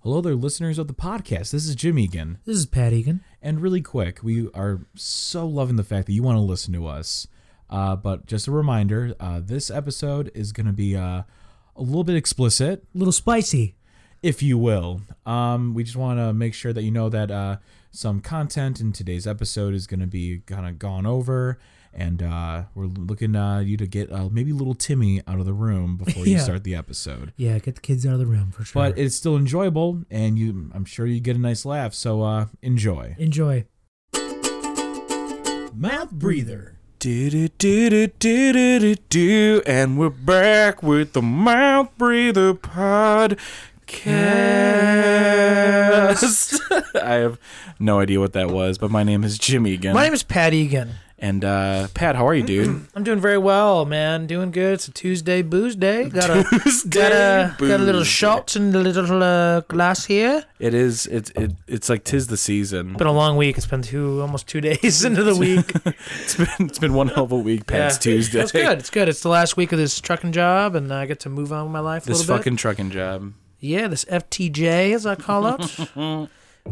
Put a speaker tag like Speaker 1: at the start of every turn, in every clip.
Speaker 1: Hello there, listeners of the podcast. This is Jimmy again.
Speaker 2: This is Pat Egan.
Speaker 1: And really quick, we are so loving the fact that you want to listen to us. Uh, but just a reminder uh, this episode is going to be uh, a little bit explicit,
Speaker 2: A little spicy.
Speaker 1: if you will. Um, we just want to make sure that you know that uh, some content in today's episode is going to be kind of gone over, and uh, we're looking uh, you to get uh, maybe little Timmy out of the room before you
Speaker 2: Yeah.
Speaker 1: start the episode.
Speaker 2: Yeah, get the kids out of the room for sure.
Speaker 1: But it's still enjoyable, and you, I'm sure you get a nice laugh. So uh, enjoy.
Speaker 2: Enjoy.
Speaker 1: Mouth breather.
Speaker 3: Do do do do do do do do, and we're back with the Mouth Breather podcast. I have no idea what that was, but my name is Jimmy again.
Speaker 2: My name is Pat Egan.
Speaker 3: and uh, Pat, how are you, dude?
Speaker 2: I'm doing very well, man. Doing good. It's a Tuesday booze day. Got a got a got a little
Speaker 3: booze.
Speaker 2: shot and a little uh, glass here.
Speaker 3: It is. It's it, it's like tis the season.
Speaker 2: It's been a long week. It's been two almost two days into the week.
Speaker 3: It's been it's been one hell of a week. Pat's Tuesday.
Speaker 2: It's good. It's good. It's the last week of this trucking job, and I get to move on with my life a
Speaker 3: This
Speaker 2: little bit.
Speaker 3: fucking trucking job.
Speaker 2: Yeah, this FTJ as I call it.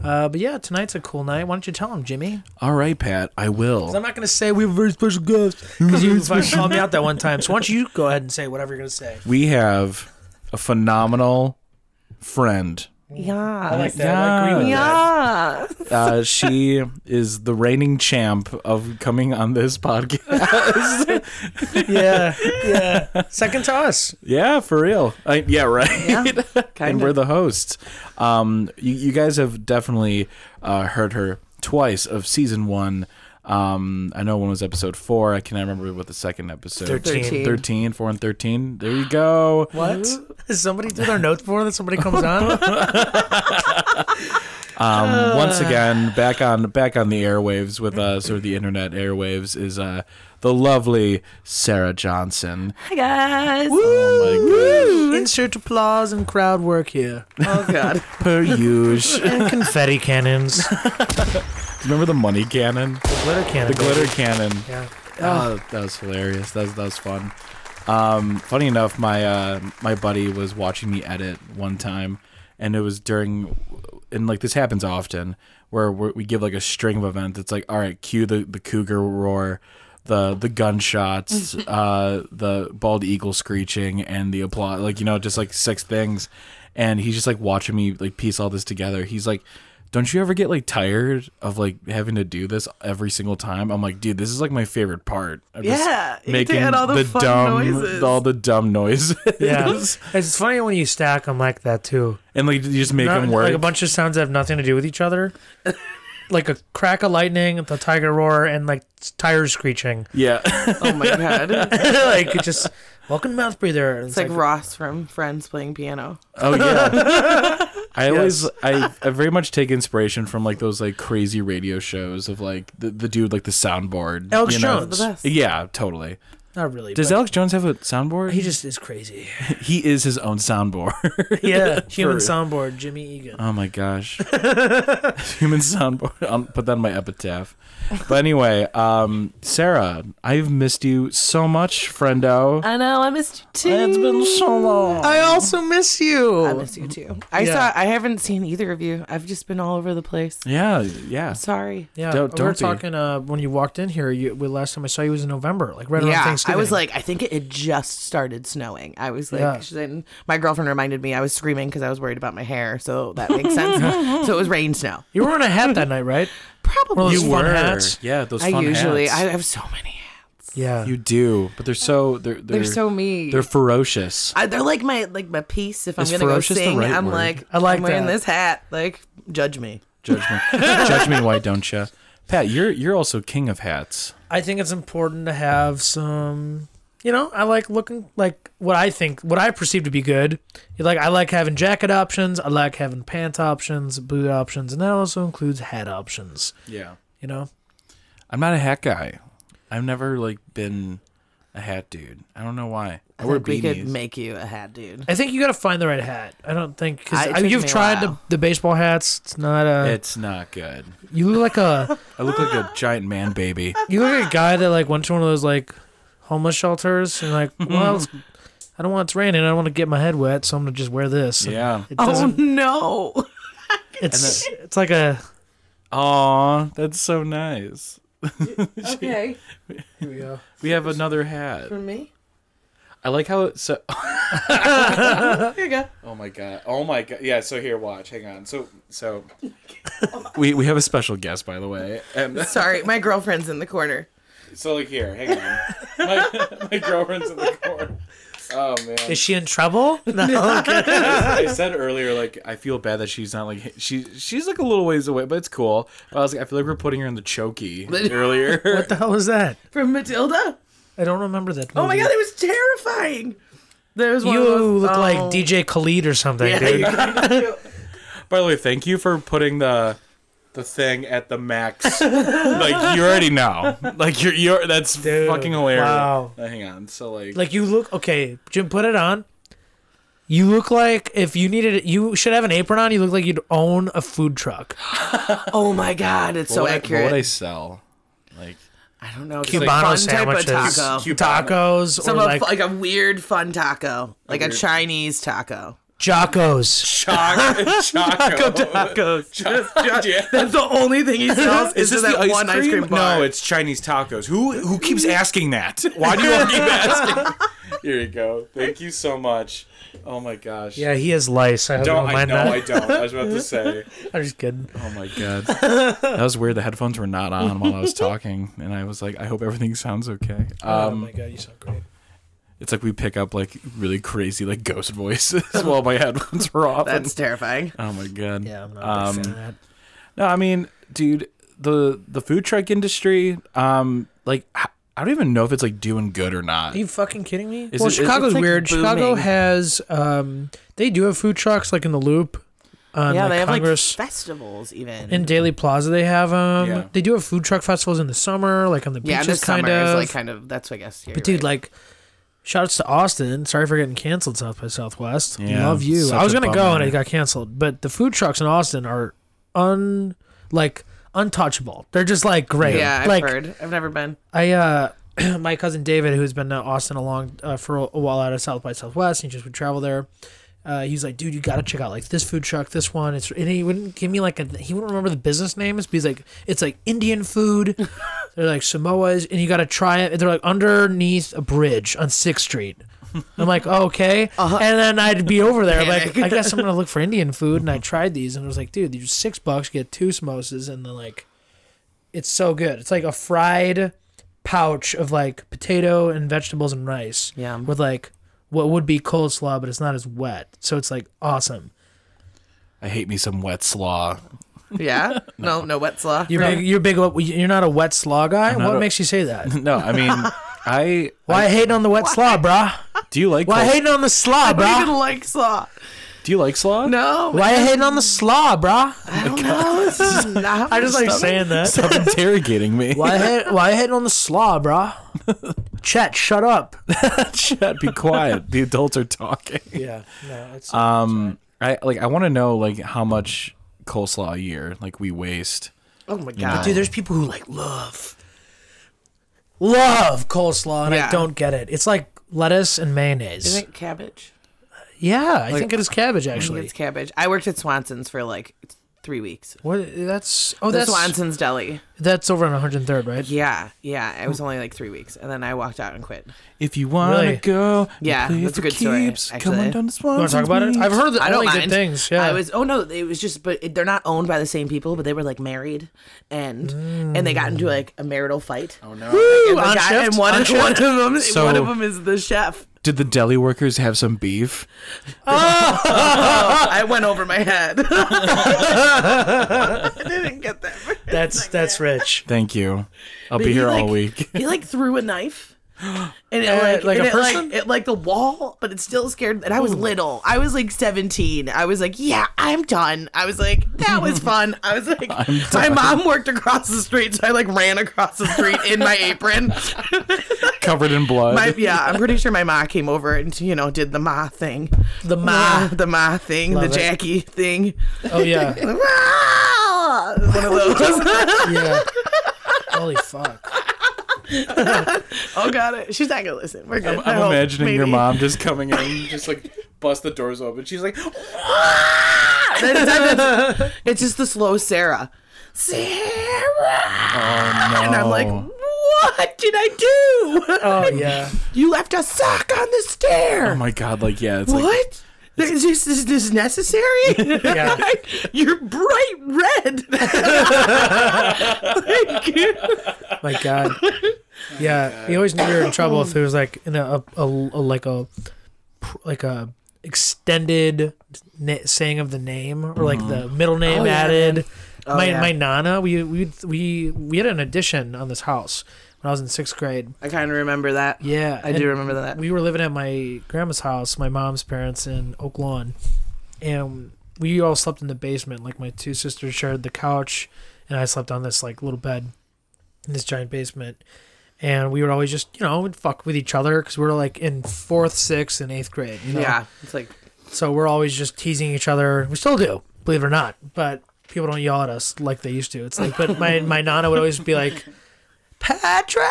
Speaker 2: uh, but yeah, tonight's a cool night. Why don't you tell him, Jimmy?
Speaker 3: All right, Pat. I will.
Speaker 2: I'm not going to say we have a very special guest because you fucking called me out that one time. So why don't you go ahead and say whatever you're going to say?
Speaker 3: We have a phenomenal friend.
Speaker 4: Yeah.
Speaker 3: I agree with that.
Speaker 4: yeah.
Speaker 3: Uh, she is the reigning champ of coming on this podcast.
Speaker 2: Yeah, yeah. Second to us.
Speaker 3: yeah, for real. I, yeah, right. and
Speaker 4: kinda.
Speaker 3: we're the hosts. Um, you, you guys have definitely uh, heard her twice of season one. Um, I know one was episode four. I cannot remember what the second episode.
Speaker 2: Thirteen.
Speaker 4: Thirteen.
Speaker 3: 13, 4 and 13. There you go.
Speaker 2: What? Does somebody do their notes for that somebody comes on?
Speaker 3: Um, once
Speaker 4: Ah.
Speaker 3: again, back on back on the airwaves with us or the internet airwaves is uh, the lovely Sarah Johnson.
Speaker 4: Hi guys.
Speaker 3: Oh my gosh.
Speaker 2: Insert applause and crowd work here.
Speaker 4: Oh god.
Speaker 3: per use.
Speaker 2: And confetti cannons.
Speaker 3: Remember the money cannon,
Speaker 2: glitter
Speaker 3: the
Speaker 2: cannon.
Speaker 3: glitter cannon.
Speaker 2: Yeah.
Speaker 3: Oh, that was hilarious. That was, that was fun. Um, funny enough, my uh, my buddy was watching me edit one time, and it was during, and like this happens often, where we're, we give like a string of events. It's like, all right, cue the the cougar roar. The, the gunshots, uh, the bald eagle screeching, and the applause, like you know, just like six things, and he's just like watching me like piece all this together. He's like, don't you ever get like tired of like having to do this every single time? I'm like, dude, this is like my favorite part. I'm just
Speaker 4: Yeah, you did all the fun
Speaker 3: dumb,
Speaker 4: noises.
Speaker 3: all the dumb noises.
Speaker 2: Yeah. It's funny when you stack them like that too.
Speaker 3: and like you just make
Speaker 2: Not-
Speaker 3: them work.
Speaker 2: Like a bunch of sounds that have nothing to do with each other. like a crack of lightning, the tiger roar, and like tires screeching.
Speaker 3: yeah,
Speaker 4: Oh my god. It's,
Speaker 2: like it just welcome mouth breather. It's,
Speaker 4: like, Ross from Friends playing piano.
Speaker 3: oh yeah. I always,
Speaker 2: Yes.
Speaker 3: I, I very much take inspiration from like those like crazy radio shows of like the, the dude like the soundboard.
Speaker 2: Alex
Speaker 3: you know?
Speaker 2: Jones.
Speaker 4: The best.
Speaker 3: Yeah, totally.
Speaker 2: not really.
Speaker 3: Does
Speaker 2: but
Speaker 3: Alex Jones have a soundboard?
Speaker 2: he just is crazy.
Speaker 3: he is his own soundboard.
Speaker 2: Yeah, human
Speaker 3: For-
Speaker 2: soundboard, Jimmy Egan.
Speaker 3: Oh my gosh. Human soundboard. I'll put that in my epitaph. But anyway, um, Sarah, I've missed you so much, friendo.
Speaker 4: I know. I missed you too.
Speaker 3: It's been so long.
Speaker 4: Uh,
Speaker 2: I also miss
Speaker 4: I
Speaker 2: you.
Speaker 4: miss you too. I
Speaker 2: Yeah.
Speaker 4: saw. I haven't seen either of you. I've just been all over the place.
Speaker 3: Yeah, yeah.
Speaker 4: Sorry.
Speaker 2: Yeah,
Speaker 3: Don't-
Speaker 2: we were
Speaker 3: don't be.
Speaker 2: talking uh, when you walked in here. You, well, last time I saw you was in November, like right around
Speaker 4: yeah, I
Speaker 2: Thanksgiving.
Speaker 4: was like, I think it, it just started snowing. I was like,
Speaker 2: Yeah.
Speaker 4: she then my girlfriend reminded me I was screaming because I was worried about my hair, so that makes sense. so it was rain snow.
Speaker 2: you were wearing a hat that night, right?
Speaker 4: Probably.
Speaker 2: You fun hats.
Speaker 3: Yeah, those
Speaker 4: I
Speaker 3: fun
Speaker 4: usually
Speaker 3: hats.
Speaker 4: I have so many.
Speaker 2: Yeah,
Speaker 3: you do, but they're so they're
Speaker 4: They're,
Speaker 3: they're,
Speaker 4: so me.
Speaker 3: they're ferocious.
Speaker 4: I, they're like my like my piece. If I'm
Speaker 3: Is
Speaker 4: gonna go
Speaker 3: ferocious the
Speaker 4: sing,
Speaker 3: right
Speaker 4: I'm
Speaker 3: word?
Speaker 4: like
Speaker 2: I like
Speaker 4: I'm wearing
Speaker 2: that.
Speaker 4: this hat. Like judge me.
Speaker 3: Judge me, judge me. Why don't you, Pat? You're you're also king of hats.
Speaker 2: I think it's important to have some. You know, I like looking like what I think, what I perceive to be good. Like I like having jacket options. I like having pant options, boot options, and that also includes hat options.
Speaker 3: Yeah,
Speaker 2: You know,
Speaker 3: I'm not a hat guy. I've never like been a hat dude. I don't know why. I,
Speaker 4: I
Speaker 3: wear
Speaker 4: think we
Speaker 3: beanies.
Speaker 4: could make you a hat, dude.
Speaker 2: I think you got to find the right hat. I don't think because
Speaker 4: I- it took
Speaker 2: you've
Speaker 4: me a
Speaker 2: tried the,
Speaker 4: while.
Speaker 2: the baseball hats. It's not a.
Speaker 3: It's not good.
Speaker 2: you look like a
Speaker 3: I look like a giant man baby.
Speaker 2: you look like a guy that like went to one of those like homeless shelters and like well. let's- I don't want it's raining. I don't want to get my head wet, so I'm gonna just wear this. And
Speaker 3: Yeah.
Speaker 2: It
Speaker 4: Oh
Speaker 2: doesn't.
Speaker 4: no! Oh,
Speaker 2: it's it's like a
Speaker 3: Aw, that's so nice.
Speaker 4: Okay,
Speaker 2: here we go.
Speaker 3: We have another hat.
Speaker 4: for me.
Speaker 3: I like how it so
Speaker 4: Here you go.
Speaker 3: Oh my god. Oh my god. Yeah, so here watch. Hang on. So so we we have a special guest by the way. And
Speaker 4: Sorry, my girlfriend's in the corner.
Speaker 3: Um, so like here, hang on. My, my girlfriend's in the corner. Oh man.
Speaker 2: Is she in trouble? No. okay.
Speaker 3: I said earlier like I feel bad that she's not like she she's like a little ways away, but it's cool. But I was like I feel like we're putting her in the chokey earlier.
Speaker 2: What the hell was that?
Speaker 4: From Matilda.
Speaker 2: I don't remember that.
Speaker 4: Oh my
Speaker 2: movie.
Speaker 4: god, it was terrifying. There was one
Speaker 2: You
Speaker 4: of those-
Speaker 2: look
Speaker 4: oh.
Speaker 2: like DJ Khalid or something,
Speaker 4: Yeah,
Speaker 2: dude.
Speaker 4: you kind of do.
Speaker 3: By the way, thank you for putting the the thing at the max. like you already know. Like you're you're that's
Speaker 2: Dude,
Speaker 3: fucking hilarious.
Speaker 2: wow.
Speaker 3: Uh, hang on. So like,
Speaker 2: Like you look okay, Jim. Put it on. You look like if you needed, you should have an apron on. You look like you'd own a food truck.
Speaker 4: Oh my god, it's
Speaker 3: what
Speaker 4: so
Speaker 3: would I-
Speaker 4: accurate.
Speaker 3: What would I sell? Like
Speaker 4: I, don't know. It's
Speaker 2: Cubano
Speaker 4: like fun
Speaker 2: sandwiches,
Speaker 4: type of taco.
Speaker 3: Cubano.
Speaker 2: tacos or
Speaker 4: Some
Speaker 2: like
Speaker 4: of, like a weird fun taco, like a,
Speaker 3: weird-
Speaker 4: Chinese taco.
Speaker 2: Jocos.
Speaker 3: choc choco.
Speaker 2: Tacos.
Speaker 3: Yeah.
Speaker 4: That's the only thing he sells is, just that one ice cream bar.
Speaker 3: No, it's Chinese tacos. Who who keeps asking that? Why do you all keep asking? Here you go. Thank you so much. Oh my gosh.
Speaker 2: Yeah, he has lice. I hope you
Speaker 3: Don't
Speaker 2: don't
Speaker 3: I
Speaker 2: mind
Speaker 3: know I
Speaker 2: that.
Speaker 3: don't. I was about to say.
Speaker 2: I, am just kidding.
Speaker 3: Oh my god, that was weird. The headphones were not on while I was talking, and I was like, I hope everything sounds okay.
Speaker 2: oh
Speaker 3: Um,
Speaker 2: my god, you sound great.
Speaker 3: it's like we pick up like really crazy like ghost voices while my headphones were off. and-
Speaker 4: That's terrifying.
Speaker 3: oh my god.
Speaker 2: Yeah, I'm not a big fan
Speaker 3: Um,
Speaker 2: of that.
Speaker 3: No, I mean, dude, the the food truck industry, um, like I I don't even know if it's like doing good or not.
Speaker 2: Are you fucking kidding me?
Speaker 3: Is
Speaker 2: well,
Speaker 3: it- is-
Speaker 2: Chicago's
Speaker 4: it's, like,
Speaker 2: weird. Chicago
Speaker 4: booming.
Speaker 2: has um, they do have food trucks like in the Loop, on
Speaker 4: yeah,
Speaker 2: like,
Speaker 4: they have
Speaker 2: Congress.
Speaker 4: like festivals even.
Speaker 2: in Daily Plaza, they have them.
Speaker 3: Yeah.
Speaker 2: They do have food truck festivals in the summer, like on the
Speaker 4: yeah,
Speaker 2: beaches,
Speaker 4: and the
Speaker 2: kind
Speaker 4: summer
Speaker 2: of.
Speaker 4: is like kind of that's I guess.
Speaker 2: but dude, like, shoutouts to Austin. Sorry for getting canceled, South by Southwest.
Speaker 3: Yeah,
Speaker 2: Love you.
Speaker 3: such
Speaker 2: I
Speaker 3: a
Speaker 2: was gonna go and
Speaker 3: bummer.
Speaker 2: it got canceled. But the food trucks in Austin are un like untouchable. They're just like great.
Speaker 4: yeah, I've
Speaker 2: like
Speaker 4: heard. I've never been.
Speaker 2: I uh my cousin David, who's been to Austin along uh, for a while out of South by Southwest, he just would travel there. Uh, he's like, dude, you gotta check out like this food truck, this one. It's and he wouldn't give me like a he wouldn't remember the business names, but he's like, it's like Indian food. They're like Samoa's, and you gotta try it. They're like underneath a bridge on Sixth Street. I'm like, oh, okay, and then I'd be over there like,
Speaker 4: Panic.
Speaker 2: I guess I'm gonna look for Indian food, and I tried these, and I was like, dude, these are six bucks, you get two samosas, and then like, it's so good. It's like a fried pouch of like potato and vegetables and rice.
Speaker 4: Yeah.
Speaker 2: With like what would be coleslaw, but it's not as wet. So it's like awesome.
Speaker 3: I hate me some wet slaw.
Speaker 4: Yeah, no, no wet slaw.
Speaker 2: You're big. You're big. You're not a wet slaw guy.
Speaker 3: not
Speaker 2: What
Speaker 3: a-
Speaker 2: makes you say that?
Speaker 3: No, I mean, I,
Speaker 2: Why hating on the wet slaw, brah?
Speaker 3: do you like
Speaker 2: Why
Speaker 3: col-
Speaker 2: hating on the slaw,
Speaker 4: I don't even
Speaker 2: brah?
Speaker 4: like slaw.
Speaker 3: do you like slaw?
Speaker 4: No,
Speaker 2: Why hating on the slaw, brah?
Speaker 4: I don't know. It's just not
Speaker 2: I just like
Speaker 4: Stop it.
Speaker 2: saying that.
Speaker 3: Stop interrogating me.
Speaker 2: Why hate? Why hating on the slaw, brah? Chet, shut up.
Speaker 3: Shut, be quiet. The adults are talking.
Speaker 2: Yeah. No. It's.
Speaker 3: Um, I like I want to know like how much coleslaw a year like we waste.
Speaker 4: Oh my god,
Speaker 2: Dude, there's people who like love love coleslaw and I
Speaker 4: Yeah.
Speaker 2: don't get it. It's like lettuce and mayonnaise.
Speaker 4: Isn't it cabbage?
Speaker 2: yeah, I think it is cabbage
Speaker 4: I think
Speaker 2: actually.
Speaker 4: it's cabbage. I worked at Swanson's for like three weeks.
Speaker 2: What that's oh
Speaker 4: The
Speaker 2: that's
Speaker 4: Swanson's Deli.
Speaker 2: that's over on 103rd, right?
Speaker 4: Yeah, yeah. It was only like three weeks, and then I walked out and quit.
Speaker 3: If you want to
Speaker 2: Really?
Speaker 3: go,
Speaker 4: Yeah,
Speaker 3: play
Speaker 4: that's a
Speaker 3: for
Speaker 4: good story,
Speaker 3: keeps, Come
Speaker 4: actually.
Speaker 3: on down to
Speaker 2: You want to talk about it? I've heard the
Speaker 4: I don't
Speaker 2: only
Speaker 4: mind
Speaker 2: good things. Yeah,
Speaker 4: I was. Oh no, it was just. But it, they're not owned by the same people. But they were like married, and and they got
Speaker 2: Mm.
Speaker 4: into like a marital fight. Oh no! and, the
Speaker 2: on
Speaker 4: guy-
Speaker 2: shift,
Speaker 4: and one,
Speaker 2: on
Speaker 4: of- one of them,
Speaker 3: So-
Speaker 4: one of them is the chef.
Speaker 3: Did the deli workers have some beef?
Speaker 4: Oh, I went over my head. I didn't get that.
Speaker 2: that's that's rich.
Speaker 3: Thank you. I'll be here all week.
Speaker 4: He like threw a knife. And it
Speaker 2: At, Uh, like,
Speaker 4: like, and
Speaker 2: a
Speaker 4: it,
Speaker 2: person?
Speaker 4: like it like the wall, but it still scared. And I was little. I was like seventeen. I was like, yeah, I'm done. I was like, that was fun. I was like, my mom worked across the street, so I like ran across the street in my apron.
Speaker 3: Covered in blood.
Speaker 4: My, yeah, I'm pretty sure my ma came over and you know did the ma thing,
Speaker 2: The ma.
Speaker 4: the ma thing,
Speaker 2: Love
Speaker 4: the
Speaker 2: it.
Speaker 4: Jackie thing.
Speaker 2: Oh yeah.
Speaker 4: One of those.
Speaker 2: yeah. Holy fuck.
Speaker 4: oh, got it. She's not gonna listen. We're good.
Speaker 3: I'm,
Speaker 4: I
Speaker 3: I'm
Speaker 4: hope,
Speaker 3: imagining your
Speaker 4: maybe.
Speaker 3: mom just coming in, just like bust the doors open. She's like,
Speaker 4: Oh, Ah, It's just the slow Sarah. Sarah.
Speaker 3: Oh,
Speaker 4: And I'm like, what did I do?
Speaker 2: Oh yeah.
Speaker 4: you left a sock on the stair.
Speaker 3: oh my god, like yeah, it's like
Speaker 4: what? Is this, is this necessary?
Speaker 2: Yeah.
Speaker 4: Like, You're bright red. Like,
Speaker 2: My God. Yeah, you always knew you were in trouble if it was like in a, a, a- like a pr- like a extended na- saying of the name or like the middle name
Speaker 4: Oh, yeah,
Speaker 2: added.
Speaker 4: Oh,
Speaker 2: my
Speaker 4: yeah.
Speaker 2: my nana, we we we we had an addition on this house when I was in sixth grade.
Speaker 4: I kind of remember that.
Speaker 2: Yeah,
Speaker 4: I do
Speaker 2: and
Speaker 4: remember that.
Speaker 2: We were living at my grandma's house, my mom's parents in Oak Lawn, and we all slept in the basement. Like my two sisters shared the couch, and I slept on this like little bed in this giant basement. And we would always just, you know, would fuck with each other because we were like in fourth, sixth, and eighth grade. You know?
Speaker 4: Yeah, it's like
Speaker 2: So we're always just teasing each other. We still do, believe it or not. But people don't yell at us like they used to. It's like, but my my nana would always be like, Patrick,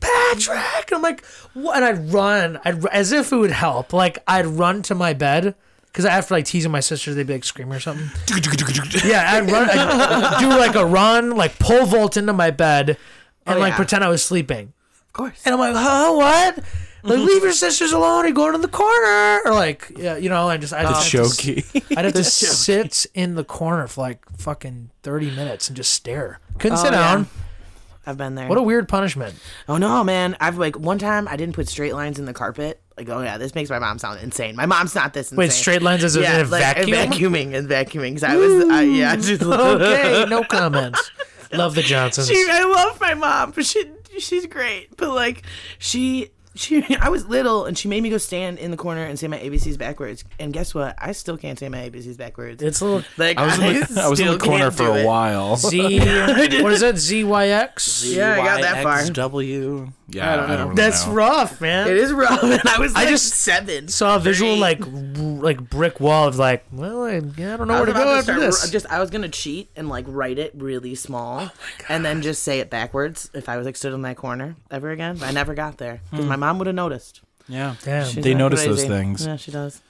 Speaker 2: Patrick, and I'm like, what? And I'd run, I'd as if it would help. Like I'd run to my bed. Cause after like teasing my sisters, they'd be like screaming or something. yeah, I'd run, I'd do like a run, like pole vault into my bed, and
Speaker 4: Oh,
Speaker 2: like
Speaker 4: yeah.
Speaker 2: pretend I was sleeping.
Speaker 4: of course.
Speaker 2: And I'm like, huh, what? Like, leave your sisters alone and go into the corner. Or like, yeah, you know, I just, I
Speaker 3: the
Speaker 2: just,
Speaker 3: show
Speaker 2: have to,
Speaker 3: key.
Speaker 2: I'd have to sit in the corner for like fucking 30 minutes and just stare. Couldn't
Speaker 4: Oh,
Speaker 2: sit down.
Speaker 4: yeah. I've been there.
Speaker 2: What a weird punishment.
Speaker 4: oh no, man! I've like one time I didn't put straight lines in the carpet. Like, oh yeah, this makes my mom sound insane. My mom's not this insane.
Speaker 2: Wait, straight lines is
Speaker 4: yeah,
Speaker 2: in a
Speaker 4: like,
Speaker 2: vacuum?
Speaker 4: vacuuming and vacuuming. 'cause I was, I, yeah, just,
Speaker 2: okay, no comments. Love the Johnsons.
Speaker 4: she, I love my mom, but she she's great. But like she she I was little and she made me go stand in the corner and say my ABCs backwards. And guess what? I still can't say my ABCs backwards.
Speaker 2: It's a little
Speaker 4: like
Speaker 3: I was in the, I was in the
Speaker 4: still
Speaker 3: corner
Speaker 4: can't
Speaker 3: for
Speaker 4: do
Speaker 3: a
Speaker 4: it.
Speaker 3: while.
Speaker 2: Z. what is that? ZYX?
Speaker 4: Yeah, I got that far.
Speaker 3: W. Yeah, I don't know.
Speaker 2: That's rough, man.
Speaker 4: It is rough, and I was like
Speaker 2: just
Speaker 4: seven.
Speaker 2: Saw a visual
Speaker 4: Three.
Speaker 2: like r- like brick wall of like, well, I, I don't know
Speaker 4: I
Speaker 2: where
Speaker 4: was
Speaker 2: to go
Speaker 4: about to
Speaker 2: after
Speaker 4: start-
Speaker 2: this. Oh
Speaker 4: Just I was gonna cheat and like write it really small, and then just say it backwards. If I was like stood in that corner ever again, I never got there because
Speaker 2: Hmm.
Speaker 4: my mom would have noticed.
Speaker 3: Yeah.
Speaker 2: Damn.
Speaker 4: She's
Speaker 3: They
Speaker 4: like
Speaker 3: notice those things.
Speaker 4: Yeah, she does.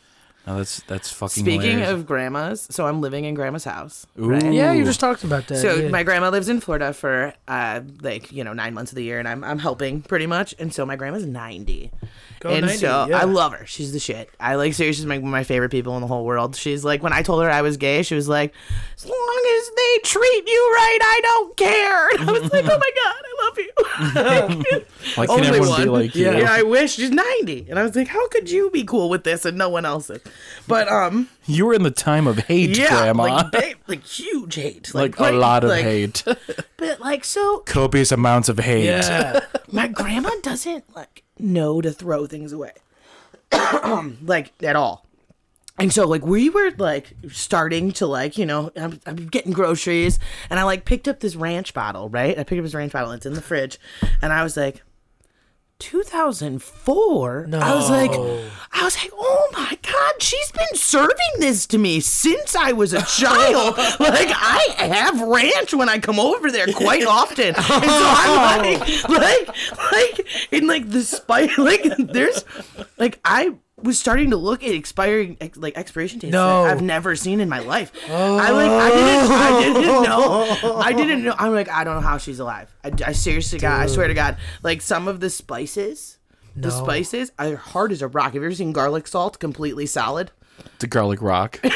Speaker 3: No, that's that's fucking.
Speaker 4: Speaking
Speaker 3: hilarious.
Speaker 4: of grandmas, so I'm living in grandma's house.
Speaker 3: Ooh.
Speaker 4: Right?
Speaker 2: Yeah, you just talked about that.
Speaker 4: So
Speaker 2: yeah.
Speaker 4: my grandma lives in Florida for uh, like you know nine months of the year, and I'm I'm helping pretty much. And so my grandma's ninety,
Speaker 2: Go
Speaker 4: and
Speaker 2: 90,
Speaker 4: so
Speaker 2: yeah.
Speaker 4: I love her. She's the shit. I like seriously she's like one of my favorite people in the whole world. She's like when I told her I was gay, she was like, as long as they treat you right, I don't care. And I was like, oh my god, I love you.
Speaker 3: Why can everyone be like you?
Speaker 4: yeah. I wish she's ninety, and I was like, how could you be cool with this and no one else is? But um,
Speaker 3: You were in the time of hate,
Speaker 4: yeah,
Speaker 3: Grandma.
Speaker 4: like ba- like huge hate,
Speaker 3: Like, a lot of
Speaker 4: like-
Speaker 3: hate,
Speaker 4: but like so
Speaker 3: copious amounts of hate.
Speaker 2: yeah.
Speaker 4: my grandma doesn't like know to throw things away like at all and so like we were like starting to like you know I'm, I'm getting groceries and i like picked up this ranch bottle right i picked up this ranch bottle it's in the fridge and i was like 2004 i was like i was like oh my god she's been serving this to me since i was a child like i have ranch when i come over there quite often and so i'm like like like in like the spite like there's like i was starting to look at expiring ex- like expiration dates
Speaker 2: No.
Speaker 4: that I've never seen in my life. I like I didn't I didn't know I didn't know I'm like I don't know how she's alive. I, I seriously God I swear to God like some of the spices the
Speaker 2: No.
Speaker 4: spices are hard as a rock. Have you ever seen garlic salt completely solid?
Speaker 3: The garlic rock.
Speaker 2: yeah.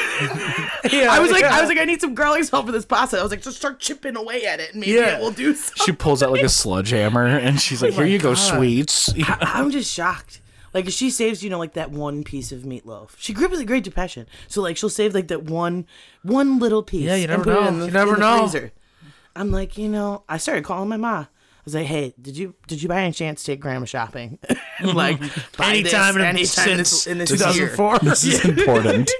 Speaker 4: I was like I was like I need some garlic salt for this pasta. I was like just start chipping away at it and maybe
Speaker 2: Yeah.
Speaker 4: it will do something.
Speaker 3: She pulls out like a sledgehammer and she's like, "Here you go, sweets."
Speaker 4: I'm just shocked. Like she saves, you know, like that one piece of meatloaf. She grew up with a Great Depression, so like she'll save like that one, one little piece.
Speaker 2: Yeah, you
Speaker 4: and
Speaker 2: never
Speaker 4: put it
Speaker 2: know.
Speaker 4: in the-
Speaker 2: You never
Speaker 4: in the
Speaker 2: know.
Speaker 4: freezer. I'm like, you know, I started calling my ma. I was like, hey, did you did you by any chance take grandma shopping? And, like buy
Speaker 2: Anytime
Speaker 4: this,
Speaker 2: in-
Speaker 4: anytime
Speaker 2: since
Speaker 4: this, in this year.
Speaker 2: 2004.
Speaker 3: This is important.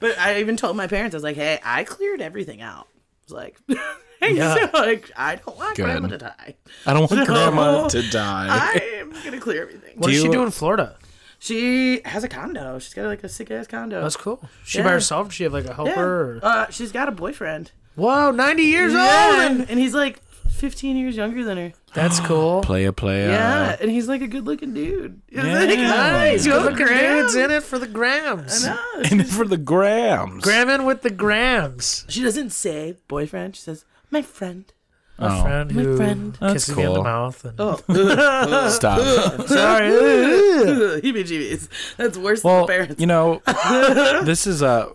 Speaker 4: But I even told my parents, I was like, hey, I cleared everything out. I was like, hey,
Speaker 2: Yeah.
Speaker 4: so, like I don't want
Speaker 3: Good.
Speaker 4: grandma to die.
Speaker 3: I don't want grandma to die.
Speaker 4: I am gonna clear everything.
Speaker 2: what does she
Speaker 3: you-
Speaker 2: do in Florida?
Speaker 4: She has a condo. She's got like a sick ass condo.
Speaker 2: That's cool. She
Speaker 4: Yeah.
Speaker 2: by herself? Does she have like a helper?
Speaker 4: Yeah.
Speaker 2: Or...
Speaker 4: Uh, she's got a boyfriend.
Speaker 2: Whoa, 90 years old.
Speaker 4: And, and he's like 15 years younger than her.
Speaker 2: That's cool.
Speaker 3: Play a play.
Speaker 4: yeah, and he's like a good-looking dude.
Speaker 3: Yeah.
Speaker 4: nice.
Speaker 2: Good looking dudes in it for the grams.
Speaker 3: and for the grams.
Speaker 2: Gramming with the grams.
Speaker 4: She doesn't say boyfriend. She says my friend.
Speaker 2: My
Speaker 3: Oh.
Speaker 2: friend
Speaker 4: My
Speaker 2: who
Speaker 4: friend.
Speaker 3: That's
Speaker 2: kisses me on the
Speaker 3: cool.
Speaker 2: mouth. And,
Speaker 4: Oh,
Speaker 3: Stop.
Speaker 2: Sorry.
Speaker 4: heebie-jeebies. That's worse
Speaker 3: well,
Speaker 4: than the parents.
Speaker 3: you know, this is a.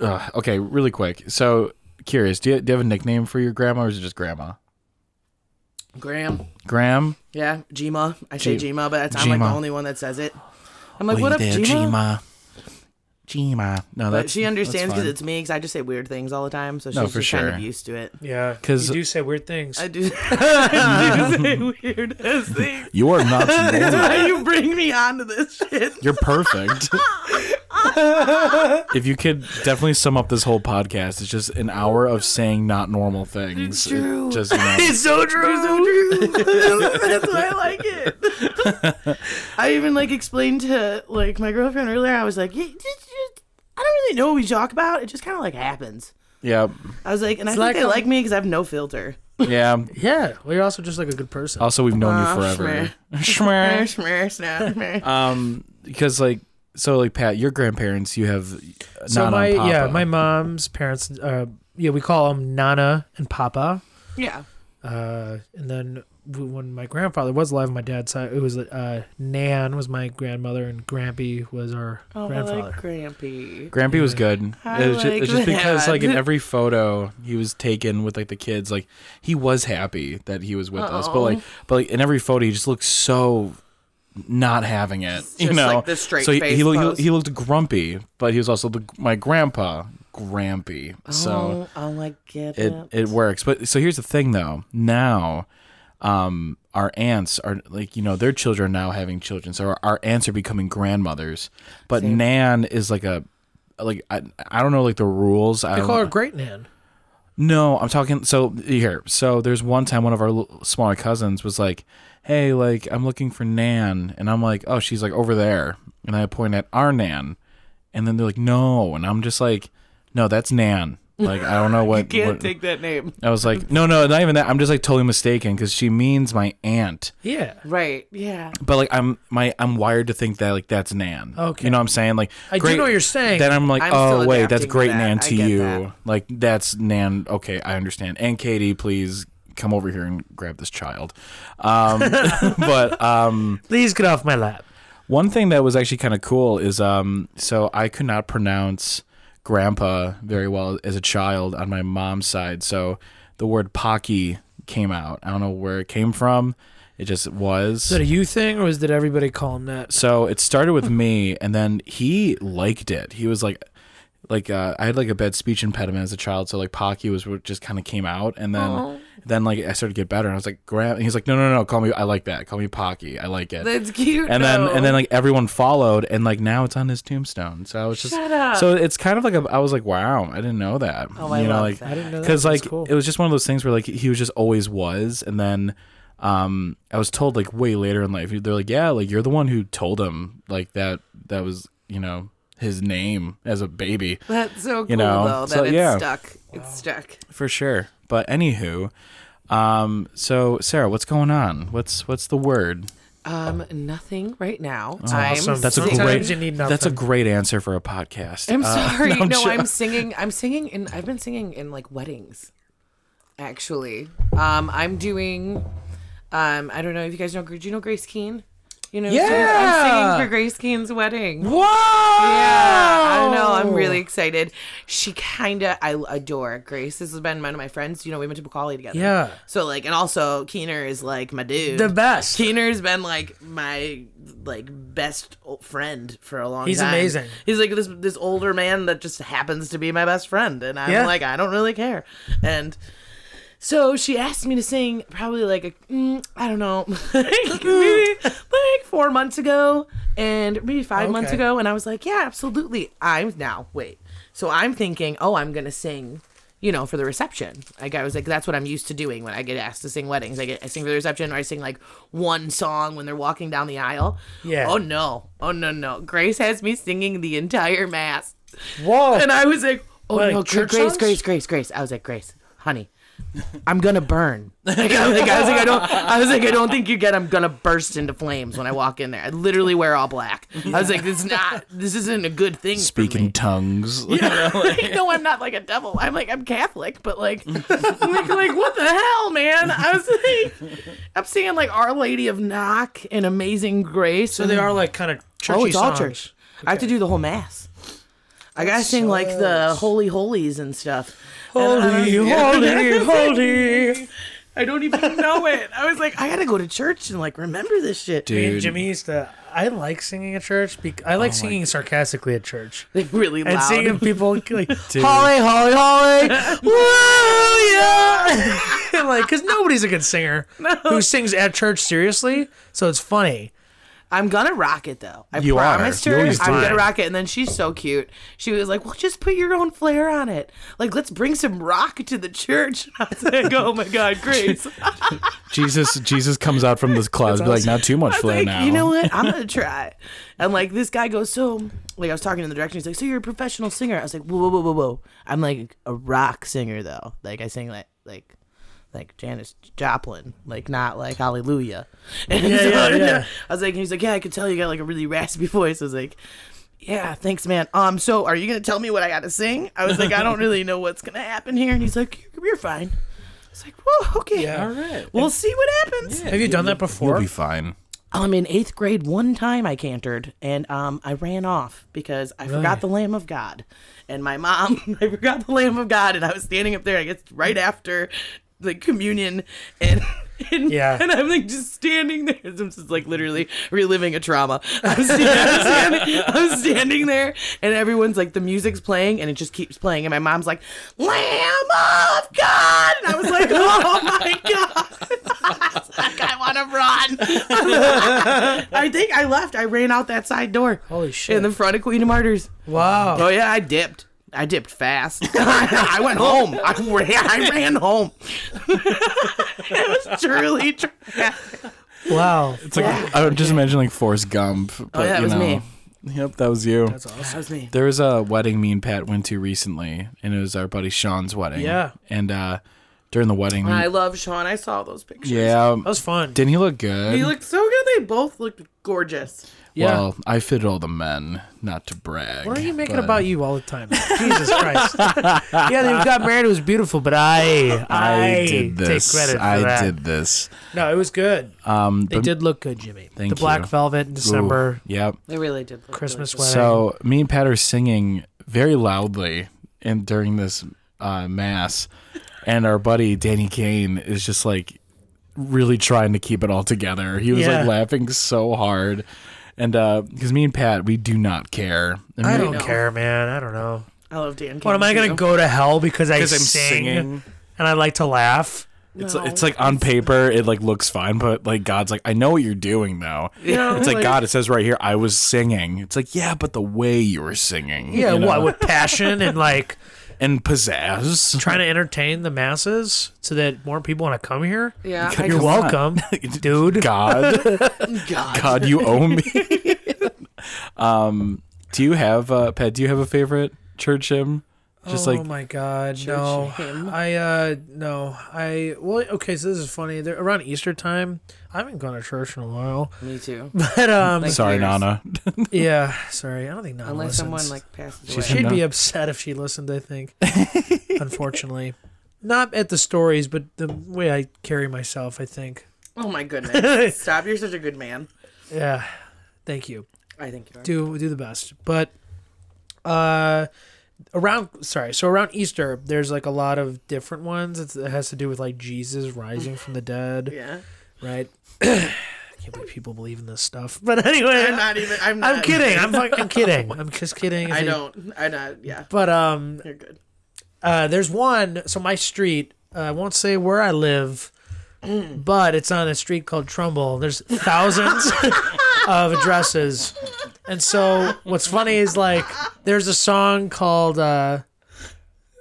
Speaker 3: Uh, okay, really quick. So, curious. Do you, do you have a nickname for your grandma, or is it just grandma?
Speaker 4: Graham.
Speaker 3: Graham.
Speaker 4: Yeah, Jima. I say
Speaker 3: G-
Speaker 4: Jima, but that's, I'm like the
Speaker 3: Jima.
Speaker 4: only one that says it. I'm like, what up, Jima?
Speaker 3: Jima. Jima. No,
Speaker 4: But
Speaker 3: that's
Speaker 4: she understands because
Speaker 3: because
Speaker 4: it's me because I just say weird things all the time, so she's
Speaker 3: No, for
Speaker 4: just kind
Speaker 3: sure.
Speaker 4: of used to it.
Speaker 2: Yeah.
Speaker 3: 'Cause-
Speaker 2: you do say weird things.
Speaker 4: I do, I do say weird ass things.
Speaker 3: you are not. normal.
Speaker 4: Why you bring me onto this shit?
Speaker 3: You're perfect. if you could definitely sum up this whole podcast, it's just an hour of saying not normal things. It's
Speaker 4: true.
Speaker 3: Just you know,
Speaker 2: it's so true.
Speaker 4: That's why I like it. I even like explained to like my girlfriend earlier. I was like, yeah, just, just- I don't really know what we talk about. It just kind of like happens.
Speaker 3: yeah,
Speaker 4: I was like, and I think
Speaker 2: like
Speaker 4: they
Speaker 2: how-
Speaker 4: like me because I have no filter.
Speaker 3: yeah.
Speaker 2: Yeah. Well, you're also just like a good person.
Speaker 3: Also, we've known
Speaker 4: Aw,
Speaker 2: Ah,
Speaker 3: you forever. Schmer. um, because like so, like Pat, your grandparents, you have uh,
Speaker 2: so
Speaker 3: Nana
Speaker 2: my
Speaker 3: and Papa.
Speaker 2: yeah, my mom's parents. Uh, yeah, we call them Nana and Papa.
Speaker 4: yeah.
Speaker 2: Uh, and then w- when my grandfather was alive, my dad's side, it was uh, Nan was my grandmother, and Grampy was our
Speaker 4: Oh, I like
Speaker 2: grandfather.
Speaker 4: Grampy.
Speaker 3: Grampy was good.
Speaker 4: I
Speaker 3: it was just,
Speaker 4: like
Speaker 3: just because, like, in
Speaker 4: that.
Speaker 3: every photo he was taken with like the kids, like he was happy that he was with us. But like, but like in every photo, he just looked so not having it. you
Speaker 4: just,
Speaker 3: know,
Speaker 4: like, the straight
Speaker 3: so he,
Speaker 4: face
Speaker 3: he, looked,
Speaker 4: pose.
Speaker 3: he, he looked grumpy, but he was also the, my grandpa grumpy. So
Speaker 4: oh, I like it.
Speaker 3: it it works. But so here's the thing though. Now um our aunts are like you know their children are now having children so our, our aunts are becoming grandmothers but nan is like a like i, I don't know like the rules i
Speaker 2: They
Speaker 3: don't
Speaker 2: call her Great Nan.
Speaker 3: no i'm talking so here so there's one time one of our l- smaller cousins was like hey like i'm looking for nan and i'm like oh she's like over there and i point at our nan and then they're like no and i'm just like no that's nan like i don't know what
Speaker 4: Can't
Speaker 3: what-
Speaker 4: take that name.
Speaker 3: I was like, no, no, not even that. I'm just like totally mistaken because she means my aunt.
Speaker 2: Yeah.
Speaker 4: Right. Yeah.
Speaker 3: But like, I'm my I'm wired to think that like that's Nan.
Speaker 2: Okay.
Speaker 3: you know what I'm saying? Like,
Speaker 2: I do know what you're saying.
Speaker 3: Then I'm like,
Speaker 4: I'm
Speaker 3: oh
Speaker 4: still
Speaker 3: wait, that's
Speaker 4: adapting to
Speaker 3: great
Speaker 4: that.
Speaker 3: Nan
Speaker 4: I
Speaker 3: to
Speaker 4: get
Speaker 3: you.
Speaker 4: that.
Speaker 3: Like that's Nan. Okay, I understand. And Katie, please come over here and grab this child. Um, but um,
Speaker 2: Please get off my lap.
Speaker 3: one thing that was actually kind of cool is um, so I could not pronounce grandpa very well as a child on my mom's side. So the word Pocky came out. I don't know where it came from. It just was.
Speaker 2: Is that a you thing, or is that everybody call him that?
Speaker 3: So it started with me, and then he liked it. He was like, like uh, I had like a bad speech impediment as a child, so like Pocky was what just kind of came out, and then then like I started to get better, and I was like, grab. And he's like, no, no, no, call me. I like that. Call me Pocky. I like it.
Speaker 4: That's cute.
Speaker 3: and
Speaker 4: though.
Speaker 3: then and then like everyone followed, and like now it's on his tombstone. So I was just
Speaker 4: Shut up.
Speaker 3: so it's kind of like a, I was like, wow, I didn't know that.
Speaker 4: Oh, I
Speaker 3: you know,
Speaker 4: love
Speaker 3: like
Speaker 4: that.
Speaker 2: I didn't know that.
Speaker 3: because
Speaker 2: That's
Speaker 3: like
Speaker 2: cool.
Speaker 3: it was just one of those things where like he was just always was and then um i was told like way later in life they're like yeah like you're the one who told him like that that was you know his name as a baby
Speaker 4: that's so cool
Speaker 3: know,
Speaker 4: though that
Speaker 3: so,
Speaker 4: it's
Speaker 3: yeah.
Speaker 4: stuck. It's stuck.
Speaker 3: for sure but anywho um so sarah what's going on what's what's the word
Speaker 4: Um, nothing right now.
Speaker 2: awesome.
Speaker 4: I'm
Speaker 3: that's a
Speaker 2: Sometimes
Speaker 4: singing-
Speaker 3: great
Speaker 2: you need
Speaker 3: that's a
Speaker 2: nothing.
Speaker 3: great answer for a podcast
Speaker 4: I'm
Speaker 3: Uh,
Speaker 4: sorry. no,
Speaker 3: I'm jo-
Speaker 4: I'm singing. I'm singing in. I've been singing in like weddings, actually. Um, I'm doing. Um, I don't know if you guys know. Do you know Grace Keene? You know, so I'm
Speaker 2: Yeah.
Speaker 4: singing for Grace Keene's wedding.
Speaker 2: Whoa!
Speaker 4: Yeah, I know. I'm really excited. She kind of, I adore Grace. This has been one of my friends. You know, we went to Macaulay together.
Speaker 2: Yeah.
Speaker 4: So like, and also Keener is like my dude.
Speaker 2: the best.
Speaker 4: Keener's been like my like best o- friend for a long
Speaker 2: He's
Speaker 4: time.
Speaker 2: amazing.
Speaker 4: He's like this this older man that just happens to be my best friend, and I'm
Speaker 2: Yeah.
Speaker 4: like I don't really care. And so she asked me to sing probably like a, mm, I don't know like, maybe, like four months ago and maybe five months
Speaker 2: Okay.
Speaker 4: ago, and I was like, yeah, absolutely. I'm now wait. So I'm thinking, oh, I'm gonna sing. You know, for the reception, like I was like, that's what I'm used to doing when I get asked to sing weddings. I get I sing for the reception, or I sing like one song when they're walking down the aisle.
Speaker 2: Yeah.
Speaker 4: Oh no. Oh no no. Grace has me singing the entire mass.
Speaker 2: Whoa!
Speaker 4: And I was like, oh
Speaker 2: Like
Speaker 4: no,
Speaker 2: church
Speaker 4: Grace,
Speaker 2: songs?
Speaker 4: Grace, Grace, Grace. I was like, Grace, honey, I'm gonna burn. Like, I, was like, I was like, I don't. I was like, I don't think you get. I'm gonna burst into flames when I walk in there. I literally wear all black. I was like, this is not. This isn't a good thing. for
Speaker 3: Speaking
Speaker 4: me.
Speaker 3: tongues.
Speaker 4: no, I'm not like a devil. I'm like I'm Catholic, but like, like, like what the hell, man? I was like, I'm seeing like Our Lady of Knock and Amazing Grace.
Speaker 2: So they are like kind of churchy
Speaker 4: oh, it's all
Speaker 2: songs.
Speaker 4: church. I have to do the whole mass. I gotta sing like the holy holies and stuff. And I
Speaker 2: Holy, holy,
Speaker 4: don't-
Speaker 2: holy.
Speaker 4: I don't even know it. I was like, I gotta go to church and like remember this shit.
Speaker 2: Me
Speaker 3: Dude. Oh
Speaker 2: and Jimmy used to. I like singing at church. Bec- I like singing sarcastically at church
Speaker 4: Like really
Speaker 2: and
Speaker 4: loud.
Speaker 2: seeing people like
Speaker 4: Holly, holly, holly.
Speaker 2: Woo, yeah! like, because nobody's a good singer who sings at church seriously, so it's funny.
Speaker 4: I'm gonna rock it though. I
Speaker 3: You are.
Speaker 4: promised
Speaker 3: You
Speaker 4: her
Speaker 3: always
Speaker 4: I'm
Speaker 3: do.
Speaker 4: gonna rock it. And then she's so cute. She was like, "Well, just put your own flair on it. Like, let's bring some rock to the church." I was like, "Oh my God, Grace!"
Speaker 3: Jesus Jesus comes out from the clouds, be like, not too much flair
Speaker 4: like,
Speaker 3: now.
Speaker 4: you know what? I'm gonna try. And like this guy goes, so like I was talking to the director. He's like, so you're a professional singer. I was like, whoa, whoa, whoa, whoa, whoa. I'm like a rock singer though. Like I sing like like like Janis Joplin, like not like Hallelujah. And
Speaker 2: Yeah, yeah, yeah.
Speaker 4: I was like, and he's like, yeah, I could tell you got like a really raspy voice. I was like. Yeah, thanks, man. Um, so are you gonna tell me what I gotta sing? I was like, I don't really know what's gonna happen here, and he's like, you're, you're fine. It's like, whoa, okay,
Speaker 2: Yeah.
Speaker 3: right.
Speaker 4: we'll see what happens.
Speaker 2: Have you done that
Speaker 3: You'll
Speaker 2: before?
Speaker 3: be fine.
Speaker 4: Um, in eighth grade, one time I cantered and um, I ran off because I forgot the Lamb of God, and my mom, I forgot the Lamb of God, and I was standing up there, I guess right after like communion, and. And,
Speaker 2: Yeah.
Speaker 4: and I'm like just standing there. I'm just like literally reliving a trauma. I'm standing, I'm, standing, I'm standing there, and everyone's like, the music's playing, and it just keeps playing. And my mom's like, Lamb of God. And I was like, oh my God. Like, I want to run. I think I left. I ran out that side door
Speaker 2: Holy
Speaker 4: in
Speaker 2: shit!
Speaker 4: the front of Queen of Martyrs.
Speaker 2: wow.
Speaker 4: Oh yeah, I dipped. I dipped fast. I went home. I ran. I ran home. it was truly. Tra-
Speaker 2: Wow.
Speaker 3: It's like I would just imagine like Forrest Gump. But,
Speaker 4: yeah, it
Speaker 3: you
Speaker 4: was
Speaker 3: know.
Speaker 4: me.
Speaker 3: Yep, that was you.
Speaker 2: That's awesome.
Speaker 4: that was me.
Speaker 3: There was a wedding me and Pat went to recently, and it was our buddy Sean's wedding.
Speaker 2: Yeah.
Speaker 3: And uh during the wedding,
Speaker 4: I love Sean. I saw those pictures.
Speaker 3: yeah,
Speaker 2: That was fun.
Speaker 3: didn't he look good?
Speaker 4: He looked so good. They both looked gorgeous.
Speaker 2: yeah.
Speaker 3: Well, I fitted all the men, not to brag.
Speaker 2: Why are you making
Speaker 3: but-
Speaker 2: about you all the time? Jesus Christ. yeah, they got married. It was beautiful, but I, I,
Speaker 3: I, did this.
Speaker 2: take credit for
Speaker 3: I
Speaker 2: that.
Speaker 3: did this.
Speaker 2: No, it was good.
Speaker 3: Um,
Speaker 2: They
Speaker 3: but-
Speaker 2: did look good, Jimmy.
Speaker 3: Thank
Speaker 2: the Black
Speaker 3: you.
Speaker 2: Velvet in December,
Speaker 3: Ooh, Yep.
Speaker 4: They really did. Look
Speaker 2: Christmas wedding.
Speaker 3: So me and Pat are singing very loudly and during this uh, mass, and our buddy Danny Kane is just like really trying to keep it all together. He was
Speaker 2: Yeah.
Speaker 3: like laughing so hard, and because me and Pat, we do not care. And
Speaker 2: I
Speaker 3: we-
Speaker 2: don't care, man. I don't know.
Speaker 4: I love Dan.
Speaker 2: What am I gonna go to hell because I
Speaker 3: 'Cause I'm
Speaker 2: sing
Speaker 3: singing.
Speaker 2: and I like to laugh?
Speaker 3: It's, it's like on paper it like looks fine, but like God's like I know what you're doing though.
Speaker 2: know,
Speaker 3: it's like,
Speaker 2: like-
Speaker 3: God, it says right here I was singing. It's like yeah, but the way you were singing,
Speaker 2: Yeah,
Speaker 3: you know,
Speaker 2: what with passion and like
Speaker 3: and pizzazz.
Speaker 2: trying to entertain the masses so that more people want to come here.
Speaker 4: Yeah, I
Speaker 2: You're
Speaker 4: just-
Speaker 2: welcome, dude.
Speaker 3: God,
Speaker 4: God.
Speaker 3: God, you owe me. um, do you have uh, Pat? Do you have a favorite church hymn? Just
Speaker 2: oh
Speaker 3: like
Speaker 2: my god, no.
Speaker 4: hymn.
Speaker 2: I uh no. I well okay, so this is funny. They're, around Easter time, I haven't gone to church in a while.
Speaker 4: Me too.
Speaker 2: But um
Speaker 4: Like-
Speaker 3: sorry,
Speaker 4: years.
Speaker 3: Nana.
Speaker 2: yeah, sorry. I don't think Nana
Speaker 4: Unless someone
Speaker 2: listens.
Speaker 4: like passes
Speaker 3: She's
Speaker 4: away.
Speaker 2: She'd be upset if she listened, I think. Unfortunately. Not at the stories, but the way I carry myself, I think.
Speaker 4: Oh my goodness! Stop! You're such a good man.
Speaker 2: Yeah. Thank you.
Speaker 4: I think you are.
Speaker 2: do do the best. But uh around sorry, so around Easter there's like a lot of different ones. It's, it has to do with like Jesus rising from the dead,
Speaker 4: Yeah.
Speaker 2: right? I can't believe people believe in this stuff. But anyway,
Speaker 4: I'm
Speaker 2: I'm,
Speaker 4: not even. I'm not.
Speaker 2: kidding. I'm fucking I'm kidding. I'm just kidding.
Speaker 4: I don't. I not. Yeah.
Speaker 2: But um
Speaker 4: You're good.
Speaker 2: uh there's one so my street, uh, I won't say where I live, but it's on a street called Trumbull. There's thousands of addresses. And so what's funny is like there's a song called uh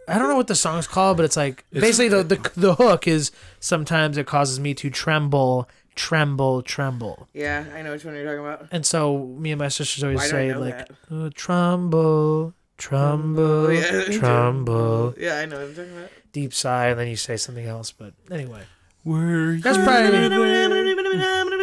Speaker 2: I don't know what the song's called, but it's like basically the, the the hook is sometimes it causes me to tremble, tremble, tremble.
Speaker 4: Yeah, I know which one you're talking about.
Speaker 2: And so me and my sisters always
Speaker 4: Why do I
Speaker 2: say
Speaker 4: know
Speaker 2: like
Speaker 4: that?
Speaker 2: "Oh, tremble, Trumbull,
Speaker 4: Yeah.
Speaker 2: Trumbull.
Speaker 4: Yeah, I know what I'm talking about.
Speaker 2: Deep sigh, and then you say something else. But anyway,
Speaker 3: Were
Speaker 2: that's probably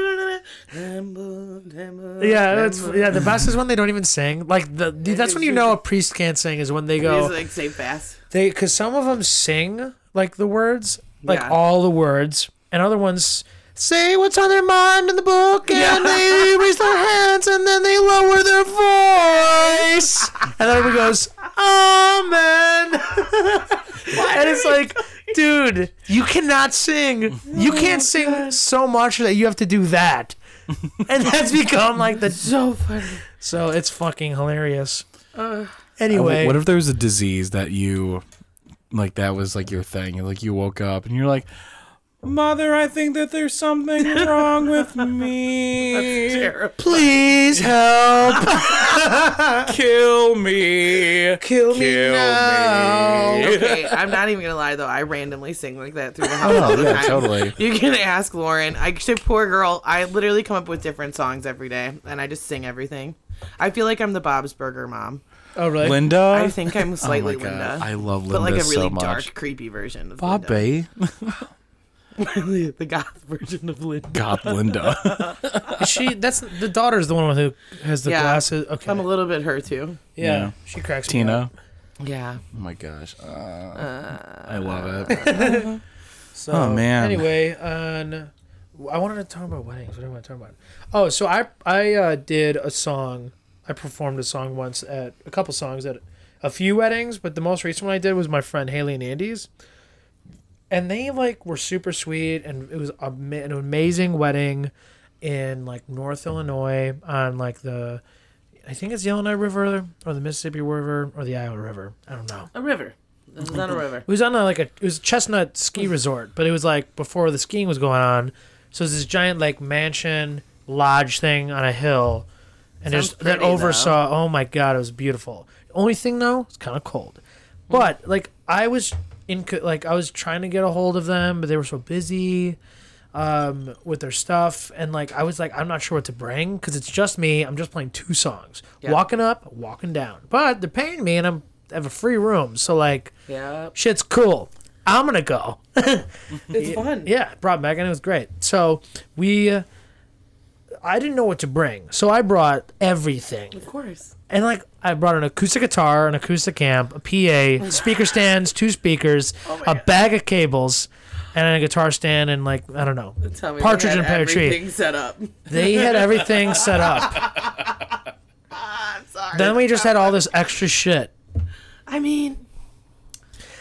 Speaker 2: yeah. That's yeah. The best is when they don't even sing. Like the that's when you know a priest can't sing is when they go.
Speaker 4: He's like say fast.
Speaker 2: They because some of them sing like the words, like
Speaker 4: Yeah.
Speaker 2: all the words, and other ones say what's on their mind in the book, and they raise their hands, and then they lower their voice, and then everyone goes amen, and it's like. Dude, you cannot sing. You can't sing so much that you have to do that. And that's become like the
Speaker 4: So funny.
Speaker 2: so it's fucking hilarious.
Speaker 4: Uh,
Speaker 2: Anyway,
Speaker 3: What if there was a disease that you like that was like your thing? and, Like you woke up and you're like, Mother, I think that there's something wrong with me.
Speaker 4: terrible.
Speaker 2: please help.
Speaker 3: Kill me.
Speaker 2: Kill me
Speaker 3: Kill
Speaker 2: now.
Speaker 3: me.
Speaker 4: Okay, I'm not even gonna lie though. I randomly sing like that through the house all
Speaker 3: Oh
Speaker 4: the
Speaker 3: yeah,
Speaker 4: time.
Speaker 3: totally.
Speaker 4: You can ask Lauren. I say, poor girl. I literally come up with different songs every day, and I just sing everything. I feel like I'm the Bob's Burger mom.
Speaker 2: Oh really?
Speaker 3: Linda.
Speaker 4: I think I'm slightly
Speaker 3: oh my God.
Speaker 4: Linda,
Speaker 3: I love Linda
Speaker 4: but like a really
Speaker 3: so
Speaker 4: dark,
Speaker 3: much.
Speaker 4: creepy version of Linda.
Speaker 3: Bobby.
Speaker 4: the goth version of Linda.
Speaker 3: God, Linda.
Speaker 2: Is she that's the daughter's the one who has the
Speaker 4: Yeah.
Speaker 2: glasses. Okay.
Speaker 4: I'm a little bit her too.
Speaker 2: yeah.
Speaker 3: Yeah.
Speaker 2: She cracks me
Speaker 3: Tina.
Speaker 2: up.
Speaker 4: Yeah.
Speaker 3: Oh my gosh. Uh, I love it.
Speaker 2: So,
Speaker 3: Oh, man.
Speaker 2: Anyway, on I wanted to talk about weddings. What do I want to talk about? Oh, so I I uh, did a song. I performed a song once at a couple songs at a few weddings, but the most recent one I did was my friend Haley and Andy's, and they like were super sweet, and it was a, an amazing wedding in like North Illinois on like the. I think it's the Illinois River or the Mississippi River or the Iowa River. I don't know.
Speaker 4: A river. This is not a river.
Speaker 2: It was on a, like a it was a Chestnut ski
Speaker 4: Mm.
Speaker 2: resort, but it was like before the skiing was going on. So it's this giant like mansion lodge thing on a hill, and
Speaker 4: Sounds
Speaker 2: there's that
Speaker 4: pretty,
Speaker 2: oversaw. Oh my god, it was beautiful. Only thing though, it's kind of cold.
Speaker 4: Mm.
Speaker 2: But like I was in co- like I was trying to get a hold of them, but they were so busy um, with their stuff, and like I was like, I'm not sure what to bring because it's just me. I'm just playing two songs,
Speaker 4: Yeah.
Speaker 2: walking up, walking down. But they're paying me, and I'm I have a free room, so like
Speaker 4: Yeah.
Speaker 2: shit's cool. I'm gonna go.
Speaker 4: It's fun.
Speaker 2: Yeah, brought Megan. It was great. So we, uh, I didn't know what to bring, so I brought everything.
Speaker 4: Of course.
Speaker 2: And like, I brought an acoustic guitar, an acoustic amp, a PA, speaker stands, two speakers,
Speaker 4: Oh
Speaker 2: a bag of cables, and a guitar stand, and like I don't know,
Speaker 4: Tell me
Speaker 2: partridge
Speaker 4: they
Speaker 2: in a
Speaker 4: had
Speaker 2: pear tree.
Speaker 4: everything set up.
Speaker 2: They had everything set up.
Speaker 4: I'm sorry.
Speaker 2: Then we just had all this extra shit.
Speaker 4: I mean,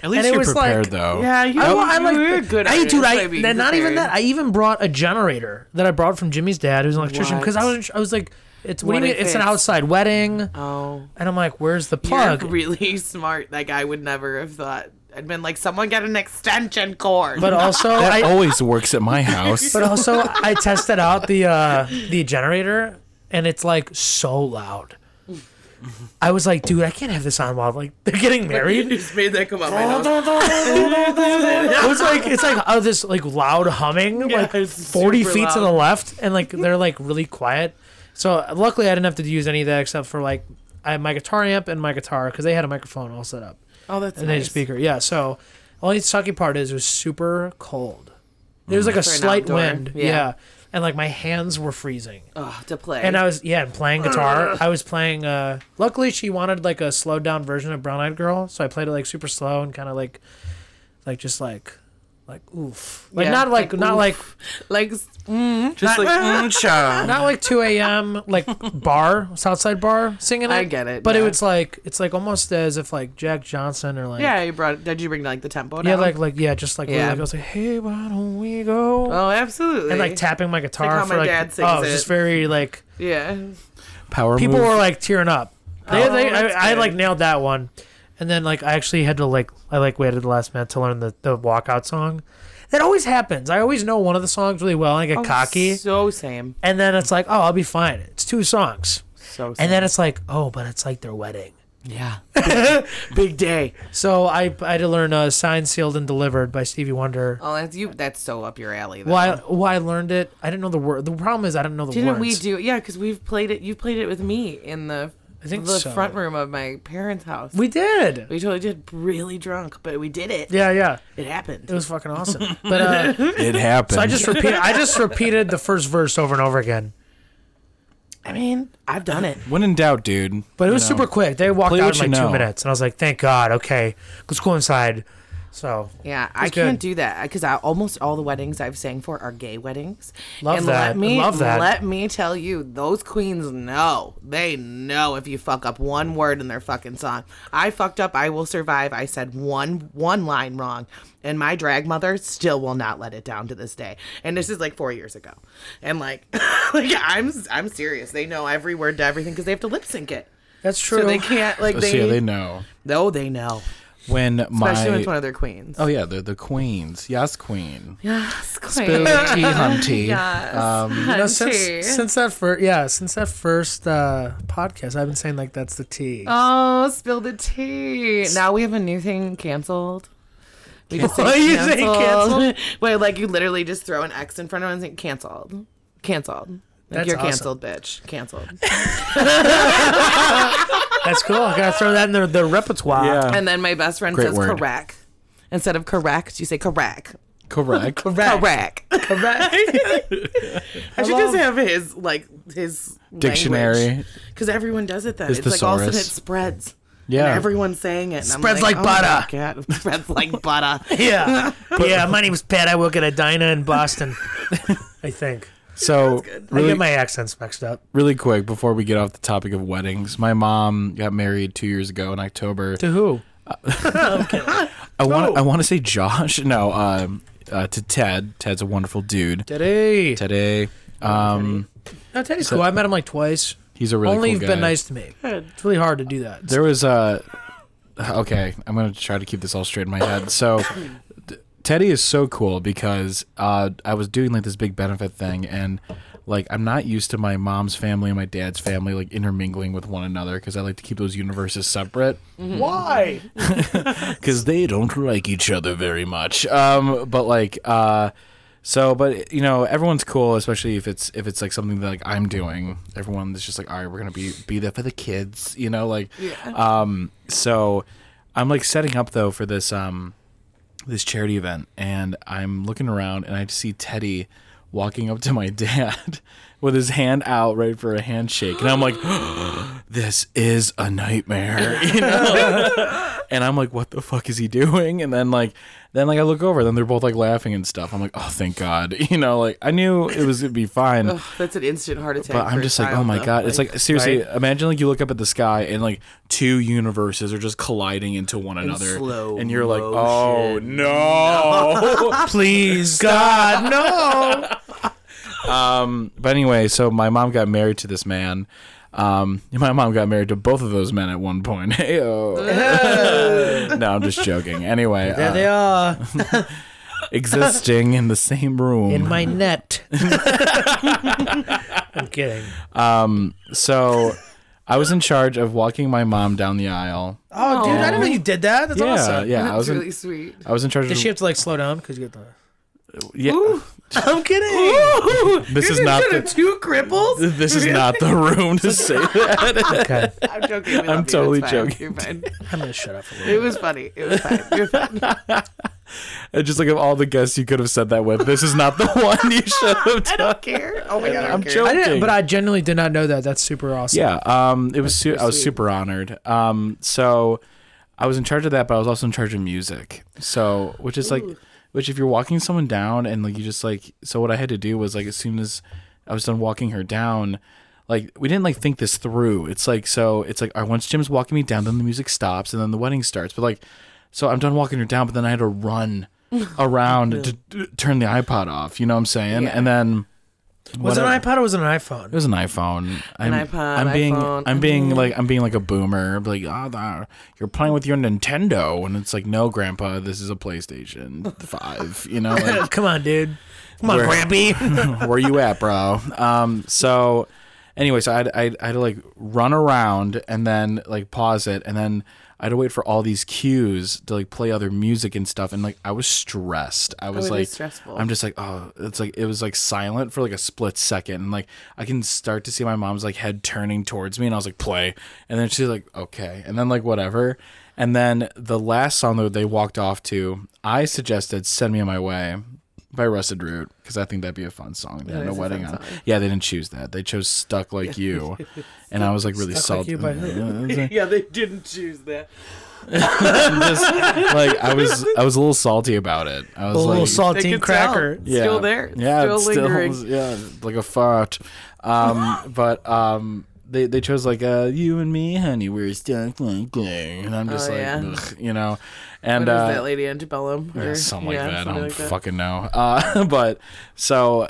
Speaker 3: At least
Speaker 2: it
Speaker 3: you're
Speaker 2: was like-
Speaker 3: prepared, though.
Speaker 4: yeah, you
Speaker 2: I,
Speaker 4: know,
Speaker 2: well, I like.
Speaker 4: you're good.
Speaker 2: I,
Speaker 4: at it
Speaker 2: dude, I,
Speaker 4: by being
Speaker 2: and not even
Speaker 4: prepared.
Speaker 2: that. I even brought a generator that I brought from Jimmy's dad, who's an electrician, because I
Speaker 4: What?
Speaker 2: was, I was like, it's what, do
Speaker 4: What
Speaker 2: you mean?
Speaker 4: if
Speaker 2: It's an
Speaker 4: it's-
Speaker 2: outside wedding, and
Speaker 4: Oh,
Speaker 2: I'm like, where's the
Speaker 4: you're
Speaker 2: plug?
Speaker 4: really smart. Like I would never have thought. I'd been like, someone get an extension cord.
Speaker 2: but also,
Speaker 3: That
Speaker 2: I,
Speaker 3: always works at my house.
Speaker 2: but also, I tested out the uh, the generator, and it's like so loud. I was like, dude, I can't have this on while like they're getting
Speaker 4: you
Speaker 2: married.
Speaker 4: just made that come out. my nose.
Speaker 2: It was like it's like oh this like loud humming like
Speaker 4: it's
Speaker 2: forty
Speaker 4: super
Speaker 2: feet to
Speaker 4: loud.
Speaker 2: the left, and like they're like really quiet. So luckily, I didn't have to use any of that except for like I had my guitar amp and my guitar because they had a microphone all set up
Speaker 4: Oh, that's
Speaker 2: and they had a
Speaker 4: nice.
Speaker 2: speaker. Yeah. So only sucky part is it was super cold. There was like a
Speaker 4: For an
Speaker 2: slight
Speaker 4: outdoor,
Speaker 2: wind. Yeah.
Speaker 4: yeah.
Speaker 2: And like my hands were freezing.
Speaker 4: Oh, to play.
Speaker 2: And I was yeah, and playing guitar. I was playing uh luckily she wanted like a slowed down version of Brown Eyed Girl, so I played it like super slow and kinda like like just like like oof. Like
Speaker 4: Yeah,
Speaker 2: not like,
Speaker 4: like
Speaker 2: not
Speaker 4: oof.
Speaker 2: like
Speaker 4: like,
Speaker 3: Just like, mm, child.
Speaker 2: not like two AM like bar, Southside bar singing it.
Speaker 4: I get it,
Speaker 2: But it
Speaker 4: yeah.
Speaker 2: was like it's like almost as if like Jack Johnson or like
Speaker 4: yeah, you brought. Did you bring like the tempo?
Speaker 2: Yeah,
Speaker 4: down?
Speaker 2: like like yeah, just like, really,
Speaker 4: Yeah.
Speaker 2: like I was like, hey, why don't we go?
Speaker 4: Oh, absolutely.
Speaker 2: and like tapping my guitar
Speaker 4: how
Speaker 2: for
Speaker 4: my
Speaker 2: like
Speaker 4: dad sings
Speaker 2: oh, it was just
Speaker 4: it.
Speaker 2: very like
Speaker 4: yeah.
Speaker 3: Power
Speaker 2: people
Speaker 3: move.
Speaker 2: were like tearing up. They,
Speaker 4: Oh,
Speaker 2: they,
Speaker 4: that's
Speaker 2: I, I
Speaker 4: good.
Speaker 2: like nailed that one, and then like I actually had to like I like waited to the last minute to learn the the walkout song. That always happens. I always know one of the songs really well, and I get cocky,
Speaker 4: Oh, So same.
Speaker 2: and then it's like, oh, I'll be fine. It's two songs,
Speaker 4: So. Same.
Speaker 2: and then it's like, oh, but it's like their wedding.
Speaker 4: yeah. Big day.
Speaker 2: So I I had to learn uh, "Signed, Sealed, and Delivered" by Stevie Wonder.
Speaker 4: Oh, that's you. That's so up your alley. Though.
Speaker 2: Well, I, well, I learned it. I didn't know the word. The problem is I didn't know the words.
Speaker 4: Didn't we do? Yeah, because we've played it. You played it with me in the
Speaker 2: I think
Speaker 4: the
Speaker 2: so.
Speaker 4: front room of my parents' house.
Speaker 2: We did.
Speaker 4: We totally did really drunk, but we did it.
Speaker 2: yeah, yeah.
Speaker 4: It
Speaker 2: It
Speaker 4: happened.
Speaker 2: was fucking awesome. But uh,
Speaker 3: It happened.
Speaker 2: so I just repeated. I just repeated the first verse over and over again.
Speaker 4: I mean, I've done it.
Speaker 3: when in doubt, dude.
Speaker 2: But it was super quick. They walked
Speaker 3: play
Speaker 2: out
Speaker 3: what you
Speaker 2: in like two
Speaker 3: know.
Speaker 2: minutes, and I was like, "Thank God, okay, let's go inside." So
Speaker 4: Yeah, I
Speaker 2: It's good.
Speaker 4: can't do that because almost all the weddings I've sang for are gay weddings.
Speaker 2: Love
Speaker 4: and
Speaker 2: that.
Speaker 4: Let me
Speaker 2: Love that.
Speaker 4: let me tell you, those queens know. They know if you fuck up one word in their fucking song. I fucked up. I will survive. I said one one line wrong, and my drag mother still will not let it down to this day. And this is like four years ago, and like, like I'm I'm serious. They know every word to everything because they have to lip sync it,
Speaker 2: that's true. Oh,
Speaker 4: so they can't like
Speaker 3: So yeah,
Speaker 4: they.
Speaker 3: they know
Speaker 4: No, they know,
Speaker 3: when
Speaker 4: especially when
Speaker 3: my.
Speaker 4: it's one of their queens.
Speaker 3: oh yeah, they're the queens. Yes, queen.
Speaker 4: Yes,
Speaker 3: Spill
Speaker 4: queen.
Speaker 3: the tea, hunty.
Speaker 4: Yes.
Speaker 3: Um,
Speaker 2: You know,
Speaker 4: tea.
Speaker 2: since, since that first yeah, since that first uh, podcast, I've been saying like that's the T.
Speaker 4: Oh, spill the tea. Now we have a new thing canceled. We just
Speaker 2: What? You say canceled?
Speaker 4: Wait, like you literally just throw an X in front of it and say canceled. Canceled. Like
Speaker 2: That's
Speaker 4: you're
Speaker 2: awesome.
Speaker 4: canceled, bitch. Canceled.
Speaker 2: That's cool. I gotta throw that in their, their repertoire.
Speaker 3: yeah,
Speaker 4: and then my best friend
Speaker 3: Great
Speaker 4: says
Speaker 3: word.
Speaker 4: correct. Instead of correct, you say correct.
Speaker 3: correct.
Speaker 2: Correct.
Speaker 4: Correct.
Speaker 2: Correct.
Speaker 4: I should just have his like his
Speaker 3: Dictionary.
Speaker 4: because everyone does it. Then
Speaker 3: His
Speaker 4: it's like all of a sudden it
Speaker 3: thesaurus.
Speaker 4: spreads.
Speaker 3: Yeah.
Speaker 4: and everyone's saying it. And
Speaker 2: Spreads
Speaker 4: I'm
Speaker 2: like
Speaker 4: like, "Oh my
Speaker 2: butter."
Speaker 4: God, Spreads like butter.
Speaker 2: yeah. yeah. My name's Pat. I work at a diner in Boston. I think.
Speaker 3: So
Speaker 2: I
Speaker 3: really,
Speaker 2: get my accents mixed up.
Speaker 3: really quick before we get off the topic of weddings, my mom got married two years ago in October.
Speaker 2: To who?
Speaker 3: I want I want to say Josh. No, um, uh, to Ted. Ted's a wonderful dude.
Speaker 2: Teddy. Teddy.
Speaker 3: Teddy. Um,
Speaker 2: No, Teddy's cool. I met him like twice.
Speaker 3: he's a really
Speaker 2: Only
Speaker 3: cool
Speaker 2: you've
Speaker 3: guy.
Speaker 2: been nice to me. It's really hard to do that.
Speaker 3: There was a. Okay, I'm gonna try to keep this all straight in my head. So, t- Teddy is so cool because uh, I was doing like this big benefit thing, and like I'm not used to my mom's family and my dad's family like intermingling with one another because I like to keep those universes separate
Speaker 2: Why?
Speaker 3: because they don't like each other very much. Um, but like, uh, so but you know everyone's cool, especially if it's if it's like something that like I'm doing. Everyone's just like, all right, we're gonna be be there for the kids, you know, like. Um, so I'm like setting up though for this um this charity event, and I'm looking around and I see Teddy walking up to my dad. With his hand out, right for a handshake, and I'm like, "This is a nightmare," you know and I'm like, what the fuck is he doing? And then like, then like I look over, then they're both like laughing and stuff. I'm like, oh thank God, you know, like I knew it was gonna be fine,
Speaker 4: Ugh, that's an instant heart attack.
Speaker 3: but
Speaker 4: for
Speaker 3: I'm
Speaker 4: a
Speaker 3: just like, oh
Speaker 4: child,
Speaker 3: my
Speaker 4: though.
Speaker 3: God, it's like seriously, imagine like you look up at the sky and like two universes are just colliding into one another,
Speaker 4: slow
Speaker 3: and you're like, oh
Speaker 4: motion.
Speaker 3: no.
Speaker 2: Please, God, no.
Speaker 3: um, but anyway, so my mom got married to this man. Um, my mom got married to both of those men at one point. Heyo. no, I'm just joking. Anyway,
Speaker 2: There
Speaker 3: uh,
Speaker 2: they are
Speaker 3: existing in the same room
Speaker 2: in my net. I'm kidding.
Speaker 3: So I was in charge of walking my mom down the aisle.
Speaker 2: Oh, dude, I didn't know you did that. That's
Speaker 3: yeah,
Speaker 2: awesome.
Speaker 3: yeah. I was
Speaker 4: That's really
Speaker 3: in,
Speaker 4: sweet.
Speaker 3: I was in charge of.
Speaker 2: Did she have to like slow down because you got
Speaker 3: yeah,
Speaker 2: the? I'm kidding.
Speaker 3: this is not the
Speaker 4: two cripples.
Speaker 3: this is not the room to say that.
Speaker 2: Okay,
Speaker 4: I'm joking. We love
Speaker 3: I'm
Speaker 4: you.
Speaker 3: totally
Speaker 4: It's fine.
Speaker 3: joking.
Speaker 4: You're fine.
Speaker 2: I'm gonna shut up. A little.
Speaker 4: It was funny. It was fine. You're fine.
Speaker 3: And Just like of all the guests you could have said that with, this is not the one you should have
Speaker 4: I
Speaker 3: done.
Speaker 4: don't care. Oh my god, I don't
Speaker 3: I'm
Speaker 4: care.
Speaker 3: joking.
Speaker 2: I didn't, but I genuinely did not know that. That's super awesome.
Speaker 3: Yeah, um, it was. Su- I was super honored. Um, so I was in charge of that, but I was also in charge of music. So, which is like, which if you're walking someone down and like you just like, so what I had to do was like, as soon as I was done walking her down, like we didn't like think this through. It's like so, it's like, all right, once Jim's walking me down, then the music stops, and then the wedding starts. But like, so I'm done walking her down, but then I had to run around to, to turn the iPod off. You know what I'm saying? And then.
Speaker 2: Was it
Speaker 3: whatever-
Speaker 2: an iPod or was it an
Speaker 3: it
Speaker 2: iPhone?
Speaker 3: was an iPhone. I'm,
Speaker 4: iPod,
Speaker 3: I'm being,
Speaker 4: iPhone, Mm-hmm.
Speaker 3: I'm being like, I'm being like a boomer. I'm like, ah, ah, you're playing with your Nintendo, and it's like, no, Grandpa, this is a PlayStation Five. You know, like,
Speaker 2: Come on, dude. Come on,
Speaker 3: Where-
Speaker 2: Grampy.
Speaker 3: where you at, bro? Um, so anyway, so I, I, I had to like run around and then like pause it, and then I had to wait for all these cues to like play other music and stuff, and like I was stressed. I was
Speaker 4: would be
Speaker 3: like,
Speaker 4: Oh, stressful.
Speaker 3: I'm just like, oh, it's like it was like silent for like a split second, and like I can start to see my mom's like head turning towards me, and I was like, play, and then she's like, okay, and then like whatever, and then the last song that they walked off to, I suggested "Send Me on My Way" by Rusted Root because I think that'd be a fun song to end a
Speaker 4: is a
Speaker 3: wedding
Speaker 4: fun
Speaker 3: on.
Speaker 4: song.
Speaker 3: Yeah, they didn't choose that; they chose "Stuck Like You," and I was like really
Speaker 2: Stuck Like
Speaker 3: salty.
Speaker 2: You by who?
Speaker 4: yeah, they didn't choose that.
Speaker 3: just, like I was, I was a little salty about it. I was
Speaker 2: A
Speaker 3: like,
Speaker 2: little
Speaker 4: They
Speaker 2: saltine
Speaker 4: could
Speaker 2: cracker.
Speaker 4: tell. Still there.
Speaker 3: Yeah,
Speaker 4: Still
Speaker 3: it's still
Speaker 4: lingering.
Speaker 3: yeah, like a fart. Um, but um, they they chose like uh, you and me, honey, we're stuck like glue, and I'm just
Speaker 4: Oh,
Speaker 3: like,
Speaker 4: yeah.
Speaker 3: ugh, you know, and
Speaker 4: What is
Speaker 3: uh,
Speaker 4: that lady antebellum?
Speaker 3: yeah,
Speaker 4: Or-
Speaker 3: something
Speaker 4: yeah,
Speaker 3: like that. I
Speaker 4: something
Speaker 3: don't
Speaker 4: like that.
Speaker 3: fucking know. Uh, but so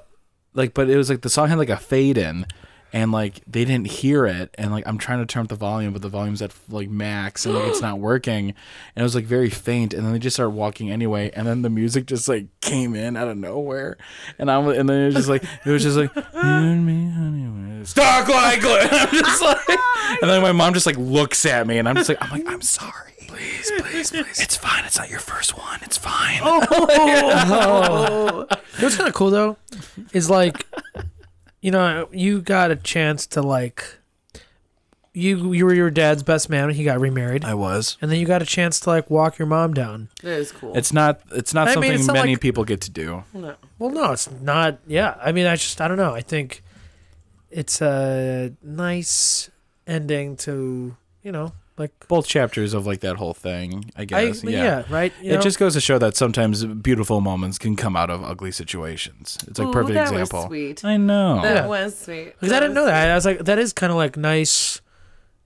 Speaker 3: like, but it was like the song had like a fade in. And like they didn't hear it, and like I'm trying to turn up the volume, but the volume's at like max, and like it's not working, and it was like very faint. And then they just started walking anyway, and then the music just like came in out of nowhere, and I'm and then it was just like it was just like you and me, honey, stuck like glue." And I'm just like, and then my mom just like looks at me, and I'm just like, I'm like, I'm sorry, please, please, please, it's fine, it's not your first one, it's fine.
Speaker 2: Oh. You know what's kind of cool though is like, you know, you got a chance to like, you you were your dad's best man when he got remarried,
Speaker 3: I was.
Speaker 2: and then you got a chance to like walk your mom down.
Speaker 4: That is cool.
Speaker 3: It's not. It's not
Speaker 2: I mean,
Speaker 3: something
Speaker 2: it's not
Speaker 3: many
Speaker 2: like-
Speaker 3: people get to do.
Speaker 4: no.
Speaker 2: Well, no, it's not. Yeah, I mean, I just I don't know. I think it's a nice ending to you know like
Speaker 3: Both chapters of like that whole thing. I
Speaker 2: I
Speaker 3: guess. yeah.
Speaker 2: right. You
Speaker 3: it
Speaker 2: know?
Speaker 3: just goes to show that sometimes beautiful moments can come out of ugly situations. It's like
Speaker 4: Ooh,
Speaker 3: perfect
Speaker 4: that was
Speaker 3: example.
Speaker 4: sweet.
Speaker 3: I know.
Speaker 4: That
Speaker 2: Yeah.
Speaker 4: was sweet.
Speaker 2: Because I didn't
Speaker 4: was
Speaker 2: know that. I was like, that is kind of like nice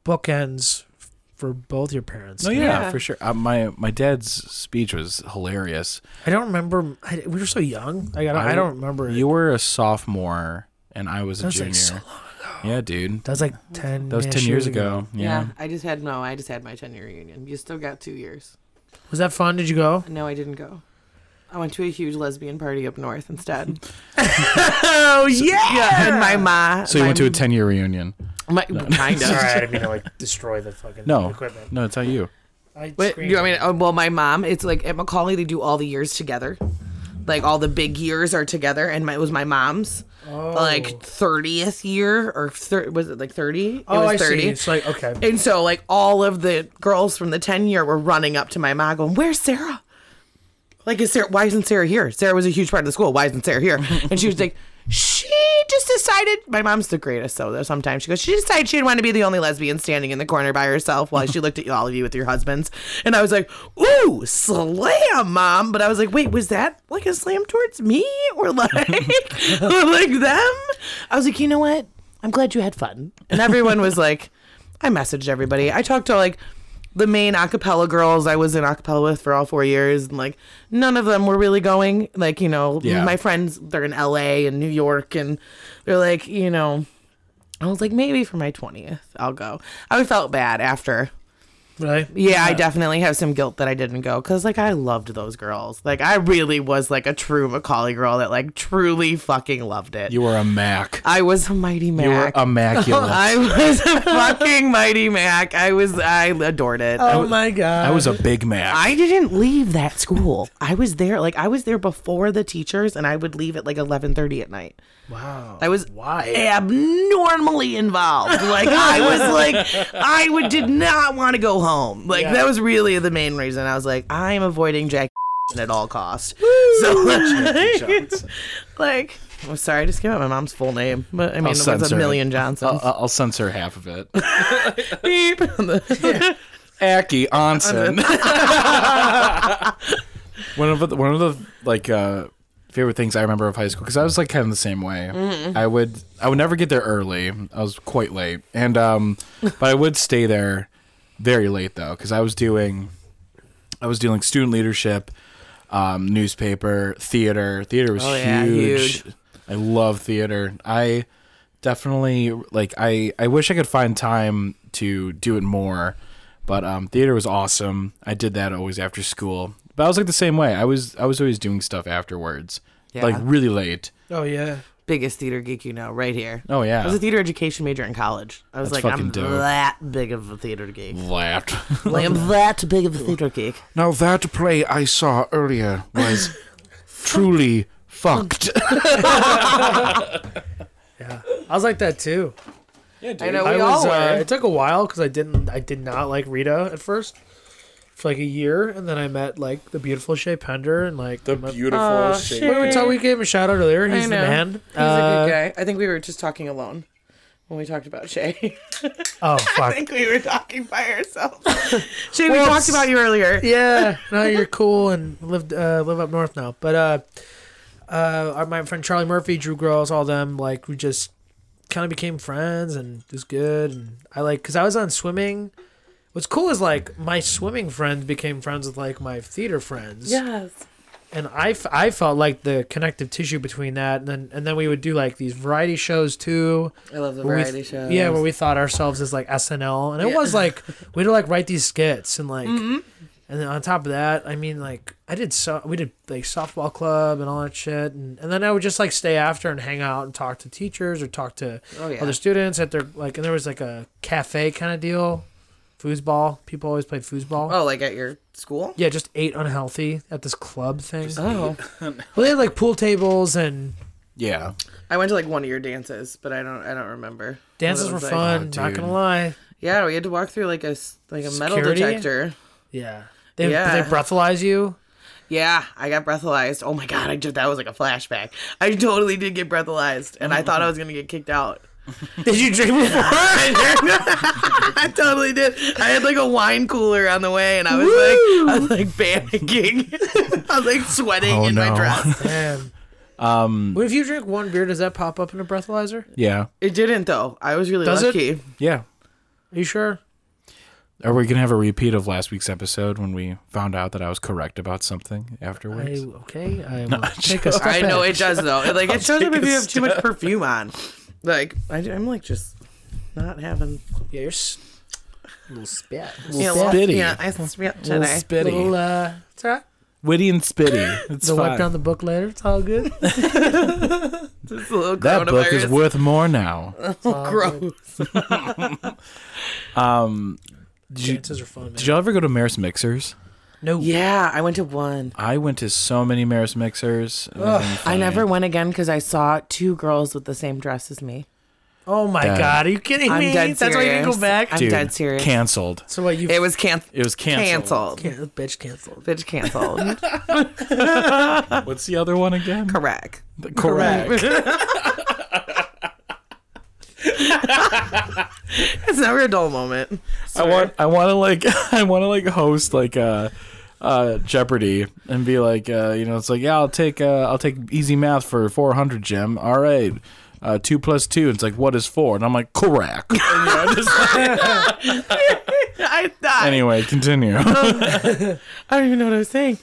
Speaker 2: bookends f- for both your parents.
Speaker 3: No, yeah,
Speaker 4: Yeah.
Speaker 3: for sure. Uh, my my dad's speech was hilarious.
Speaker 2: I don't remember. I, we were so young. Like, I don't, I,
Speaker 3: I-
Speaker 2: don't remember. it.
Speaker 3: You were a sophomore, and I was a
Speaker 2: that was
Speaker 3: junior.
Speaker 2: like so long.
Speaker 3: yeah, dude,
Speaker 2: That was like ten.
Speaker 3: that was ten years ago.
Speaker 4: Yeah.
Speaker 3: Yeah.
Speaker 4: I just had no. I just had my ten year reunion. You still got two years.
Speaker 2: Was that fun? Did you go?
Speaker 4: No, I didn't go. I went to a huge lesbian party up north instead.
Speaker 2: Oh yeah.
Speaker 4: yeah, and my ma.
Speaker 3: So you
Speaker 4: my,
Speaker 3: went to a ten year reunion.
Speaker 4: my, kind of.
Speaker 2: Sorry, I didn't mean to like destroy the fucking
Speaker 3: No.
Speaker 2: equipment.
Speaker 3: No, it's not you.
Speaker 2: I
Speaker 4: Wait,
Speaker 2: screamed.
Speaker 4: you know what I mean? Oh, well, my mom, it's like at Macaulay, they do all the years together. Like all the big years are together, and my, it was my mom's
Speaker 2: Oh.
Speaker 4: like 30th year, or thir- was it like 30? It
Speaker 2: Oh,
Speaker 4: was
Speaker 2: I see. It's like okay.
Speaker 4: And so, like, all of the girls from the 10 year were running up to my mom going, Where's Sarah? Like, is Sarah, why isn't Sarah here? Sarah was a huge part of the school. Why isn't Sarah here? And she was like, She just decided, my mom's the greatest, so though sometimes she goes, She decided she didn't want to be the only lesbian standing in the corner by herself while she looked at all of you with your husbands. And I was like, Ooh, slam, mom. But I was like, Wait, was that like a slam towards me or like, or like them? I was like, You know what? I'm glad you had fun. And everyone was like, I messaged everybody. I talked to like the main acapella girls I was in acapella with for all four years, and like none of them were really going. Like you know,
Speaker 3: Yeah.
Speaker 4: my friends they're in L.A. and New York, and they're like you know. I was like, maybe for my twentieth, I'll go. I felt bad after.
Speaker 2: Right.
Speaker 4: Yeah, I definitely have some guilt that I didn't go because, like, I loved those girls. Like, I really was like a true Macaulay girl that like truly fucking loved it.
Speaker 3: You were a Mac.
Speaker 4: I was a mighty Mac.
Speaker 3: You were immaculate.
Speaker 4: I was a fucking mighty Mac. I was I adored it.
Speaker 2: Oh my god.
Speaker 3: I was a Big Mac.
Speaker 4: I didn't leave that school. I was there like I was there before the teachers and I would leave at like 11:30 at night.
Speaker 2: wow.
Speaker 4: I was
Speaker 2: Why?
Speaker 4: abnormally involved. Like I was like I would did not want to go home. Like that was really the main reason. I was like I'm avoiding Jack at all costs. So like I'm sorry, I just gave out my mom's full name, but I mean it was
Speaker 3: censor
Speaker 4: a
Speaker 3: it.
Speaker 4: million Johnsons.
Speaker 3: I'll, I'll censor half of it.
Speaker 4: Beep.
Speaker 3: Aki Onsen. one of the, one of the like uh, favorite things I remember of high school because I was like kind of the same way.
Speaker 4: Mm-hmm.
Speaker 3: I would I would never get there early. I was quite late, and um, but I would stay there very late though because I was doing I was doing student leadership, um, newspaper, theater. Theater was
Speaker 4: Oh, yeah,
Speaker 3: huge.
Speaker 4: huge.
Speaker 3: I love theater. I definitely like I I wish I could find time to do it more, but um, theater was awesome. I did that always after school. But I was like the same way. I was I was always doing stuff afterwards,
Speaker 4: Yeah.
Speaker 3: like really late.
Speaker 2: Oh yeah.
Speaker 4: biggest theater geek you know, right here.
Speaker 3: Oh
Speaker 4: I was
Speaker 3: yeah.
Speaker 4: a theater education major in college. I was
Speaker 3: That's
Speaker 4: like,
Speaker 3: fucking
Speaker 4: I'm
Speaker 3: dope.
Speaker 4: that big of a theater geek.
Speaker 3: Laughed.
Speaker 4: Like, I'm that big of a theater geek.
Speaker 5: Now that play I saw earlier was truly fucked.
Speaker 2: Yeah, I was like that too.
Speaker 4: I know we
Speaker 2: I was.
Speaker 4: all
Speaker 2: Uh,
Speaker 4: were.
Speaker 2: it took a while because I didn't. I did not like Rita at first for like a year, and then I met like the beautiful Shea Pender and like
Speaker 6: The
Speaker 2: my-
Speaker 6: beautiful
Speaker 4: Aw,
Speaker 6: shape.
Speaker 2: We were talking. We gave him a shout out earlier.
Speaker 4: I
Speaker 2: He's the
Speaker 4: know.
Speaker 2: man. Uh,
Speaker 4: He's a good guy. I think we were just talking alone when we talked about Shay.
Speaker 2: Oh
Speaker 4: I
Speaker 2: fuck.
Speaker 4: think we were talking by ourselves. Shay, we
Speaker 2: Well,
Speaker 4: talked about you earlier.
Speaker 2: yeah. No, you're cool and lived uh, live up north now. But uh, uh, our, my friend Charlie Murphy, Drew Gross, all them like we just kind of became friends and it was good. And I like because I was on swimming. What's cool is like my swimming friends became friends with like my theater friends.
Speaker 4: Yes.
Speaker 2: and I, f- I felt like the connective tissue between that and then and then we would do like these variety shows too
Speaker 4: I love the
Speaker 2: where we-
Speaker 4: variety show.
Speaker 2: yeah where we thought ourselves as like SNL and it
Speaker 4: Yeah. Mm-hmm.
Speaker 2: was like we'd like write these skits and like and then on top of that I mean like I did so we did like softball club and all that shit and, and then I would just like stay after and hang out and talk to teachers or talk to
Speaker 4: Oh, yeah.
Speaker 2: other students at their like and there was like a cafe kind of deal foosball people always played foosball
Speaker 4: Oh, like at your school?
Speaker 2: yeah just ate unhealthy at this club thing
Speaker 4: Oh.
Speaker 2: well, they had like pool tables and
Speaker 3: Yeah.
Speaker 4: I went to like one of your dances, but I don't I don't remember.
Speaker 2: dances
Speaker 4: What
Speaker 2: were
Speaker 4: it was like.
Speaker 2: fun. not
Speaker 3: dude.
Speaker 2: gonna lie.
Speaker 4: Yeah, we had to walk through like a s- like a metal
Speaker 2: Security?
Speaker 4: detector.
Speaker 2: Yeah. They
Speaker 4: Yeah.
Speaker 2: they breathalyze you.
Speaker 4: Yeah, I got breathalyzed. Oh my god, I just that was like a flashback. I totally did get breathalyzed, and I thought I was gonna get kicked out.
Speaker 2: Did you drink before?
Speaker 4: I totally did. I had like a wine cooler on the way, and I was like, I was like panicking. I was like sweating
Speaker 3: Oh,
Speaker 4: in
Speaker 3: no.
Speaker 4: my dress.
Speaker 2: Damn.
Speaker 3: Um.
Speaker 2: What if you drink one beer? Does that pop up in a breathalyzer?
Speaker 3: Yeah.
Speaker 4: It didn't though. I was really
Speaker 2: Does it?
Speaker 4: lucky.
Speaker 3: Yeah.
Speaker 2: Are you sure?
Speaker 3: Are we gonna have a repeat of last week's episode when we found out that I was correct about something
Speaker 2: I
Speaker 3: afterwards?
Speaker 2: okay. I will take a step
Speaker 4: I know
Speaker 2: back.
Speaker 4: it does though. It, Like it shows up
Speaker 3: take
Speaker 4: if
Speaker 3: a
Speaker 4: you have too much perfume on. Like I, am like just not having
Speaker 2: Yeah, you're s- little spit.
Speaker 4: yeah,
Speaker 2: Little spit.
Speaker 3: spitty.
Speaker 4: Yeah, I spit
Speaker 3: Little
Speaker 4: today.
Speaker 2: Little,
Speaker 3: spitty,
Speaker 2: uh, it's all right.
Speaker 3: witty and spitty. It's
Speaker 2: They'll wipe
Speaker 3: fine.
Speaker 2: down the book later. It's all good.
Speaker 4: Just a little
Speaker 3: that book is
Speaker 4: coronavirus.
Speaker 3: worth more now.
Speaker 4: gross.
Speaker 3: Um, did you,
Speaker 2: Dances are fun, man.
Speaker 3: did y'all ever go to Maris Mixers?
Speaker 2: no.
Speaker 4: Yeah, I went to one.
Speaker 3: I went to so many Maris Mixers. It was
Speaker 4: I
Speaker 3: funny.
Speaker 4: never went again because I saw two girls with the same dress as me.
Speaker 2: Oh my
Speaker 3: Dad.
Speaker 2: god. Are you kidding
Speaker 4: I'm
Speaker 2: me?
Speaker 4: dead serious.
Speaker 2: That's why you didn't go back.
Speaker 4: I'm
Speaker 3: Dude,
Speaker 4: dead serious.
Speaker 3: Canceled.
Speaker 2: so what you?
Speaker 4: it was can-
Speaker 3: It was canceled.
Speaker 4: canceled.
Speaker 2: can- bitch canceled.
Speaker 4: Bitch canceled.
Speaker 3: What's the other one again?
Speaker 4: Correct.
Speaker 3: The correct.
Speaker 4: It's never a dull moment.
Speaker 3: I want. I want to like. I want to like host like uh, uh, Jeopardy and be like, uh, you know, it's like, yeah, I'll take. Uh, I'll take easy math for four hundred, Jim. All right. Uh, two plus two. It's like, what is four? And I'm like, correct. And, you know, just-
Speaker 4: I thought.
Speaker 3: anyway, continue.
Speaker 4: I don't even know what I was saying.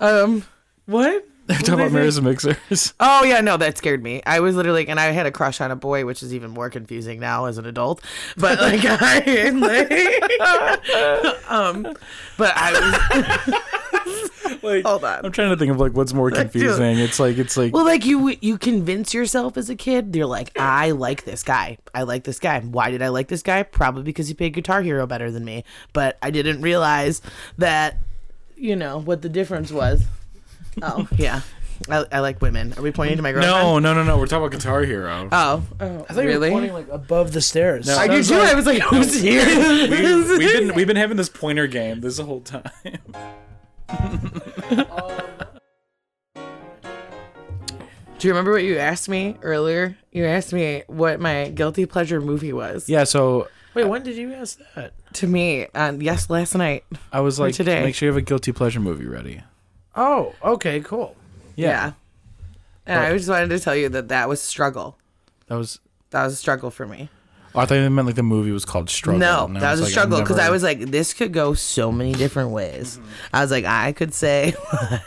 Speaker 4: Um, what?
Speaker 3: Talk about Maris Mixers.
Speaker 4: Oh yeah, no, that scared me. I was literally, and I had a crush on a boy, which is even more confusing now as an adult. But like, I am like, um, but I was.
Speaker 3: Like,
Speaker 4: Hold on.
Speaker 3: I'm trying to think of like what's more confusing. It's like it's like
Speaker 4: Well, like you, you convince yourself as a kid, you're like, I like this guy. I like this guy. Why did I like this guy? Probably because he played Guitar Hero better than me. But I didn't realize that, you know, what the difference was. Oh yeah, I, I like women. Are we pointing to my girlfriend?
Speaker 3: no, no, no, no. We're talking about Guitar Hero.
Speaker 4: Oh, oh
Speaker 2: I thought you were pointing like above the stairs.
Speaker 3: No.
Speaker 4: I do
Speaker 3: Sounds
Speaker 4: too. I was like, who's here?
Speaker 3: we've, we've been we've been having this pointer game this whole time.
Speaker 4: Do you remember what you asked me earlier? You asked me what my guilty pleasure movie was.
Speaker 3: Yeah. So
Speaker 2: Wait, when did you ask that?
Speaker 4: To me, on yes, last night.
Speaker 3: I was like,
Speaker 4: today.
Speaker 3: make sure you have a guilty pleasure movie ready.
Speaker 2: Oh, okay, cool.
Speaker 4: Yeah. And I just wanted to tell you that that was struggle.
Speaker 3: That was.
Speaker 4: That was a struggle for me.
Speaker 3: Oh, I thought you meant like the movie was called Struggle.
Speaker 4: no,
Speaker 3: and I
Speaker 4: that was a
Speaker 3: like, I've
Speaker 4: struggle because
Speaker 3: never- Mm-hmm.
Speaker 4: I was like, this could go so many different ways. I was like, I could say,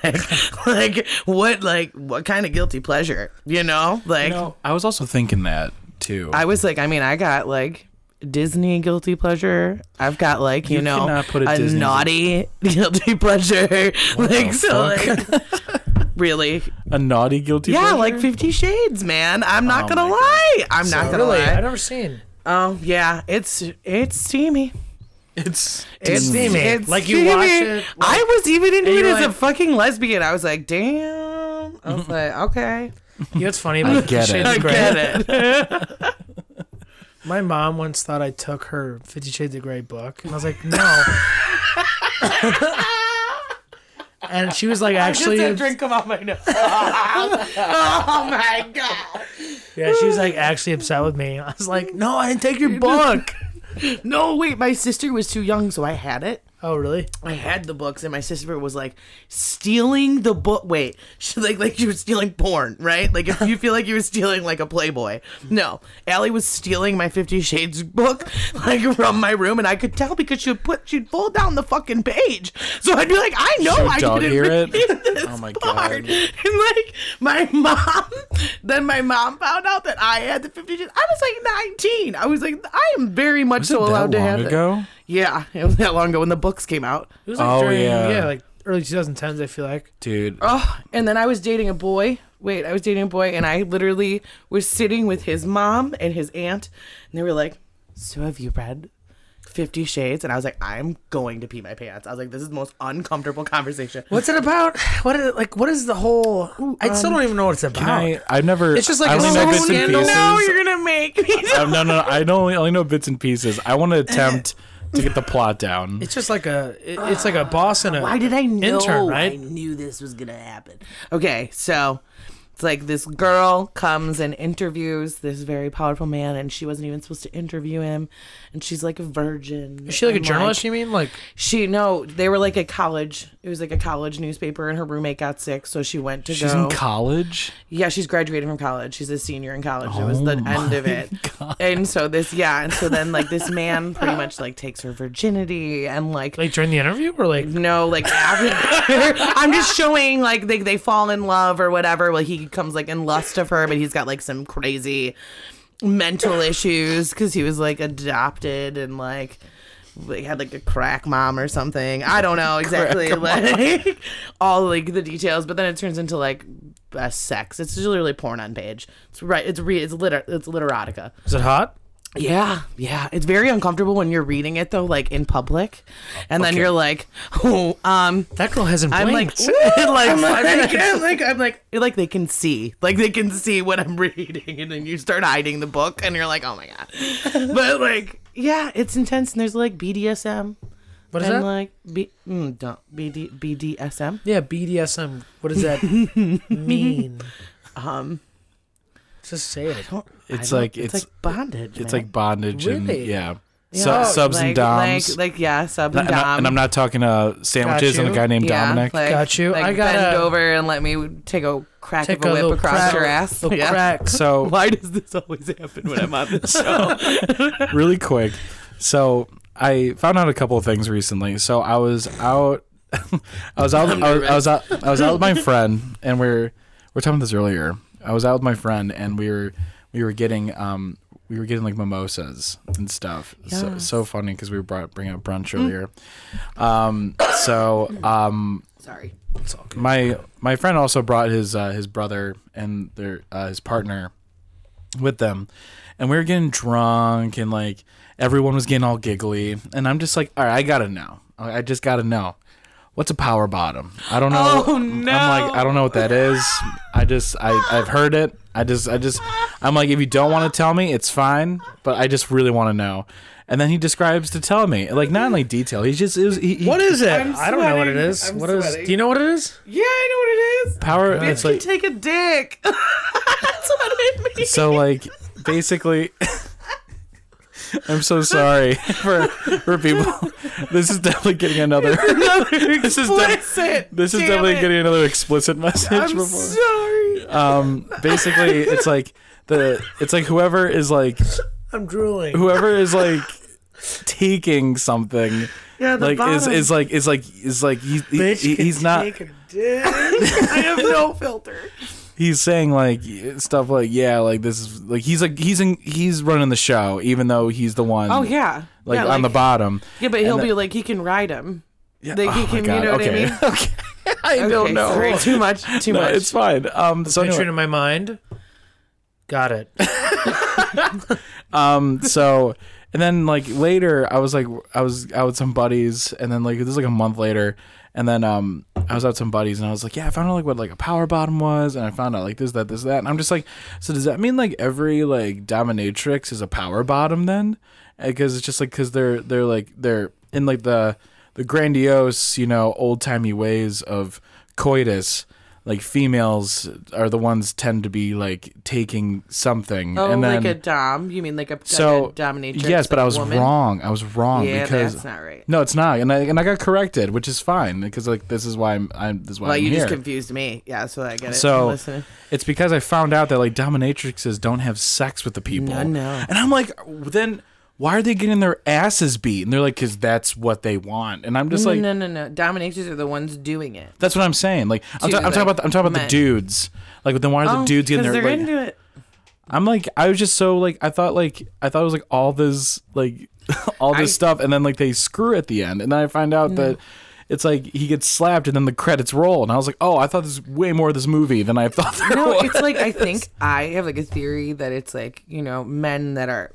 Speaker 4: like, like, what, like, what kind of guilty pleasure? You know, like,
Speaker 3: You know, I was also thinking that too.
Speaker 4: I was like, I mean, I got like Disney guilty pleasure. I've got like, you,
Speaker 3: You
Speaker 4: know,
Speaker 3: cannot put a Disney-
Speaker 4: naughty guilty pleasure. like, so, like, really.
Speaker 3: A naughty guilty
Speaker 4: Yeah,
Speaker 3: pleasure?
Speaker 4: like Fifty Shades, man. I'm not
Speaker 3: Oh
Speaker 4: gonna
Speaker 3: my
Speaker 4: lie. I'm not gonna
Speaker 2: Really? I've
Speaker 4: lie.
Speaker 2: never seen.
Speaker 4: Oh yeah, it's it's steamy.
Speaker 3: it's
Speaker 4: It's
Speaker 2: steamy. Like, you watch it, like-
Speaker 4: I was even into
Speaker 2: and
Speaker 4: it
Speaker 2: you're
Speaker 4: as a
Speaker 2: like-
Speaker 4: fucking lesbian. I was like, damn. I was like, okay,
Speaker 2: You know what's funny about Fifty
Speaker 3: get it.
Speaker 2: Shades
Speaker 4: I
Speaker 2: of Grey?
Speaker 4: get it.
Speaker 2: My mom once thought I took her Fifty Shades of Grey book, and I was like, no. and she was like, actually,
Speaker 4: Actually, just had drink come out my nose. oh my god.
Speaker 2: yeah, she was like actually upset with me. I was like, no, I didn't take your book.
Speaker 4: No, wait. My sister was too young, so I had it.
Speaker 2: oh, really?
Speaker 4: I had the books, and my sister was like stealing the book. Wait, she like like you were stealing porn, right? Like if you feel like you were stealing like a Playboy. No, Allie was stealing my Fifty Shades book like from my room, and I could tell because she would put she'd fold down the fucking page. So I'd be like, I know
Speaker 3: Should
Speaker 4: I
Speaker 3: dog
Speaker 4: didn't
Speaker 3: ear
Speaker 4: read
Speaker 3: it?
Speaker 4: this
Speaker 3: Oh my
Speaker 4: part.
Speaker 3: God.
Speaker 4: And like my mom, then my mom found out that I had the Fifty Shades. I was like nineteen. I was like, I am very much
Speaker 3: Was it
Speaker 4: so
Speaker 3: that
Speaker 4: allowed to
Speaker 3: long
Speaker 4: have it.
Speaker 3: ago?
Speaker 4: Yeah, it was that long ago when the books came out.
Speaker 2: It was like
Speaker 3: Oh,
Speaker 2: during,
Speaker 3: yeah.
Speaker 2: yeah. like early 2010s. I feel like
Speaker 3: Dude.
Speaker 4: Oh, and then I was dating a boy. Wait, I was dating a boy, and I literally was sitting with his mom and his aunt, and they were like, "So have you read Fifty Shades?" And I was like, "I'm going to pee my pants." I was like, "This is the most uncomfortable conversation."
Speaker 2: what's it about? What is like? What is the whole? I
Speaker 4: um,
Speaker 2: still don't even know what it's about.
Speaker 3: I, I've never.
Speaker 2: It's just like
Speaker 3: I
Speaker 2: a
Speaker 3: only know
Speaker 2: sex
Speaker 3: bits and
Speaker 2: scandal.
Speaker 3: pieces.
Speaker 4: No, you're gonna make me.
Speaker 3: I, no, no, no. I only, only know bits and pieces. I want to attempt to get the plot down.
Speaker 2: It's just like a. it- it's like a boss and a.
Speaker 4: Why did I know?
Speaker 2: Intern,
Speaker 4: I
Speaker 2: right?
Speaker 4: knew this was gonna happen. Okay, so it's like this girl comes and interviews this very powerful man, and she wasn't even supposed to interview him, and she's like a virgin.
Speaker 2: Is she like a
Speaker 4: and,
Speaker 2: journalist? you mean like?
Speaker 4: She no, they were like a college. It was like a college newspaper, and her roommate got sick, so she went to
Speaker 3: She's
Speaker 4: go.
Speaker 3: in college.
Speaker 4: yeah, she's graduating from college. She's a senior in college. it
Speaker 3: Oh
Speaker 4: was the end of it, and so this yeah, and so then like this man pretty much like takes her virginity and like
Speaker 2: Like during the interview, or like
Speaker 4: no, like after, I'm just showing like they they fall in love or whatever. Like he becomes like in lust of her, but he's got like some crazy mental issues because he was like adopted and like like, had like a crack mom or something. I don't know exactly like all like the details, but then it turns into like uh, sex. It's literally porn on page. It's right. It's re. It's liter. It's literotica.
Speaker 2: is it hot?
Speaker 4: Yeah, yeah. It's very uncomfortable when you're reading it though, like in public, and then you're like, oh, um,
Speaker 2: That girl hasn't
Speaker 4: I'm like,
Speaker 2: blinked.
Speaker 4: "Ooh," I'm like, I'm like, I'm like, like they can see, like they can see what I'm reading, and then you start hiding the book, and you're like, oh my god. But like, yeah, it's intense, and there's like BDSM
Speaker 2: what is
Speaker 4: and
Speaker 2: that?
Speaker 4: like B, mm, don't BD, BDSM.
Speaker 2: yeah, BDSM. What does that mean?
Speaker 4: Um,
Speaker 2: Just say it.
Speaker 3: It's
Speaker 4: I don't-
Speaker 3: like
Speaker 4: it's,
Speaker 3: it's
Speaker 4: like bondage.
Speaker 3: it's
Speaker 4: man.
Speaker 3: like bondage and
Speaker 2: Really?
Speaker 3: yeah,
Speaker 4: Yeah, Oh,
Speaker 3: Su- subs
Speaker 4: like,
Speaker 3: and doms.
Speaker 4: Like, like yeah, sub and
Speaker 3: and, I,
Speaker 4: dom.
Speaker 3: and I'm not talking uh, sandwiches
Speaker 2: Got
Speaker 3: and a
Speaker 2: you.
Speaker 3: guy named
Speaker 4: Yeah,
Speaker 3: Dominic.
Speaker 4: Like,
Speaker 2: Got you.
Speaker 4: Like
Speaker 2: I gotta-
Speaker 4: bend over and let me take a crack
Speaker 2: Take
Speaker 4: of a,
Speaker 2: a little
Speaker 4: whip across
Speaker 2: crack-
Speaker 4: your ass.
Speaker 2: Little
Speaker 4: Yeah.
Speaker 2: cracks.
Speaker 3: so
Speaker 4: Why does this always happen when I'm on this show?
Speaker 3: really quick. So I found out a couple of things recently. So I was out. I was out. I was, I was out. I was out with my friend, and we we're we we're talking about this earlier. I was out with my friend, and we were we were getting um we were getting like mimosas and stuff. So, so funny because we were brought bringing up brunch
Speaker 4: Mm.
Speaker 3: earlier. Um. So um
Speaker 4: Sorry.
Speaker 3: my my friend also brought his uh, his brother and their uh, his partner with them and we were getting drunk and like everyone was getting all giggly and i'm just like all right i gotta know i I just gotta know what's a power bottom i don't know
Speaker 4: Oh,
Speaker 3: i'm like uh, i don't know what that is i just I, i've heard it i just i just i'm like if you don't want to tell me it's fine but i just really want to know and then he describes to tell me like not in like detail he's just it was, he, he-
Speaker 2: What is it?
Speaker 4: I'm
Speaker 2: I don't know what it
Speaker 4: sweating.
Speaker 2: is.
Speaker 4: I'm
Speaker 2: What is?
Speaker 4: sweating.
Speaker 2: Do you know what it is?
Speaker 4: Yeah, I know what it is.
Speaker 3: power it's like
Speaker 4: take a dick. That's what it means.
Speaker 3: so like basically I'm so sorry for for people. This is definitely getting another this is def-
Speaker 4: Explicit.
Speaker 3: this is
Speaker 4: Damn
Speaker 3: definitely
Speaker 4: it.
Speaker 3: getting another explicit message
Speaker 4: I'm
Speaker 3: before.
Speaker 4: sorry.
Speaker 3: um basically it's like the it's like whoever is like
Speaker 2: I'm drooling.
Speaker 3: whoever is like taking something
Speaker 4: Yeah, the
Speaker 3: like is
Speaker 4: bottom.
Speaker 3: is like is like is like he, he- he- he's not
Speaker 4: I have no filter.
Speaker 3: he's saying like stuff like yeah like this is like he's like he's in he's running the show even though he's the one
Speaker 4: Oh yeah.
Speaker 3: like
Speaker 4: yeah,
Speaker 3: on the bottom
Speaker 4: Yeah, but he'll
Speaker 3: and
Speaker 4: be like he can ride him.
Speaker 3: Yeah. Oh,
Speaker 4: Like, he
Speaker 3: my
Speaker 4: can- you know what I
Speaker 3: okay.
Speaker 4: mean?
Speaker 3: okay. I don't know.
Speaker 4: sorry. Too much. Too
Speaker 3: No,
Speaker 4: much.
Speaker 3: it's fine. Um, so
Speaker 2: Picture
Speaker 3: anyway,
Speaker 2: it in my mind. Got it.
Speaker 3: um, so and then like later, I was like, I was out with some buddies, and then like this is like a month later, and then um, I was out with some buddies, and I was like, yeah, I found out like what like a power bottom was, and I found out like this, that, this, that, and I'm just like, so does that mean like every like dominatrix is a power bottom then? Because it's just like because they're they're like they're in like the the grandiose you know old timey ways of coitus. Like females are the ones tend to be like taking something,
Speaker 4: Oh,
Speaker 3: and then
Speaker 4: like a dom? You mean like a
Speaker 3: so
Speaker 4: so, dominatrix?
Speaker 3: Yes, but
Speaker 4: like
Speaker 3: I was
Speaker 4: woman?
Speaker 3: wrong. I was wrong
Speaker 4: Yeah,
Speaker 3: because
Speaker 4: that's not right.
Speaker 3: no, it's not, and I and I got corrected, which is fine because like this is why I'm, I'm this is why
Speaker 4: Well,
Speaker 3: I'm
Speaker 4: you
Speaker 3: here.
Speaker 4: just confused me. Yeah, so I get it.
Speaker 3: So-
Speaker 4: I'm listening.
Speaker 3: it's because I found out that like dominatrixes don't have sex with the people.
Speaker 4: No, no.
Speaker 3: And I'm like, then why are they getting their asses beat? And they're like, because that's what they want. And I'm just
Speaker 4: no,
Speaker 3: like,
Speaker 4: no, no, no. Dominatrixes are the ones doing it.
Speaker 3: that's what I'm saying. Like I'm,
Speaker 4: Dude,
Speaker 3: ta- I'm talking
Speaker 4: like,
Speaker 3: about the, I'm talking about
Speaker 4: men.
Speaker 3: the dudes. Like then why are the dudes getting
Speaker 4: because
Speaker 3: their
Speaker 4: they're
Speaker 3: like,
Speaker 4: into it.
Speaker 3: I'm like I was just so like I thought like I thought it was like all this like all this
Speaker 4: I-
Speaker 3: stuff and then like they screw at the end and then I find out that it's like he gets slapped and then the credits roll and I was like oh I thought there's way more of this movie than I thought there
Speaker 4: No,
Speaker 3: was.
Speaker 4: it's like I think I have like a theory that it's like you know men that are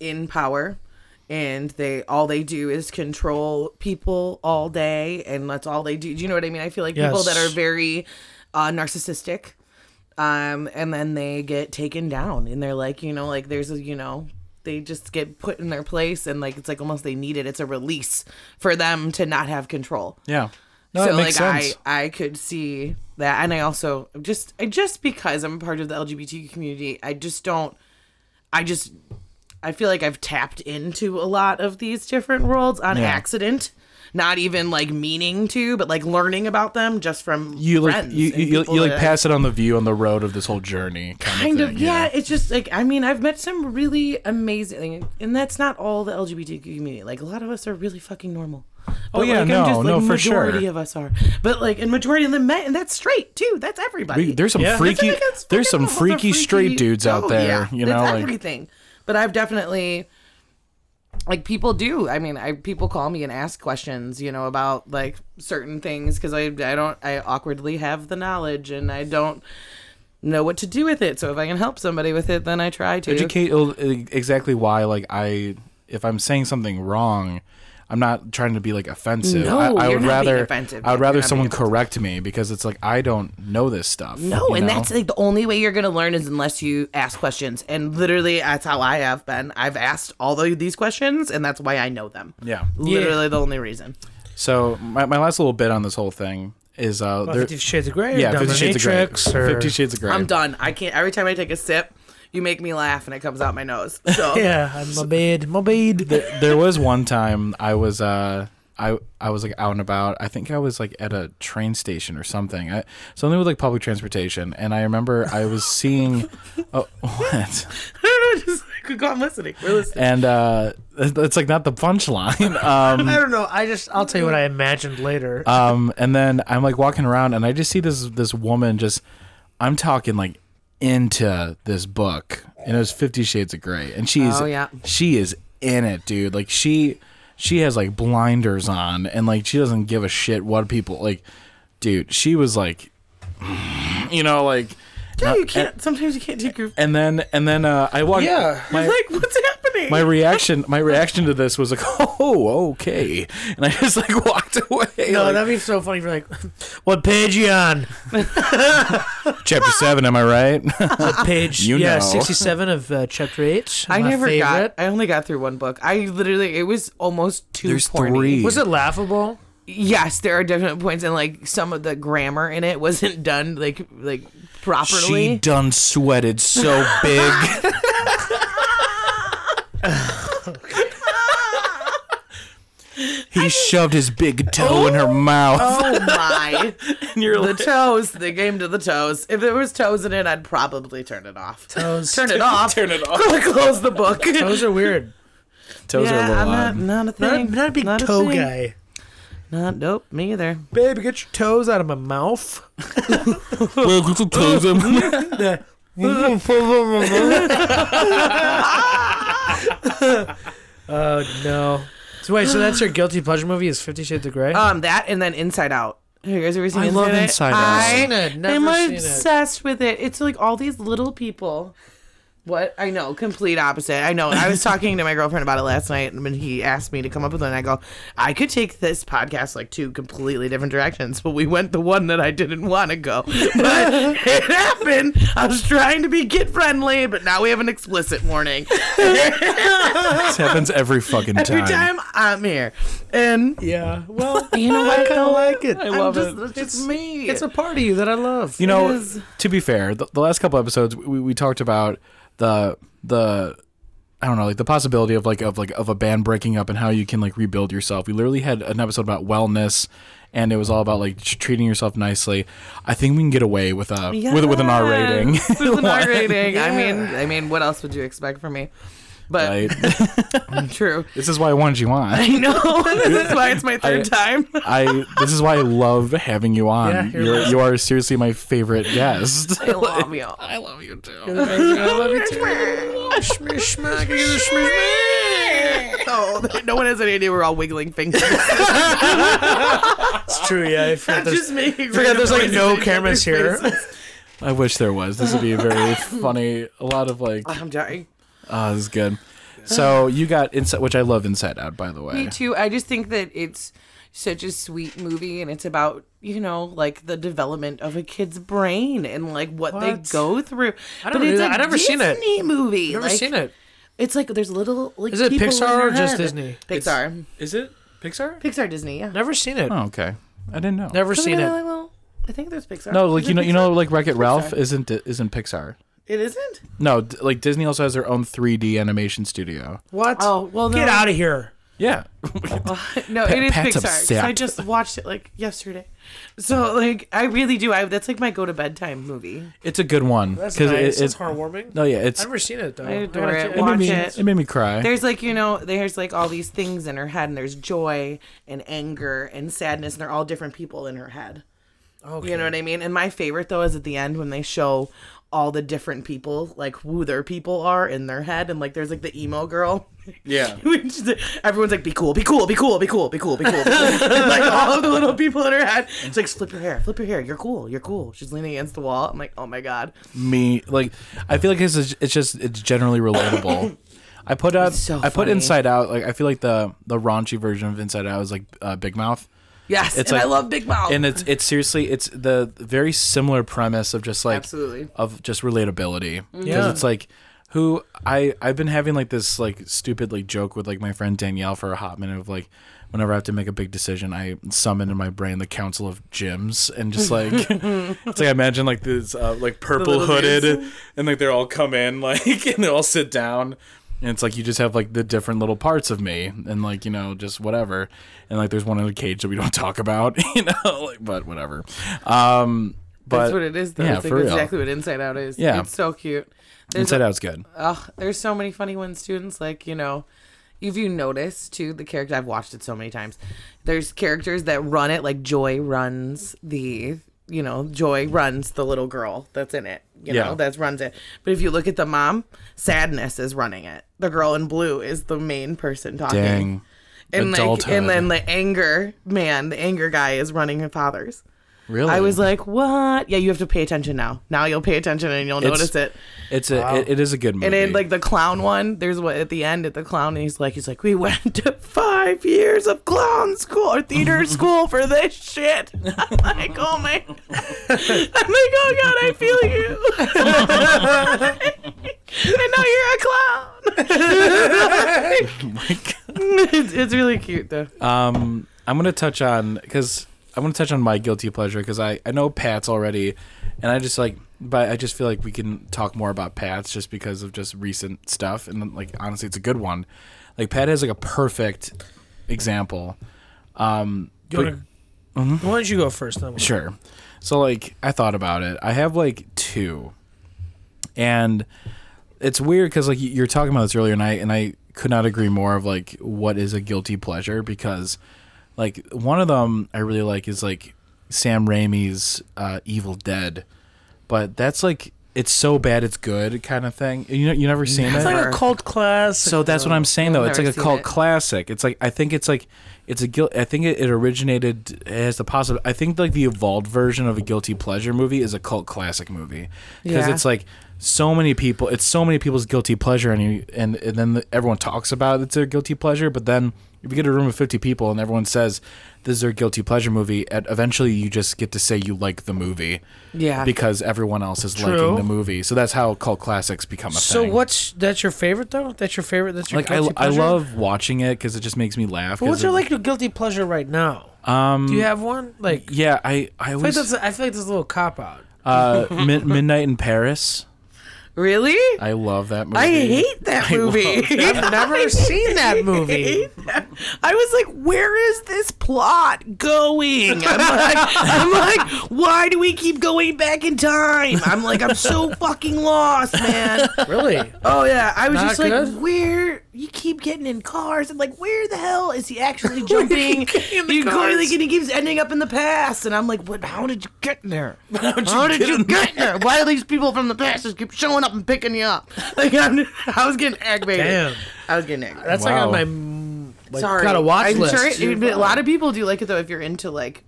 Speaker 4: in power and they all they do is control people all day and that's all they do. Do you know what I mean? I feel like people that
Speaker 2: Yes.
Speaker 4: are very uh, narcissistic. Um, and then they get taken down and they're like, you know, like there's a, you know, they just get put in their place and like it's like almost they need it. It's a release for them to not have control
Speaker 3: yeah. No,
Speaker 4: so
Speaker 3: it makes
Speaker 4: like
Speaker 3: sense.
Speaker 4: I I could see that, and I also just I just because I'm part of the LGBTQ community, I just don't. I just I feel like I've tapped into a lot of these different worlds on
Speaker 3: Yeah.
Speaker 4: accident, not even like meaning to, but like learning about them just from
Speaker 3: you like
Speaker 4: friends
Speaker 3: you,
Speaker 4: and
Speaker 3: you, you,
Speaker 4: people
Speaker 3: you, like
Speaker 4: that I-
Speaker 3: pass it on the view on the road of this whole journey kind,
Speaker 4: Kind
Speaker 3: of,
Speaker 4: of,
Speaker 3: thing,
Speaker 4: yeah. It's just like I mean, I've met some really amazing, and that's not all the LGBTQ community. Like a lot of us are really fucking normal. But,
Speaker 3: Oh, yeah,
Speaker 4: like,
Speaker 3: no,
Speaker 4: I'm just,
Speaker 3: no,
Speaker 4: like,
Speaker 3: for sure.
Speaker 4: majority of us are, but like, and majority of the men, and that's straight too. That's everybody.
Speaker 3: We- there's some
Speaker 2: Yeah.
Speaker 3: freaky
Speaker 4: That's like- that's
Speaker 3: there's some
Speaker 4: fucking awful. They're
Speaker 3: freaky, straight dudes out
Speaker 4: oh,
Speaker 3: there
Speaker 4: yeah.
Speaker 3: you know
Speaker 4: it's
Speaker 3: like
Speaker 4: everything. But I've definitely, like, people do. I mean, I people call me and ask questions, you know, about like certain things because I I don't I awkwardly have the knowledge and I don't know what to do with it. So if I can help somebody with it, then I try to.
Speaker 3: educate it'll- exactly why like i if i'm saying something wrong i'm not trying to be like offensive
Speaker 4: No,
Speaker 3: i, I
Speaker 4: you're
Speaker 3: would
Speaker 4: not being
Speaker 3: rather
Speaker 4: offensive,
Speaker 3: i would
Speaker 4: Nick.
Speaker 3: rather
Speaker 4: You're not
Speaker 3: someone
Speaker 4: being offensive.
Speaker 3: correct me because it's like i don't know this stuff
Speaker 4: No,
Speaker 3: you
Speaker 4: and
Speaker 3: know?
Speaker 4: that's like the only way you're going to learn is unless you ask questions. And literally, that's how I have been. I've asked all of these questions, and that's why I know them.
Speaker 3: yeah
Speaker 4: Literally, the only reason.
Speaker 3: so my, my last little bit on this whole thing is uh
Speaker 2: Well,
Speaker 3: there-
Speaker 2: Fifty Shades of Grey.
Speaker 3: yeah
Speaker 2: Yeah,
Speaker 3: 50 shades of gray
Speaker 2: Dominatrix. Or,
Speaker 3: 50 shades of gray
Speaker 4: I'm done. I can't. Every time I take a sip, you make me laugh, and it comes out my nose. So
Speaker 2: Yeah, I'm my bed, my bed.
Speaker 3: there, there was one time I was uh I I was like out and about. I think I was like at a train station or something. I, something with like public transportation. And I remember I was seeing oh what
Speaker 4: I don't know. Just like, go on listening. We're listening.
Speaker 3: and uh it's like not the punchline. Um
Speaker 2: I don't know. I just I'll tell you what I imagined later.
Speaker 3: um and then I'm like walking around and I just see this this woman just I'm talking like into this book and it was 50 shades of gray and she's
Speaker 4: Oh, yeah.
Speaker 3: she is in it dude like she she has like blinders on and like she doesn't give a shit what people like dude she was like you know like
Speaker 4: No, you can't. Sometimes you can't take your.
Speaker 3: and then and then uh I walked my,
Speaker 4: like, what's happening?
Speaker 3: my reaction my reaction to this was like oh okay and I just like walked away
Speaker 2: no,
Speaker 3: like,
Speaker 2: that'd be so funny. If you're like, what page you on?
Speaker 3: chapter 7 am I right
Speaker 2: Page
Speaker 3: You
Speaker 2: yeah,
Speaker 3: know.
Speaker 2: sixty-seven of uh, chapter eight.
Speaker 4: I
Speaker 2: my
Speaker 4: never
Speaker 2: favorite.
Speaker 4: got. I only got through one book. I literally, it was almost too.
Speaker 3: There's
Speaker 4: porny.
Speaker 3: three.
Speaker 2: Was it laughable?
Speaker 4: yes there are definite points and like some of the grammar in it wasn't done like like
Speaker 3: She
Speaker 4: properly
Speaker 3: done sweated so big. he shoved his big toe in her mouth.
Speaker 4: oh my
Speaker 3: you're
Speaker 4: the toes they came to the toes if there was toes in it i'd probably turn it off
Speaker 2: Toes.
Speaker 4: turn it off turn it off close the book
Speaker 2: Those are weird.
Speaker 3: Toes
Speaker 4: yeah, I'm not, not a
Speaker 2: Not,
Speaker 4: thing.
Speaker 2: not a big
Speaker 4: Not
Speaker 2: toe
Speaker 4: thing.
Speaker 2: guy.
Speaker 4: Not nope, me either.
Speaker 2: Babe, get your toes out of my mouth. Uh, Oh no. So wait, so that's your guilty pleasure movie is Fifty Shades of Grey? Uh,
Speaker 4: Um, that and then Inside Out. Have you guys ever seen
Speaker 3: I love
Speaker 4: Inside Out?
Speaker 3: Inside Out.
Speaker 4: I,
Speaker 2: Seen it, never
Speaker 4: I'm
Speaker 2: seen it.
Speaker 4: obsessed with it. It's like all these little people. What I know, complete opposite. I know. I was talking to my girlfriend about it last night, and when he asked me to come up with one, I go, I could take this podcast like two completely different directions, but we went the one that I didn't want to go. But it happened. I was trying to be kid friendly, but now we have an explicit warning.
Speaker 3: This happens every fucking time.
Speaker 4: Every time I'm here, and
Speaker 2: Yeah. Well,
Speaker 4: you know what?
Speaker 2: I
Speaker 4: though?
Speaker 2: like it.
Speaker 3: I
Speaker 4: I'm
Speaker 3: love
Speaker 4: just,
Speaker 3: it.
Speaker 4: That's just me.
Speaker 2: It's a part of you that I love.
Speaker 3: You know,
Speaker 4: is.
Speaker 3: to be fair, the, the last couple episodes we, we talked about the the I don't know, like the possibility of like of like of a band breaking up and how you can like rebuild yourself. We literally had an episode about wellness and it was all about like tr- treating yourself nicely. I think we can get away with a with with an R rating.
Speaker 4: Yes, with an R rating. I mean, I mean, what else would you expect from me? But
Speaker 3: Right?
Speaker 4: true.
Speaker 3: this is why I wanted you on.
Speaker 4: I know. this is why it's my third time.
Speaker 3: I this is why I love having you on.
Speaker 2: Yeah, you're
Speaker 3: you're you are seriously my favorite guest.
Speaker 4: I love you.
Speaker 3: I love you too.
Speaker 2: I love you too. Schmish, schmack, you the schmish,
Speaker 4: Oh, no one has any idea we're all wiggling fingers.
Speaker 2: It's true. Yeah. I forgot there's,
Speaker 4: just making.
Speaker 2: forgot
Speaker 4: random
Speaker 2: there's like
Speaker 4: noises
Speaker 2: no
Speaker 4: in each
Speaker 2: cameras
Speaker 4: other's
Speaker 2: here.
Speaker 4: faces.
Speaker 3: I wish there was. This would be a very funny. A lot of like,
Speaker 4: I'm dying.
Speaker 3: oh, this is good. So you got inside, which I love Inside Out, by the way.
Speaker 4: Me too. I just think that it's such a sweet movie and it's about, you know, like the development of a kid's brain and like what, they
Speaker 2: What?
Speaker 4: go through.
Speaker 2: I don't
Speaker 4: but
Speaker 2: really-
Speaker 4: it's a
Speaker 2: I never
Speaker 4: Disney
Speaker 2: seen it.
Speaker 4: movie.
Speaker 2: Never
Speaker 4: like,
Speaker 2: seen it.
Speaker 4: It's like there's little like
Speaker 2: Is it
Speaker 4: people in
Speaker 2: Pixar
Speaker 4: your
Speaker 2: or just
Speaker 4: head.
Speaker 2: Disney?
Speaker 4: Pixar.
Speaker 3: Is it Pixar?
Speaker 4: Pixar Disney, yeah.
Speaker 2: Never seen it.
Speaker 3: Oh, okay. I didn't know.
Speaker 2: Never
Speaker 4: Isn't
Speaker 2: seen
Speaker 4: it
Speaker 2: it.
Speaker 4: really well? I think there's Pixar.
Speaker 3: No, like
Speaker 4: Is
Speaker 3: you
Speaker 4: it
Speaker 3: know, you
Speaker 4: Pixar?
Speaker 3: know, like Wreck It Ralph isn't isn't Pixar.
Speaker 4: It isn't?
Speaker 3: No, d- like Disney also has their own 3D animation studio.
Speaker 2: What?
Speaker 4: Oh, well, no.
Speaker 2: Get out of here.
Speaker 3: Yeah,
Speaker 4: No,
Speaker 3: Pa-
Speaker 4: it is
Speaker 3: Pat's
Speaker 4: Pixar. 'cause I
Speaker 3: upset.
Speaker 4: just watched it like yesterday. So like I really do. I that's like my go to bedtime movie.
Speaker 3: it's a good one
Speaker 2: That's
Speaker 3: it-
Speaker 2: nice.
Speaker 3: it-
Speaker 2: That's heartwarming.
Speaker 3: no, yeah, it's
Speaker 2: I've never seen it though.
Speaker 4: I adore
Speaker 2: gotta
Speaker 4: it.
Speaker 2: check-
Speaker 3: it made
Speaker 4: Watch
Speaker 3: me
Speaker 4: it.
Speaker 3: it made me cry.
Speaker 4: There's like you know, there's like all these things in her head, and there's joy and anger and sadness, and they're all different people in her head.
Speaker 2: Okay.
Speaker 4: You know what I mean? And my favorite though is at the end when they show all the different people, like who their people are in their head, and like there's like the emo girl.
Speaker 3: Yeah.
Speaker 4: Which is- Everyone's like, be cool, be cool, be cool, be cool, be cool, be cool. Be cool. And, like all of the little people in her head. It's like, flip your hair, flip your hair. You're cool, you're cool. She's leaning against the wall. I'm like, oh my god,
Speaker 3: me like i feel like it's it's just it's generally relatable i put out
Speaker 4: so
Speaker 3: i put
Speaker 4: funny.
Speaker 3: inside out like i feel like the the raunchy version of inside out is like uh, big mouth
Speaker 4: yes.
Speaker 3: It's
Speaker 4: and I
Speaker 3: like-
Speaker 4: love Big Mouth.
Speaker 3: and it's it's seriously it's the very similar premise of just like
Speaker 4: Absolutely. Mm-hmm.
Speaker 3: of just relatability because
Speaker 2: Yeah.
Speaker 3: it's like who I I've been having like this like stupid like joke with like my friend Danielle for a hot minute of like whenever I have to make a big decision I summon in my brain the council of gyms and just like it's like I imagine like this uh, like purple
Speaker 4: little
Speaker 3: hooded
Speaker 4: dudes.
Speaker 3: and like they're all come in like and they all sit down and it's like you just have like the different little parts of me and like you know just whatever and like there's one in a cage that we don't talk about you know like but whatever um but
Speaker 4: That's what it is, though.
Speaker 3: yeah
Speaker 4: it's like
Speaker 3: for real
Speaker 4: exactly what Inside Out is.
Speaker 3: Yeah.
Speaker 4: It's so cute. There's,
Speaker 3: inside out's good
Speaker 4: ugh, there's so many funny ones, students. Like, you know, if you notice, too, the character, I've watched it so many times. There's characters that run it, like Joy runs the, you know, Joy runs the little girl that's in it, you
Speaker 3: Yeah.
Speaker 4: know, that runs it. But if you look at the mom, Sadness is running it. The girl in blue is the main person talking.
Speaker 3: dang
Speaker 4: And, like,
Speaker 3: adulthood.
Speaker 4: and then the anger man, the anger guy is running her father's.
Speaker 3: Really?
Speaker 4: I was like, "What?" Yeah, you have to pay attention now. Now you'll pay attention and you'll
Speaker 3: It's-
Speaker 4: notice it.
Speaker 3: it's a it, it is a good movie.
Speaker 4: And then like the clown one, there's what at the end at the clown, and he's like, he's like, "We went to five years of clown school or theater school for this shit." I'm like, "Oh my!" I'm like, "Oh god, I feel you." and now Oh you're a clown. it's, it's really cute though.
Speaker 3: um I'm going to touch on cuz I'm going to touch on my guilty pleasure cuz I I know Pat's already and I just like but I just feel like we can talk more about Pat's just because of just recent stuff and like honestly it's a good one. Like Pat has like a perfect example. Um
Speaker 2: You wanna-
Speaker 3: Uh-huh.
Speaker 2: Why don't you go first? Then we'll-
Speaker 3: Sure. So like I thought about it. I have like two. And it's weird cuz like you you were talking about this earlier and I and I could not agree more of like what is a guilty pleasure because like one of them I really like is like Sam Raimi's uh, Evil Dead. But that's like it's so bad it's good kind of thing. You know you never seen it?
Speaker 2: It's like a cult class.
Speaker 3: So that's what I'm saying though. It's
Speaker 4: I've
Speaker 3: like a
Speaker 4: never seen
Speaker 3: cult
Speaker 4: it.
Speaker 3: classic. It's like I think it's like It's a guilt. I think it, it originated as the possible. I think like the evolved version of a guilty pleasure movie is a cult classic movie because
Speaker 4: Yeah.
Speaker 3: it's like so many people. It's so many people's guilty pleasure, and you and, and then the, everyone talks about it's their guilty pleasure. But then if you get a room of fifty people and everyone says this is their guilty pleasure movie, and eventually you just get to say you like the movie.
Speaker 4: Yeah.
Speaker 3: Because everyone else is
Speaker 2: True.
Speaker 3: liking the movie, so that's how cult classics become a
Speaker 2: So
Speaker 3: thing
Speaker 2: what's that's your favorite though? That's your favorite. That's your
Speaker 3: like I,
Speaker 2: guilty
Speaker 3: I
Speaker 2: pleasure?
Speaker 3: love watching it because it just makes me laugh.
Speaker 2: But
Speaker 3: 'cause
Speaker 2: what's your
Speaker 3: it-
Speaker 2: like your guilty pleasure right now?
Speaker 3: Um,
Speaker 2: Do you have one? Like I
Speaker 3: yeah, I I
Speaker 2: feel like
Speaker 3: always
Speaker 2: that's I feel like that's a little cop out.
Speaker 3: uh, Mid- Midnight in Paris.
Speaker 4: Really?
Speaker 3: I love that movie.
Speaker 4: I hate that movie.
Speaker 2: I've never seen that movie.
Speaker 4: I was like, where is this plot going? I'm like, I'm like, why do we keep going back in time? I'm like, I'm so fucking lost, man.
Speaker 2: Really?
Speaker 4: Oh yeah, I was
Speaker 2: Not
Speaker 4: just like,
Speaker 2: good?
Speaker 4: where you keep getting in cars? I'm like, where the hell is he actually jumping? you go, like, and he keeps ending up in the past, and I'm like, what? How did you get there? How did you, get, there? Why do these people from the past just keep showing up and picking you up? Like, I'm, I was getting aggravated.
Speaker 2: Damn.
Speaker 4: I was getting aggravated.
Speaker 2: That's like on
Speaker 3: Wow.
Speaker 2: my mm, like,
Speaker 4: Sorry,
Speaker 2: gotta watch
Speaker 4: I'm
Speaker 2: list.
Speaker 4: Sure it- it- a lot of people do like it though. If you're into like,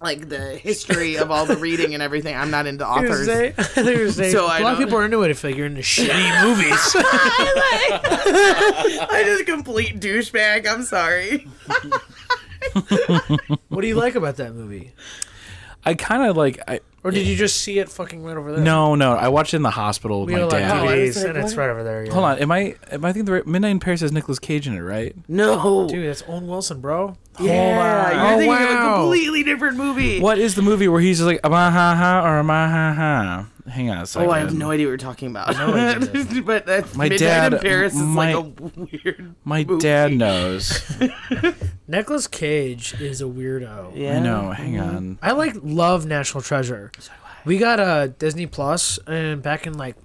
Speaker 4: like the history of all the reading and everything, I'm not into
Speaker 2: You were
Speaker 4: authors.
Speaker 2: saying- you were saying-
Speaker 4: So
Speaker 2: a
Speaker 4: I
Speaker 2: lot of
Speaker 4: don't-
Speaker 2: people are into it if like, you're into shitty movies.
Speaker 4: I just complete douchebag. I'm sorry.
Speaker 2: what do you like about that movie?
Speaker 3: I kind of like. I
Speaker 2: Or did you just see it fucking right over there?
Speaker 3: no no. I watched it in the hospital with
Speaker 2: we
Speaker 3: my
Speaker 2: were like,
Speaker 3: dad.
Speaker 2: oh,
Speaker 4: I
Speaker 2: geez,
Speaker 4: was like,
Speaker 2: and it's
Speaker 4: what?
Speaker 2: right over there. Yeah.
Speaker 3: Hold on, am I am I thinking the right, Midnight in Paris has Nicolas Cage in it, right?
Speaker 4: No.
Speaker 2: dude, that's Owen Wilson, bro.
Speaker 4: Yeah,
Speaker 2: Hold on.
Speaker 4: you're
Speaker 2: Oh,
Speaker 4: thinking of
Speaker 2: wow.
Speaker 4: a completely different movie.
Speaker 3: What is the movie where he's just like ah ha ha or ah ha ha? Hang on a second.
Speaker 4: Oh, I have no idea what you're talking about. but that's
Speaker 3: My
Speaker 4: Midnight
Speaker 3: dad-
Speaker 4: in Paris is
Speaker 3: my-
Speaker 4: like a weird.
Speaker 3: My
Speaker 4: movie.
Speaker 3: dad knows.
Speaker 2: Nicolas Cage is a weirdo.
Speaker 4: Yeah.
Speaker 3: I know. Hang on.
Speaker 2: I like love National Treasure. We got a uh, Disney Plus, and back in like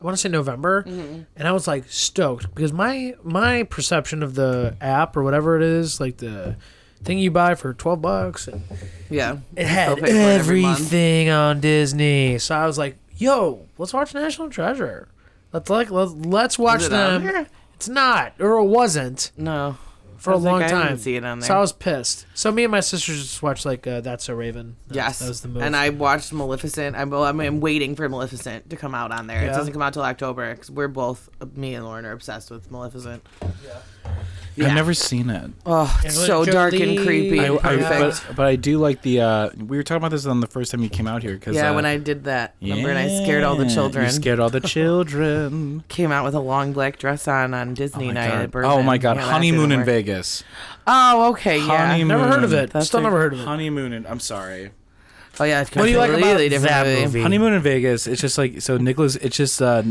Speaker 2: I want to say November,
Speaker 4: Mm-hmm.
Speaker 2: and I was like stoked because my my perception of the app or whatever it is, like the thing you buy for twelve bucks, and
Speaker 4: Yeah.
Speaker 2: it had
Speaker 4: They'll pay for it every month.
Speaker 2: everything on Disney. So I was like, "Yo, let's watch National Treasure. Let's like let's, let's watch
Speaker 4: Is it on
Speaker 2: them."
Speaker 4: there?
Speaker 2: It's not, or it wasn't
Speaker 4: No.
Speaker 2: for a
Speaker 4: I think
Speaker 2: long
Speaker 4: I didn't
Speaker 2: time.
Speaker 4: see it on
Speaker 2: So
Speaker 4: there.
Speaker 2: I was pissed. So me and my sisters just watched like uh, That's a Raven. That was-
Speaker 4: Yes.
Speaker 2: that was the movie.
Speaker 4: And I watched Maleficent. I'm, well, I'm, I'm waiting for Maleficent to come out on there.
Speaker 2: Yeah.
Speaker 4: It doesn't come out till October because we're both, me and Lauren, are obsessed with Maleficent.
Speaker 3: I've never seen it.
Speaker 4: Oh, it's so
Speaker 2: Angelina
Speaker 4: dark and
Speaker 2: Jolie.
Speaker 4: creepy.
Speaker 2: I-
Speaker 4: and
Speaker 2: I-
Speaker 4: perfect.
Speaker 3: but, but I do like the. Uh, we were talking about this on the first time you came out here. Cause,
Speaker 4: yeah,
Speaker 3: uh,
Speaker 4: when I did that, remember, and I scared all the
Speaker 3: Yeah,
Speaker 4: children.
Speaker 3: You scared all the children.
Speaker 4: Came out with a long black dress on on
Speaker 3: Oh
Speaker 4: Disney
Speaker 3: my
Speaker 4: night at
Speaker 3: God.
Speaker 4: Bourbon.
Speaker 3: oh my god,
Speaker 4: Yeah, that
Speaker 3: honeymoon
Speaker 4: didn't
Speaker 3: in
Speaker 4: work.
Speaker 3: Vegas.
Speaker 4: Oh, okay, yeah.
Speaker 3: Honeymoon.
Speaker 2: never heard of it.
Speaker 4: That's
Speaker 2: Still
Speaker 4: a-
Speaker 2: never heard of it.
Speaker 3: Honeymoon in. I'm sorry.
Speaker 4: Oh yeah, it's
Speaker 2: What do you like
Speaker 4: completely
Speaker 2: about
Speaker 4: different
Speaker 2: that movie?
Speaker 3: Honeymoon in Vegas. It's just like so. Nicholas. It's just uh,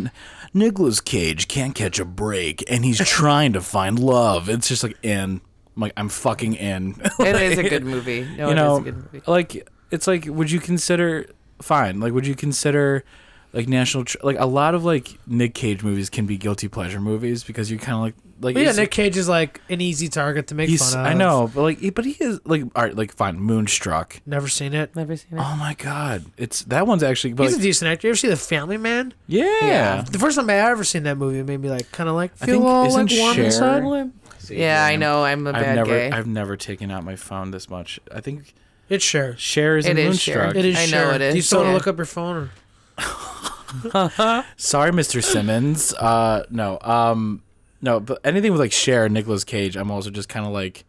Speaker 3: Nicholas Cage can't catch a break, and he's trying to find love. It's just like in. I'm like I'm fucking in.
Speaker 4: It is a good movie. No,
Speaker 3: you
Speaker 4: it
Speaker 3: know,
Speaker 4: is a good movie.
Speaker 3: like it's like would you consider fine? Like would you consider like national tr- like a lot of like Nick Cage movies can be guilty pleasure movies because you kind of like like
Speaker 2: But yeah,
Speaker 3: it's-
Speaker 2: Nick Cage is like an easy target to make
Speaker 3: he's-
Speaker 2: fun of.
Speaker 3: I know, but like he- but he is like all right, like fine, Moonstruck.
Speaker 2: Never seen it.
Speaker 4: Never seen it.
Speaker 3: Oh my god, it's that one's actually but
Speaker 2: He's a
Speaker 3: like,
Speaker 2: decent actor. You ever see The Family Man?
Speaker 3: yeah.
Speaker 4: Yeah.
Speaker 2: The first time I ever seen that movie, it made me like kind of like
Speaker 3: I
Speaker 2: feel
Speaker 3: think-
Speaker 2: all like
Speaker 3: isn't
Speaker 2: warm
Speaker 3: Cher-
Speaker 2: inside.
Speaker 4: yeah, I know. I'm a
Speaker 3: I've
Speaker 4: bad
Speaker 3: never
Speaker 4: gay.
Speaker 3: I've never taken out my phone this much. I think
Speaker 2: It's Cher.
Speaker 3: Cher is
Speaker 4: It
Speaker 3: in
Speaker 4: is Cher.
Speaker 3: Moonstruck.
Speaker 2: It is
Speaker 4: I know
Speaker 2: Cher.
Speaker 4: it
Speaker 2: Do you
Speaker 4: is.
Speaker 2: still want to
Speaker 4: Yeah.
Speaker 2: look up your phone? Or...
Speaker 3: Sorry, Mr. Simmons. Uh, no, um, no, but anything with like Cher and Nicolas Cage, I'm also just kind of like,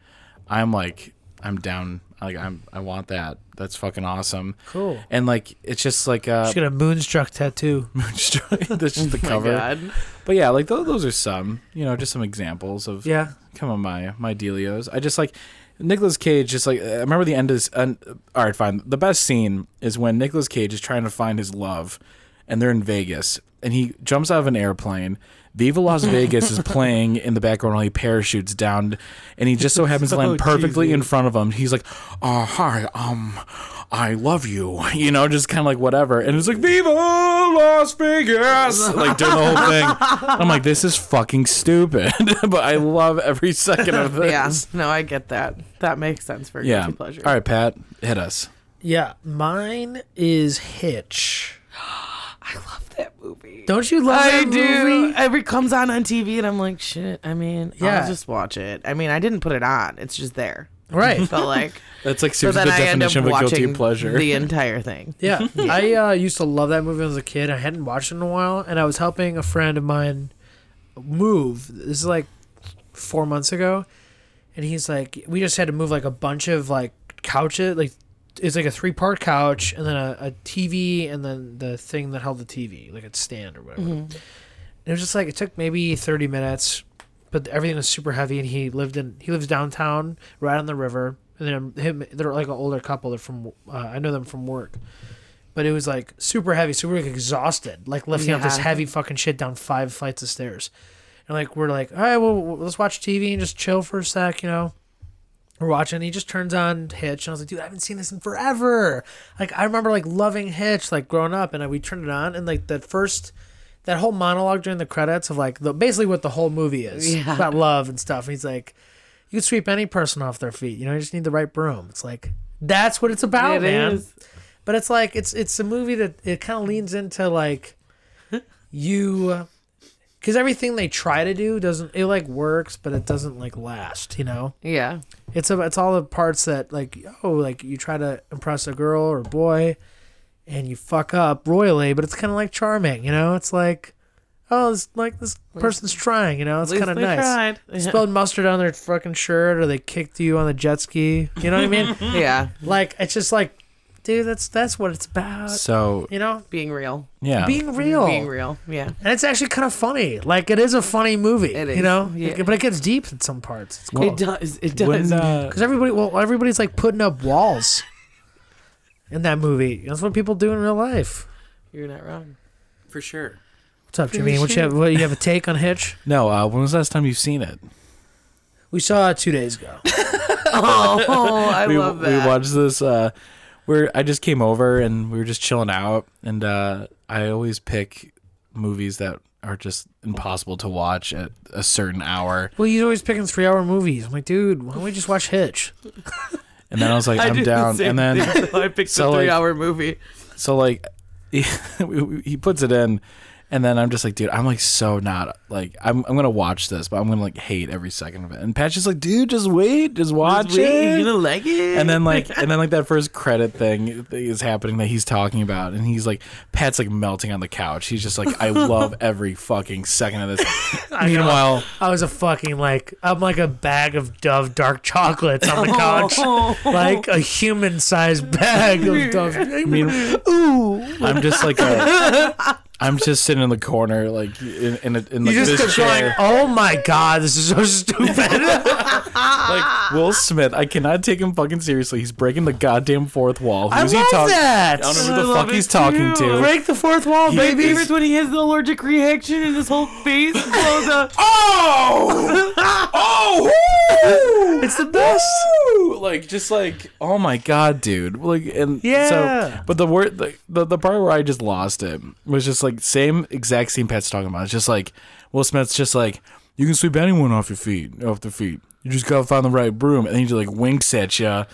Speaker 3: I'm like, I'm down. Like, I'm, I want that. That's fucking awesome.
Speaker 2: Cool.
Speaker 3: And like, it's just like, uh,
Speaker 2: She got a moonstruck tattoo.
Speaker 3: Moonstruck. that's just the
Speaker 4: Oh my
Speaker 3: cover.
Speaker 4: God.
Speaker 3: But yeah, like those, those are some, you know, just some examples of
Speaker 2: Yeah.
Speaker 3: come on my my delios i just like Nicolas Cage just like I remember the end is uh, all right fine the best scene is when Nicolas Cage is trying to find his love and they're in Vegas and he jumps out of an airplane Viva Las Vegas is playing in the background while he parachutes down and he just so happens to land perfectly in front of him he's like uh hi um I love you you know just kind of like whatever and it's like Viva Las Vegas like doing the whole thing I'm like this is fucking stupid but I love every second of this
Speaker 4: Yeah, no, I get that. That makes sense for
Speaker 3: yeah.
Speaker 4: guilty pleasure.
Speaker 3: All right, Pat, hit us.
Speaker 2: Yeah, mine is Hitch.
Speaker 4: I love that movie.
Speaker 2: Don't you love
Speaker 4: I
Speaker 2: that
Speaker 4: do.
Speaker 2: movie?
Speaker 4: Every comes on on TV, and I'm like, shit. I mean, yeah,
Speaker 2: Yeah.
Speaker 4: I'll just watch it. I mean, I didn't put it on. It's just there.
Speaker 2: Right.
Speaker 4: But like,
Speaker 3: That's like
Speaker 4: so
Speaker 3: seriously
Speaker 4: then
Speaker 3: the
Speaker 4: I end up
Speaker 3: definition of a guilty
Speaker 4: watching
Speaker 3: pleasure.
Speaker 4: the entire thing.
Speaker 2: Yeah, I uh, used to love that movie when I was a kid. I hadn't watched it in a while, and I was helping a friend of mine move. This is like four months ago, and he's like, we just had to move like a bunch of like couches, like it's like a three part couch, and then a, a TV, and then the thing that held the TV, like a stand or whatever.
Speaker 3: Mm-hmm.
Speaker 2: And it was just like it took maybe thirty minutes, but everything was super heavy. And he lived in he lives downtown, right on the river. And then him, they're like an older couple. They're from uh, I know them from work but it was like super heavy. So we were like exhausted, like lifting up this
Speaker 4: Yeah.
Speaker 2: heavy fucking shit down five flights of stairs. And like we're like, all right, well, w- let's watch TV and just chill for a sec, you know. We're watching. And he just turns on Hitch, and I was like, dude, I haven't seen this in forever. Like I remember like loving Hitch, like growing up, and I, we turned it on, and like the first. That whole monologue during the credits of like the basically what the whole movie is
Speaker 4: Yeah.
Speaker 2: about love and stuff. And he's like, you can sweep any person off their feet. You know, you just need the right broom. It's like that's what it's about,
Speaker 4: It
Speaker 2: man.
Speaker 4: is.
Speaker 2: But it's like it's it's a movie that it kind of leans into like you because everything they try to do doesn't it like works, but it doesn't like last. You know,
Speaker 4: Yeah.
Speaker 2: it's a, it's all the parts that like oh like you try to impress a girl or boy, and you fuck up royally, but it's kind of like charming. You know, it's like oh it's like this person's trying. You know, it's kind of nice spilled mustard on their fucking shirt or they kicked you on the jet ski. You know what I mean?
Speaker 4: Yeah.
Speaker 2: like it's just like, dude, that's that's what it's about.
Speaker 3: so
Speaker 2: You know,
Speaker 4: Being real.
Speaker 3: yeah,
Speaker 2: being real.
Speaker 4: Being real. Yeah.
Speaker 2: And it's actually kind of funny. Like it is a funny movie.
Speaker 4: It
Speaker 2: You
Speaker 4: is,
Speaker 2: know,
Speaker 4: yeah.
Speaker 2: It- but it gets deep in some parts. It's cool
Speaker 4: It does. It does.
Speaker 3: when uh,
Speaker 2: because everybody, well, everybody's like putting up walls in that movie. That's what people do in real life.
Speaker 4: You're not wrong.
Speaker 3: for sure.
Speaker 2: What's up, Jimmy? What you have? What you have a take on Hitch?
Speaker 3: No, uh, when was the last time you've seen it?
Speaker 2: We saw it two days ago.
Speaker 4: Oh, I
Speaker 3: we,
Speaker 4: love that.
Speaker 3: we watched this uh where I just came over and we were just chilling out and uh I always pick movies that are just impossible to watch at a certain hour.
Speaker 2: Well, you're always picking three-hour movies. I'm like, dude, why don't we just watch Hitch?
Speaker 3: And then I was like, I'm down. And then
Speaker 4: I picked
Speaker 3: so,
Speaker 4: a
Speaker 3: like-
Speaker 4: three-hour movie.
Speaker 3: so like he, he puts it in and then I'm just like, dude, I'm like so not like I'm I'm gonna watch this, but I'm gonna like hate every second of it. And Pat's just like, dude, just wait, just watch it.
Speaker 4: You're gonna like it.
Speaker 3: and then like and then like that first credit thing is happening that he's talking about and he's like pat's like melting on the couch he's just like i love every fucking second of this meanwhile
Speaker 2: I was a fucking like I'm like a bag of Dove dark chocolates on the couch, like a human sized bag of Dove.
Speaker 3: mean,
Speaker 2: Ooh,
Speaker 3: i'm just like a, i'm just sitting in the corner like in, in, a, in like,
Speaker 2: you just
Speaker 3: this
Speaker 2: kept going.
Speaker 3: chair
Speaker 2: Oh my god, this is so stupid.
Speaker 3: like will smith i cannot take him fucking seriously he's breaking the goddamn fourth wall
Speaker 2: I
Speaker 3: who's
Speaker 2: love
Speaker 3: he talking
Speaker 2: that.
Speaker 3: i don't know
Speaker 4: I
Speaker 3: who the
Speaker 4: love
Speaker 3: fuck he's
Speaker 4: it
Speaker 3: talking
Speaker 4: too.
Speaker 3: to
Speaker 2: Break the fourth wall,
Speaker 3: He
Speaker 2: baby.
Speaker 3: is-
Speaker 4: when he has the allergic reaction and his whole face blows up.
Speaker 3: oh oh
Speaker 2: It's the best.
Speaker 3: Woo! like just like oh my god dude like and
Speaker 2: Yeah.
Speaker 3: so but the word the, the the part where i just lost it was just like same exact scene pat's talking about it's just like will smith's just like you can sweep anyone off your feet off their feet you just gotta find the right broom and then he just like winks at you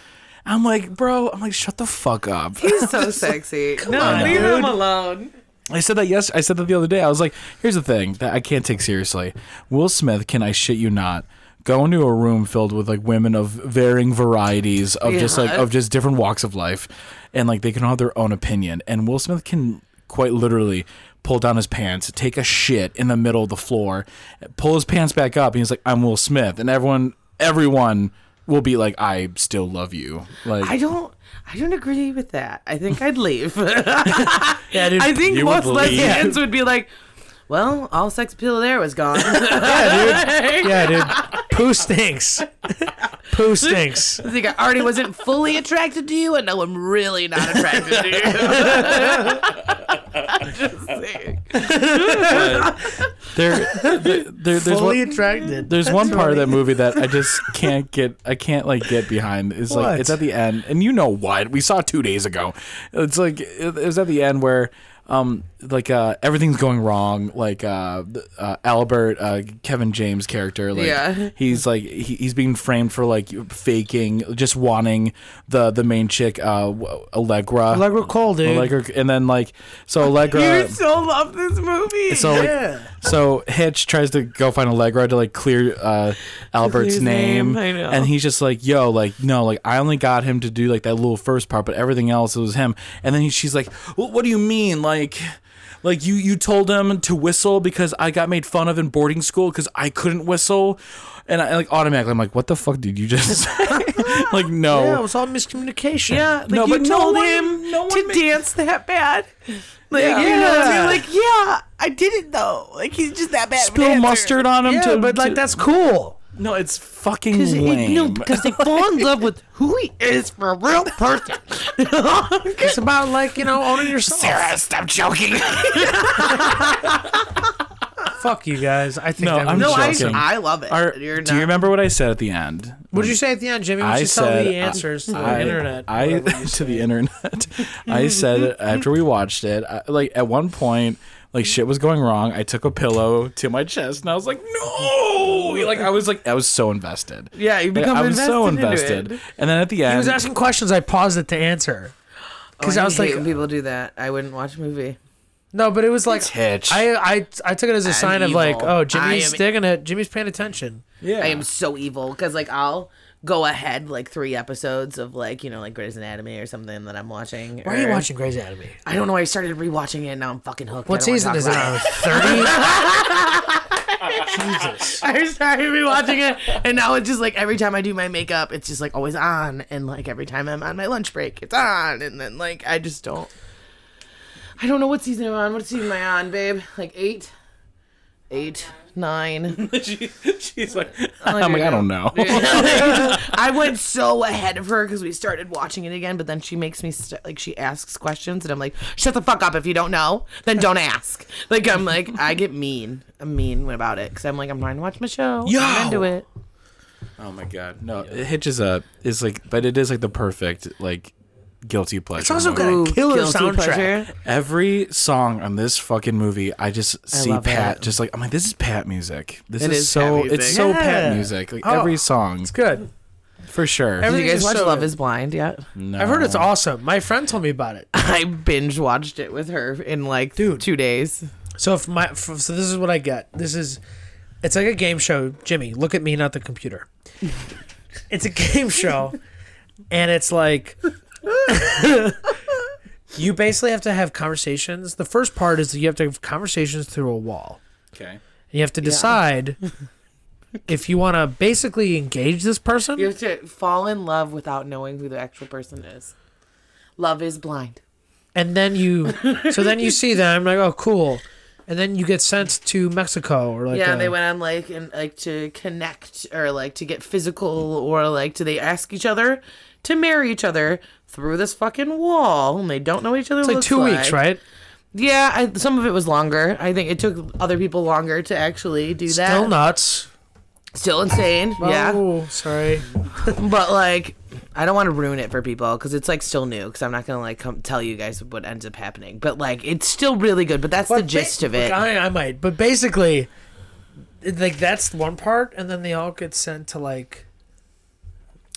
Speaker 3: i'm like bro i'm like shut the fuck up
Speaker 4: He's so sexy. no,
Speaker 2: on,
Speaker 4: leave
Speaker 2: dude.
Speaker 4: him alone.
Speaker 3: I said that yes. I said that the other day. I was like, "Here's the thing that I can't take seriously. Will Smith can I shit you not go into a room filled with like women of varying varieties of just like
Speaker 4: Yeah.
Speaker 3: of just different walks of life, and like they can all have their own opinion. And Will Smith can quite literally pull down his pants, take a shit in the middle of the floor, pull his pants back up, and he's like, "I'm Will Smith," and everyone, everyone will be like, "I still love you." Like
Speaker 4: I don't. I don't agree with that. I think I'd leave.
Speaker 2: Yeah, dude.
Speaker 4: I think
Speaker 3: You would
Speaker 4: most
Speaker 3: leave.
Speaker 4: lesbians would be like, "Well, all sex appeal there was gone."
Speaker 2: yeah, dude. Poo stinks. Poo stinks.
Speaker 4: I think I already wasn't fully attracted to you, and now I'm really not attracted to you. Just saying.
Speaker 3: there, there, there- there's
Speaker 2: Fully
Speaker 3: one,
Speaker 2: attracted.
Speaker 3: There's one part of that movie that I just can't get. I can't like get behind. It's
Speaker 2: What?
Speaker 3: like it's at the end, and you know what? We saw two days ago. It's like it, it was at the end where um, like uh, everything's going wrong. Like uh, th- uh, Albert, uh, Kevin James character, like
Speaker 4: Yeah.
Speaker 3: he's like he, he's being framed for like faking, just wanting the the main chick, uh, w- Allegra.
Speaker 2: Allegra Cole, dude.
Speaker 3: Allegra, and then like so
Speaker 4: You
Speaker 3: Allegra.
Speaker 4: so love this movie.
Speaker 3: So like, so Hitch tries to go find Allegra to like clear uh, Albert's
Speaker 4: his
Speaker 3: name,
Speaker 4: name, I know.
Speaker 3: and he's just like, "Yo, like no, like I only got him to do like that little first part, but everything else it was him." And then he, she's like, well, "What do you mean, like?" Like you, you told him to whistle because I got made fun of in boarding school because I couldn't whistle, and I like automatically I'm like, what the fuck did you just say? like no,
Speaker 2: yeah, it was all miscommunication.
Speaker 4: yeah, like
Speaker 3: No,
Speaker 4: you
Speaker 3: but no
Speaker 4: told
Speaker 3: one-
Speaker 4: him
Speaker 3: no one
Speaker 4: to
Speaker 3: ma-
Speaker 4: dance that bad. Like,
Speaker 3: Yeah.
Speaker 4: you know,
Speaker 2: Yeah.
Speaker 4: they're like, yeah, I did it though. Like, he's just that bad. of a
Speaker 3: spill
Speaker 4: dancer.
Speaker 3: mustard on him
Speaker 2: Yeah,
Speaker 3: to,
Speaker 2: but like
Speaker 3: to-
Speaker 2: that's cool.
Speaker 3: No, it's fucking
Speaker 4: Because
Speaker 3: lame.
Speaker 4: it- no, because they fall in love with who he is for a real person.
Speaker 2: It's about like you know owning yourself.
Speaker 5: stop joking.
Speaker 2: Fuck you guys. I think
Speaker 3: No,
Speaker 2: that
Speaker 3: I'm
Speaker 2: was-
Speaker 4: no, I,
Speaker 3: joking.
Speaker 4: I love it.
Speaker 3: Are-
Speaker 4: You're
Speaker 3: do you
Speaker 4: not-
Speaker 3: remember what I said at the end?
Speaker 2: What did you say at the end, Jimmy? Would
Speaker 3: I
Speaker 2: you tell
Speaker 3: said
Speaker 2: the answers to the
Speaker 3: I,
Speaker 2: internet?
Speaker 3: I
Speaker 2: whatever.
Speaker 3: to the internet. I said after we watched it, I, like at one point, like shit was going wrong. I took a pillow to my chest and I was like, no, like I was like I was so invested.
Speaker 4: Yeah, you
Speaker 3: Like,
Speaker 4: become
Speaker 3: I was so
Speaker 4: invested into
Speaker 3: invested. And then at the end,
Speaker 2: He was asking questions. I paused it to answer because
Speaker 4: Oh,
Speaker 2: I was
Speaker 4: hate
Speaker 2: like,
Speaker 4: when people do that, I wouldn't watch a movie.
Speaker 2: no, but it was like
Speaker 3: Hitch.
Speaker 2: I, I I took it as a sign of like,
Speaker 4: evil.
Speaker 2: oh,
Speaker 4: I
Speaker 2: Jimmy's
Speaker 3: e-
Speaker 4: am-
Speaker 2: digging it. Jimmy's paying attention.
Speaker 3: yeah.
Speaker 4: I am so evil because like I'll go ahead like three episodes of like you know like Grey's Anatomy or something that I'm watching.
Speaker 2: Why are you
Speaker 4: or-
Speaker 2: watching Grey's Anatomy?
Speaker 4: I don't know. I started rewatching it and now I'm fucking hooked.
Speaker 2: What
Speaker 4: I don't wanna
Speaker 2: season
Speaker 4: talk
Speaker 2: is it
Speaker 4: about
Speaker 2: on? Thirty.
Speaker 4: I started rewatching it, and now it's just like every time I do my makeup, it's just like always on, and like every time I'm on my lunch break, it's on, and then like I just don't. I don't know what season I'm on. What season am I on, babe? Like eight, eight, nine.
Speaker 3: She- she's like, I'm like, I don't know.
Speaker 4: I went so ahead of her because we started watching it again, but then she makes me st- like she asks questions, and I'm like, shut the fuck up if you don't know, then don't ask. Like I'm like I get mean. I'm mean about it because I'm like I'm trying to watch my show.
Speaker 3: Yo!
Speaker 4: I'm into it.
Speaker 3: Oh my god, no, Hitch is a is like, but it is like the perfect like guilty pleasure.
Speaker 2: It's also
Speaker 3: movie.
Speaker 2: got a
Speaker 4: Ooh,
Speaker 2: killer
Speaker 4: guilty
Speaker 2: soundtrack.
Speaker 4: pleasure.
Speaker 3: Every song on this fucking movie, I just see
Speaker 4: love
Speaker 3: Pat.
Speaker 4: it.
Speaker 3: Just like I'm like, this is Pat music. This
Speaker 4: It
Speaker 3: is,
Speaker 4: is
Speaker 3: so.
Speaker 4: Pat music.
Speaker 3: It's so
Speaker 2: Yeah.
Speaker 3: Pat music. Like
Speaker 2: Oh.
Speaker 3: every song,
Speaker 2: It's good.
Speaker 3: for sure.
Speaker 2: Every-
Speaker 4: Did you
Speaker 2: Everything
Speaker 4: guys
Speaker 2: is
Speaker 4: watch
Speaker 2: so
Speaker 4: Love
Speaker 2: good.
Speaker 4: Is Blind yet?
Speaker 3: No.
Speaker 2: I've heard it's awesome. My friend told me about it.
Speaker 4: I binge watched it with her in like
Speaker 2: Dude.
Speaker 4: two days.
Speaker 2: So if my f so this is what I get. This is it's like a game show. Jimmy, look at me, not the computer. it's a game show, and it's like you basically have to have conversations. The first part is that you have to have conversations through a wall.
Speaker 3: Okay.
Speaker 2: You have to decide if you want to basically engage this person.
Speaker 4: You have to fall in love without knowing who the actual person is. Love is blind.
Speaker 2: and then you so then you see them like oh cool and then you get sent to mexico or like
Speaker 4: yeah,
Speaker 2: a-
Speaker 4: they went on like and like to connect or like to get physical or like do they ask each other to marry each other through this fucking wall and they don't know each other.
Speaker 2: it's like two weeks right
Speaker 4: Yeah, I, some of it was longer. I think it took other people longer to actually do that.
Speaker 2: still nuts
Speaker 4: Still insane. Yeah,
Speaker 2: oh sorry
Speaker 4: but like. I don't want to ruin it for people because it's like still new. Because I'm not gonna like come tell you guys what ends up happening, but like it's still really good. But that's the
Speaker 2: ba-
Speaker 4: gist of
Speaker 2: look,
Speaker 4: it.
Speaker 2: I, I might but basically it- like that's one part and then they all get sent to like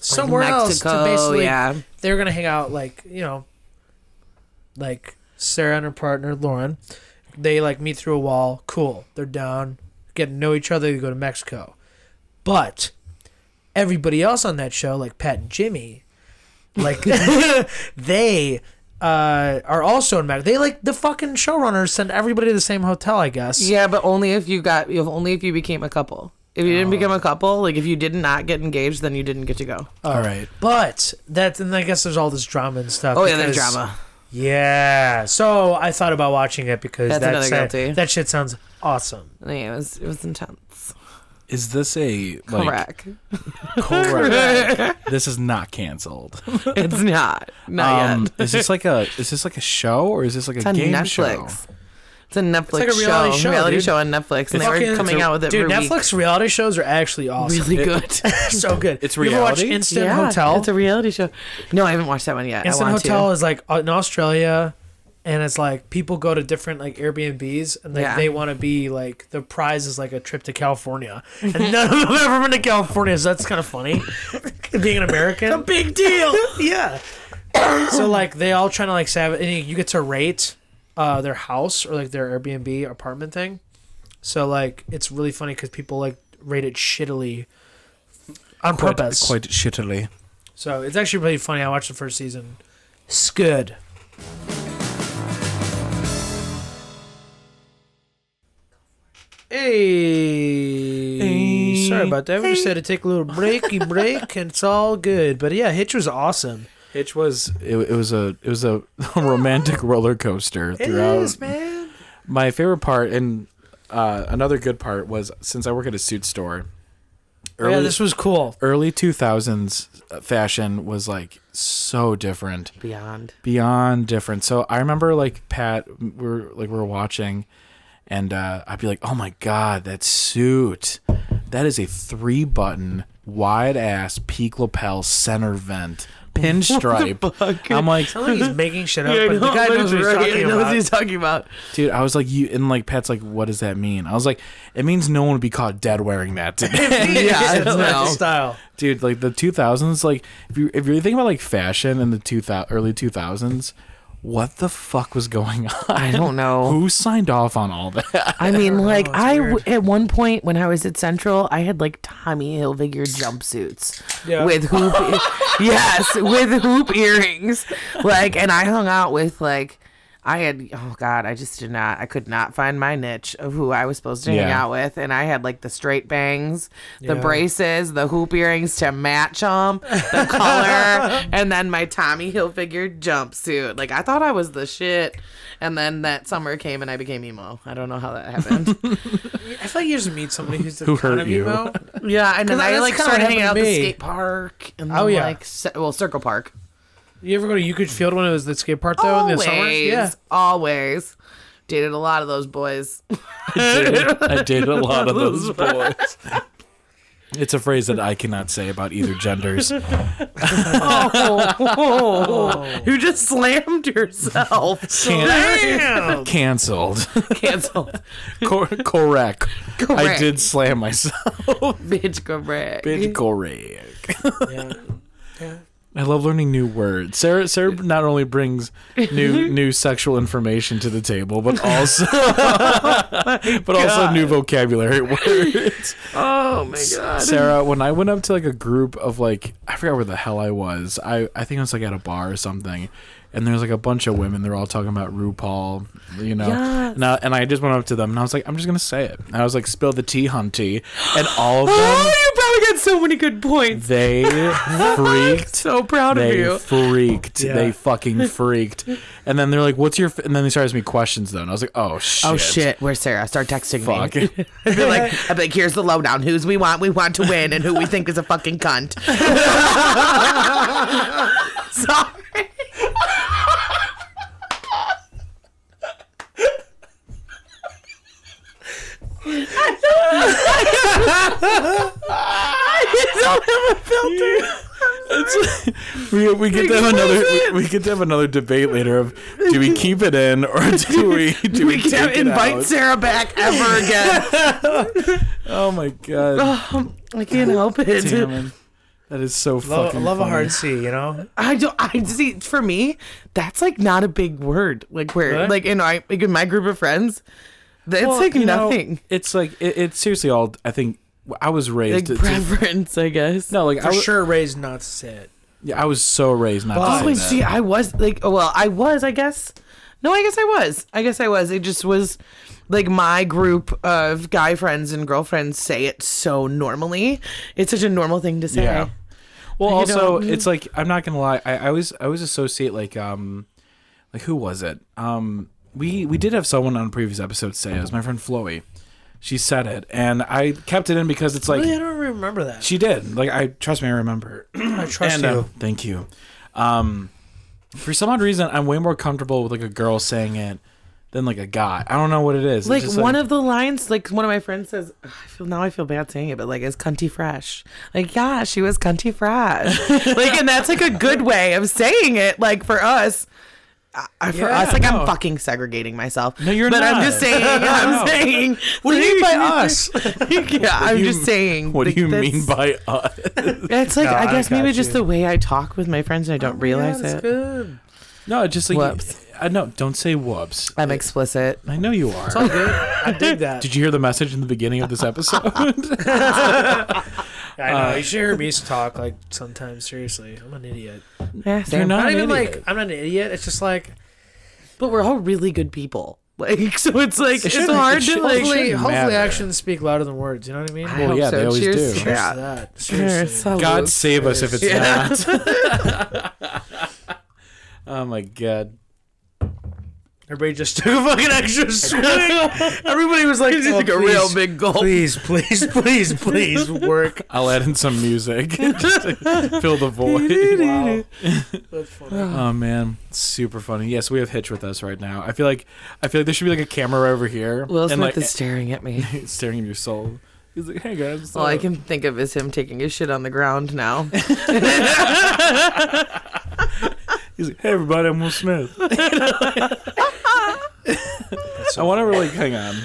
Speaker 2: somewhere else to
Speaker 4: Mexico,
Speaker 2: basically
Speaker 4: yeah.
Speaker 2: they're gonna hang out like you know like sarah and her partner lauren they like meet through a wall cool they're down get to know each other they go to mexico but everybody else on that show like pat and jimmy like they uh, are also in Mexico. They like the fucking showrunners send everybody to the same hotel, I guess.
Speaker 4: Yeah, but only if you got, if only if you became a couple. If you didn't
Speaker 3: Oh.
Speaker 4: become a couple, like if you did not get engaged, then you didn't get to go.
Speaker 3: All right.
Speaker 2: But that, and I guess there's all this drama and stuff.
Speaker 4: Oh yeah, there's
Speaker 2: because-
Speaker 4: drama.
Speaker 2: Yeah. So I thought about watching it because
Speaker 4: That's
Speaker 2: that
Speaker 4: another
Speaker 2: sa-
Speaker 4: guilty.
Speaker 2: that shit sounds awesome.
Speaker 4: Yeah, it was it was intense.
Speaker 3: Is this a like? um,
Speaker 4: Correct.
Speaker 3: correct. this is not canceled. Um,
Speaker 4: it's not. Not yet.
Speaker 3: is this like a is this like a show or is this like
Speaker 4: It's
Speaker 3: a
Speaker 4: on
Speaker 3: game show?
Speaker 4: Netflix. It's a Netflix
Speaker 2: like a reality
Speaker 4: show.
Speaker 2: show,
Speaker 4: reality
Speaker 2: dude.
Speaker 4: show on Netflix, and they were
Speaker 2: Fucking-
Speaker 4: coming out with it.
Speaker 2: Dude,
Speaker 4: every week.
Speaker 2: Netflix reality shows are actually awesome.
Speaker 4: really good.
Speaker 2: so good.
Speaker 3: It's
Speaker 2: You ever watch
Speaker 3: reality?
Speaker 2: Instant Hotel?
Speaker 4: It's a reality show. No, I haven't watched that one yet. I
Speaker 2: Instant
Speaker 4: want
Speaker 2: Hotel
Speaker 4: to.
Speaker 2: is like in Australia, and it's like people go to different like Airbnbs and like
Speaker 4: Yeah.
Speaker 2: they want to be like the prize is like a trip to California, and none of them have ever been to California, so that's kind of funny. Being an American,
Speaker 4: A big deal.
Speaker 2: yeah. so like they all trying to like savage. And you get to rate uh, their house or like their Airbnb apartment thing. So like it's really funny because people like rate it shittily on
Speaker 3: Quite,
Speaker 2: purpose.
Speaker 3: quite shittily.
Speaker 2: So it's actually really funny. I watched the first season. It's good. Hey. Sorry about that. We just had to take a little breaky break, and it's all good. But yeah, Hitch was awesome.
Speaker 3: Hitch was it, it was a it was a romantic roller coaster throughout.
Speaker 2: man.
Speaker 3: My favorite part and uh, another good part was since I work at a suit store.
Speaker 4: Oh,
Speaker 3: Early,
Speaker 2: yeah, this was cool.
Speaker 3: early 2000s fashion was like so different
Speaker 4: Beyond.
Speaker 3: beyond different so i remember like pat we we're like we we're watching and uh, i'd be like oh my god that suit that is a three button wide ass peak lapel center vent pinstripe i'm like
Speaker 2: I think he's making shit up, but the guy knows what he's
Speaker 4: right.
Speaker 2: talking
Speaker 4: He knows
Speaker 2: about.
Speaker 4: what he's talking about.
Speaker 3: dude i was like you and like pat's like what does that mean i was like it means no one would be caught dead wearing that today
Speaker 4: Yeah,
Speaker 2: That's not
Speaker 4: no.
Speaker 2: his style.
Speaker 3: dude like the 2000s like if you if you think about like fashion in the 2000 early 2000s what the fuck was going on i
Speaker 6: don't know.
Speaker 3: who signed off on all that
Speaker 6: I mean, like
Speaker 2: it's
Speaker 6: I
Speaker 2: weird.
Speaker 6: w- at one point when I was at Central, I had like Tommy Hilfiger jumpsuits
Speaker 2: Yeah.
Speaker 6: with hoop, e-, yes, with hoop earrings. Like, and I hung out with like, I had oh god, I just did not, I could not find my niche of who I was supposed to hang
Speaker 3: Yeah.
Speaker 6: out with, and I had like the straight bangs, the
Speaker 2: Yeah.
Speaker 6: braces, the hoop earrings to match them, the color, and then my Tommy Hilfiger jumpsuit. Like I thought I was the shit, and then that summer came and I became emo. I don't know how that happened.
Speaker 2: I feel like you just meet somebody who's the
Speaker 3: Who hurt
Speaker 2: kind of
Speaker 3: you?
Speaker 2: emo.
Speaker 6: Yeah, and then
Speaker 4: Because
Speaker 6: I
Speaker 4: that's
Speaker 6: like
Speaker 4: kinda
Speaker 6: started
Speaker 4: what
Speaker 6: hanging out
Speaker 2: happened
Speaker 6: at
Speaker 2: to
Speaker 6: the
Speaker 2: me.
Speaker 6: skate park and then
Speaker 2: Oh, yeah.
Speaker 6: like se- well Circle Park.
Speaker 2: You ever go to Euclid Field when it was the skate park though Oh, in
Speaker 6: always,
Speaker 2: the summer? Yeah.
Speaker 6: always dated a lot of those boys.
Speaker 3: I did, I did a lot of those boys it's a phrase that i cannot say about either genders
Speaker 6: Oh.
Speaker 2: Oh,
Speaker 4: You just slammed yourself.
Speaker 3: Can- canceled
Speaker 6: Canceled,
Speaker 3: Cor- correct. i
Speaker 6: Correct.
Speaker 3: did slam myself
Speaker 6: bitch, correct.
Speaker 3: bitch correct
Speaker 2: yeah.
Speaker 3: I love learning new words. Sarah Sarah not only brings new new sexual information to the table, but also but also new vocabulary words.
Speaker 4: Oh my god.
Speaker 3: Sarah, when I went up to like a group of like I forgot where the hell I was. I I think I was like at a bar or something. And there's like a bunch of women. They're all talking about RuPaul, you know.
Speaker 6: Yes.
Speaker 3: And, I, and I just went up to them and I was like, I'm just gonna say it. And I was like, spill the tea, hunty. And all of them,
Speaker 4: you probably got so many good points.
Speaker 3: they freaked
Speaker 4: So proud of
Speaker 3: they
Speaker 4: you.
Speaker 3: freaked.
Speaker 2: Yeah.
Speaker 3: They fucking freaked. and then they're like, "What's your?" F-? And then they started asking me questions though, and I was like, "Oh shit,
Speaker 6: Oh shit, where's Sarah? Start texting
Speaker 3: fuck."
Speaker 6: me.
Speaker 4: I'd be like, I'd be like, here's the lowdown. Who's we want? We want to win, and who we think is a fucking cunt. Sorry.
Speaker 3: we, we get to have another. We, we get to have another debate later of do we keep it in or do we do we,
Speaker 4: We can't
Speaker 3: take it
Speaker 4: invite
Speaker 3: out?
Speaker 4: Sarah back ever again.
Speaker 3: Oh my god,
Speaker 4: I can't help it.
Speaker 3: damn it. That is so
Speaker 2: Love,
Speaker 3: fucking.
Speaker 2: love a
Speaker 3: funny.
Speaker 2: hard C, you know?
Speaker 4: I don't. I see. For me, that's like not a big word. Like where,
Speaker 2: Really?
Speaker 4: like in I, like in my group of friends, that's
Speaker 3: Well,
Speaker 4: like
Speaker 3: you know,
Speaker 4: nothing.
Speaker 3: it's like it, it's seriously all. I think I was
Speaker 4: like
Speaker 3: raised. to- to-
Speaker 4: preference, I guess.
Speaker 3: no, like I
Speaker 2: For
Speaker 3: was,
Speaker 2: sure raised not to say it.
Speaker 3: yeah, I was so raised not
Speaker 2: But-
Speaker 3: to
Speaker 4: Oh,
Speaker 3: say
Speaker 4: wait,
Speaker 3: that.
Speaker 4: see, I was like, oh, well, I was, I guess. No, I guess I was. I guess I was. It just was like my group of guy friends and girlfriends say it so normally. It's such a normal thing to say.
Speaker 3: Yeah. Well,
Speaker 4: Like, you know-
Speaker 3: also, it's like I'm not gonna lie. I, I always I always associate like um, like who was it? Um, we we did have someone on a previous episode say it was my friend Floey. She said it, and I kept it in because it's
Speaker 2: Really, I
Speaker 3: like
Speaker 2: don't remember that.
Speaker 3: she did. Like I trust me, I remember.
Speaker 2: I trust
Speaker 3: And,
Speaker 2: you.
Speaker 3: uh, thank you. Um, for some odd reason, I'm way more comfortable with like a girl saying it than like a guy. I don't know what it is. It's
Speaker 4: Like
Speaker 3: just,
Speaker 4: one of the lines, like one of my friends says, ugh, I feel now I feel bad saying it, but like, is cunty fresh? Like, yeah, she was cunty fresh. like, and that's like a good way of saying it. Like for us, I, for
Speaker 2: Yeah,
Speaker 4: us, like
Speaker 2: no.
Speaker 4: I'm fucking segregating myself.
Speaker 1: No, you're
Speaker 4: but
Speaker 1: not.
Speaker 4: I'm just saying. I'm saying.
Speaker 2: What do you mean by us?
Speaker 4: yeah, I'm
Speaker 3: you-
Speaker 4: just saying.
Speaker 3: What
Speaker 4: like,
Speaker 3: do you
Speaker 4: that's-
Speaker 3: mean by uh, us?
Speaker 4: It's like
Speaker 2: No,
Speaker 4: I
Speaker 2: I
Speaker 4: guess maybe
Speaker 2: got
Speaker 4: just
Speaker 2: you.
Speaker 4: the way I talk with my friends and I don't realize
Speaker 2: that's
Speaker 4: it.
Speaker 2: good.
Speaker 3: no, just like
Speaker 4: Whoops.
Speaker 3: I know. Don't say whoops.
Speaker 4: I'm explicit.
Speaker 3: I know you are.
Speaker 2: It's all good. I dig that.
Speaker 3: Did you hear the message in the beginning of this episode?
Speaker 2: I know. you uh, should hear me talk like sometimes. Seriously, I'm an idiot.
Speaker 4: Yeah,
Speaker 3: You're
Speaker 4: same.
Speaker 3: not,
Speaker 2: Not
Speaker 3: an
Speaker 2: even
Speaker 3: idiot.
Speaker 2: like I'm not an idiot. It's just like
Speaker 4: But we're all really good people. Like so, it's like it's
Speaker 2: shouldn't-
Speaker 4: hard
Speaker 2: it
Speaker 4: to
Speaker 2: should-
Speaker 4: like.
Speaker 2: Hopefully,
Speaker 3: shouldn't
Speaker 2: hopefully,
Speaker 3: matter.
Speaker 2: actions speak louder than words. You know what I mean?
Speaker 4: I
Speaker 3: Well,
Speaker 4: hope
Speaker 3: yeah,
Speaker 4: so.
Speaker 3: they always
Speaker 4: Cheers
Speaker 3: do.
Speaker 4: to
Speaker 2: Cheers
Speaker 4: that.
Speaker 2: to that.
Speaker 4: Cheers.
Speaker 2: Seriously.
Speaker 4: Salute.
Speaker 3: God save us if it's
Speaker 4: Yeah.
Speaker 3: not. oh my god.
Speaker 2: Everybody just took a fucking extra swing. Everybody was like,
Speaker 4: Just
Speaker 2: "Oh,
Speaker 4: like a
Speaker 2: please,
Speaker 4: real big gulp.
Speaker 2: Please, please, please, please work.
Speaker 3: I'll add in some music just to fill the void.
Speaker 2: Wow. That's funny.
Speaker 3: Oh man, super funny. Yes, we have Hitch with us right now. I feel like I feel like there should be like a camera over here
Speaker 4: Will Smith
Speaker 3: and like
Speaker 4: is staring at me.
Speaker 3: staring at your soul. He's like, "Hey guys, what's
Speaker 4: All I
Speaker 3: up?"
Speaker 4: can think of is him taking his shit on the ground now.
Speaker 3: He's like, "Hey everybody, I'm Will Smith." I want to really hang on,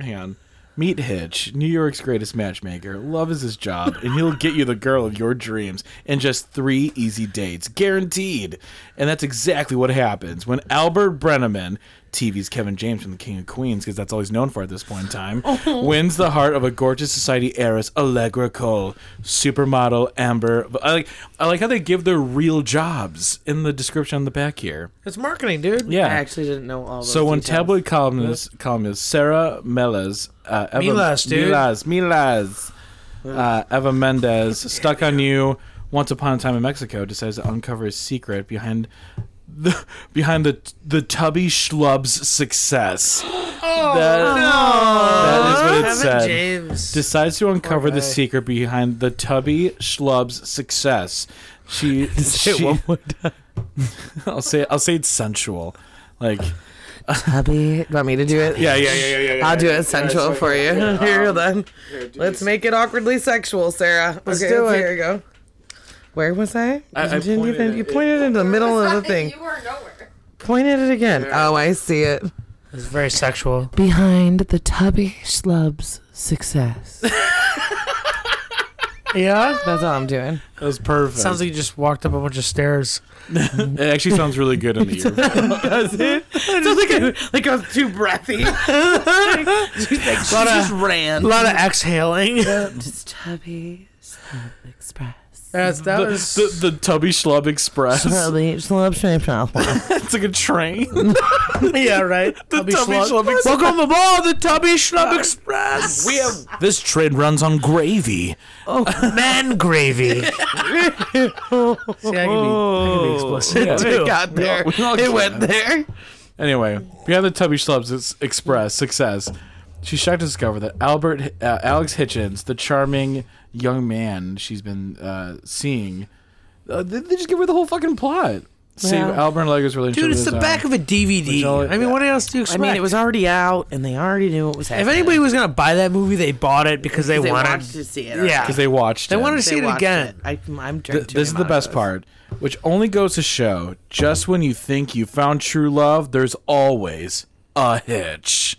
Speaker 3: hang on. Meet Hitch, New York's greatest matchmaker. Love is his job, and he'll get you the girl of your dreams in just three easy dates, guaranteed. And that's exactly what happens when Albert Brenneman, TV's Kevin James from The King of Queens, because that's all he's known for at this point in time, wins the heart of a gorgeous society heiress, Allegra Cole, supermodel Amber. I like, I like how they give their real jobs in the description on the back here.
Speaker 2: It's marketing, dude.
Speaker 3: Yeah,
Speaker 4: I actually didn't know all. Those
Speaker 3: so when
Speaker 4: details.
Speaker 3: tabloid columnist columnist Sarah Melas, uh, Eva,
Speaker 2: Milas, dude.
Speaker 3: Milas, Milas, uh, Eva Mendez, stuck on you. Once upon a time in Mexico, decides to uncover a secret behind the behind the the tubby schlub's success. Oh that is what it said
Speaker 2: James.
Speaker 3: decides to uncover
Speaker 2: guy.
Speaker 3: the secret behind the tubby schlub's success. She, say it one more time. I'll say I'll say it's sensual, like
Speaker 4: Hubby, want me to do it?
Speaker 3: yeah yeah yeah yeah yeah. yeah.
Speaker 4: I'll do it sensual for you. Here, then. Let's make it awkwardly sexual, Sarah.
Speaker 2: Let's
Speaker 4: okay,
Speaker 2: do it.
Speaker 4: Here we go. Where was I?
Speaker 3: I- I
Speaker 4: Didn't you,
Speaker 3: pointed
Speaker 4: even-
Speaker 3: it.
Speaker 4: you pointed in the middle of the thing.
Speaker 6: You were nowhere.
Speaker 4: Point at it again. Oh, I see it.
Speaker 2: It's very sexual.
Speaker 4: Behind the tubby schlub's success.
Speaker 2: Yeah.
Speaker 4: That's all I'm doing.
Speaker 3: That was perfect.
Speaker 2: Sounds like you just walked up a bunch of stairs.
Speaker 3: it actually sounds really good in the ear.
Speaker 4: Sounds like I, like I was too breathy.
Speaker 2: A lot of,
Speaker 4: ran.
Speaker 2: a lot of exhaling.
Speaker 4: Just tubby schlub express.
Speaker 2: That's, that
Speaker 3: the,
Speaker 2: was.
Speaker 3: the, the tubby schlub express.
Speaker 4: Tubby schlub shape
Speaker 3: It's like a train.
Speaker 2: yeah, right. Tubby Schlub.
Speaker 3: Welcome aboard the Tubby Schlub Express. We have this train runs on gravy.
Speaker 2: Man gravy. See, I can be, I can be explicit
Speaker 3: Yeah.
Speaker 2: too.
Speaker 4: Got there.
Speaker 3: we all
Speaker 4: it
Speaker 3: get
Speaker 4: went
Speaker 3: it.
Speaker 4: there.
Speaker 3: Anyway, we have the Tubby Schlubs Ex- Express success. She's shocked to discover that Albert uh, Alex Hitchens, the charming young man she's been uh, seeing, uh, they, they just give her the whole fucking plot. Save
Speaker 4: Well.
Speaker 3: Albert and Allegra's relationship.
Speaker 2: Dude,
Speaker 3: with
Speaker 2: it's the
Speaker 3: his uh,
Speaker 2: back
Speaker 3: own.
Speaker 2: of a DVD.
Speaker 3: Which I-
Speaker 2: I mean, what else do you
Speaker 4: I
Speaker 2: expect?
Speaker 4: mean, it was already out, and they already knew what was happening.
Speaker 2: If anybody was gonna buy that movie, they bought it because they,
Speaker 4: they
Speaker 2: wanted.
Speaker 4: to see it.
Speaker 2: yeah,
Speaker 3: because they watched.
Speaker 2: They
Speaker 3: it.
Speaker 2: wanted to
Speaker 4: They
Speaker 2: see it
Speaker 4: watched
Speaker 2: again.
Speaker 4: I, I'm
Speaker 3: Th- this is the best part, which only goes to show just when you think you found true love, there's always a hitch.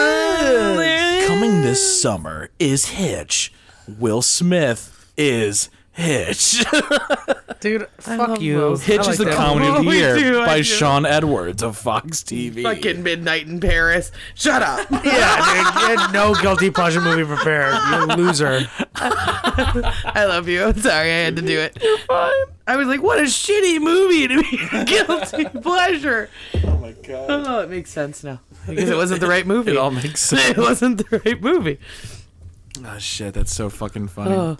Speaker 2: I
Speaker 3: Coming this summer is Hitch. Will Smith is Hitch.
Speaker 2: never, dude. Fuck
Speaker 4: love
Speaker 2: you.
Speaker 4: Will's-
Speaker 3: Hitch
Speaker 2: I like
Speaker 3: is the
Speaker 2: that.
Speaker 3: comedy of the
Speaker 4: We
Speaker 3: year
Speaker 4: do, I
Speaker 3: by
Speaker 4: do.
Speaker 3: Sean Edwards of Fox TV.
Speaker 4: Fucking midnight in Paris. Shut up.
Speaker 2: Yeah, dude. You had no guilty pleasure movie prepared. You loser.
Speaker 4: I love you. I'm sorry I had to do it. You're fine. I was like, what a shitty movie to be guilty pleasure. Oh my god. Oh, it makes sense now. Because it wasn't the right movie.
Speaker 3: It
Speaker 4: It,
Speaker 3: all makes sense.
Speaker 4: wasn't the right movie. Oh.
Speaker 3: oh shit, that's so fucking funny.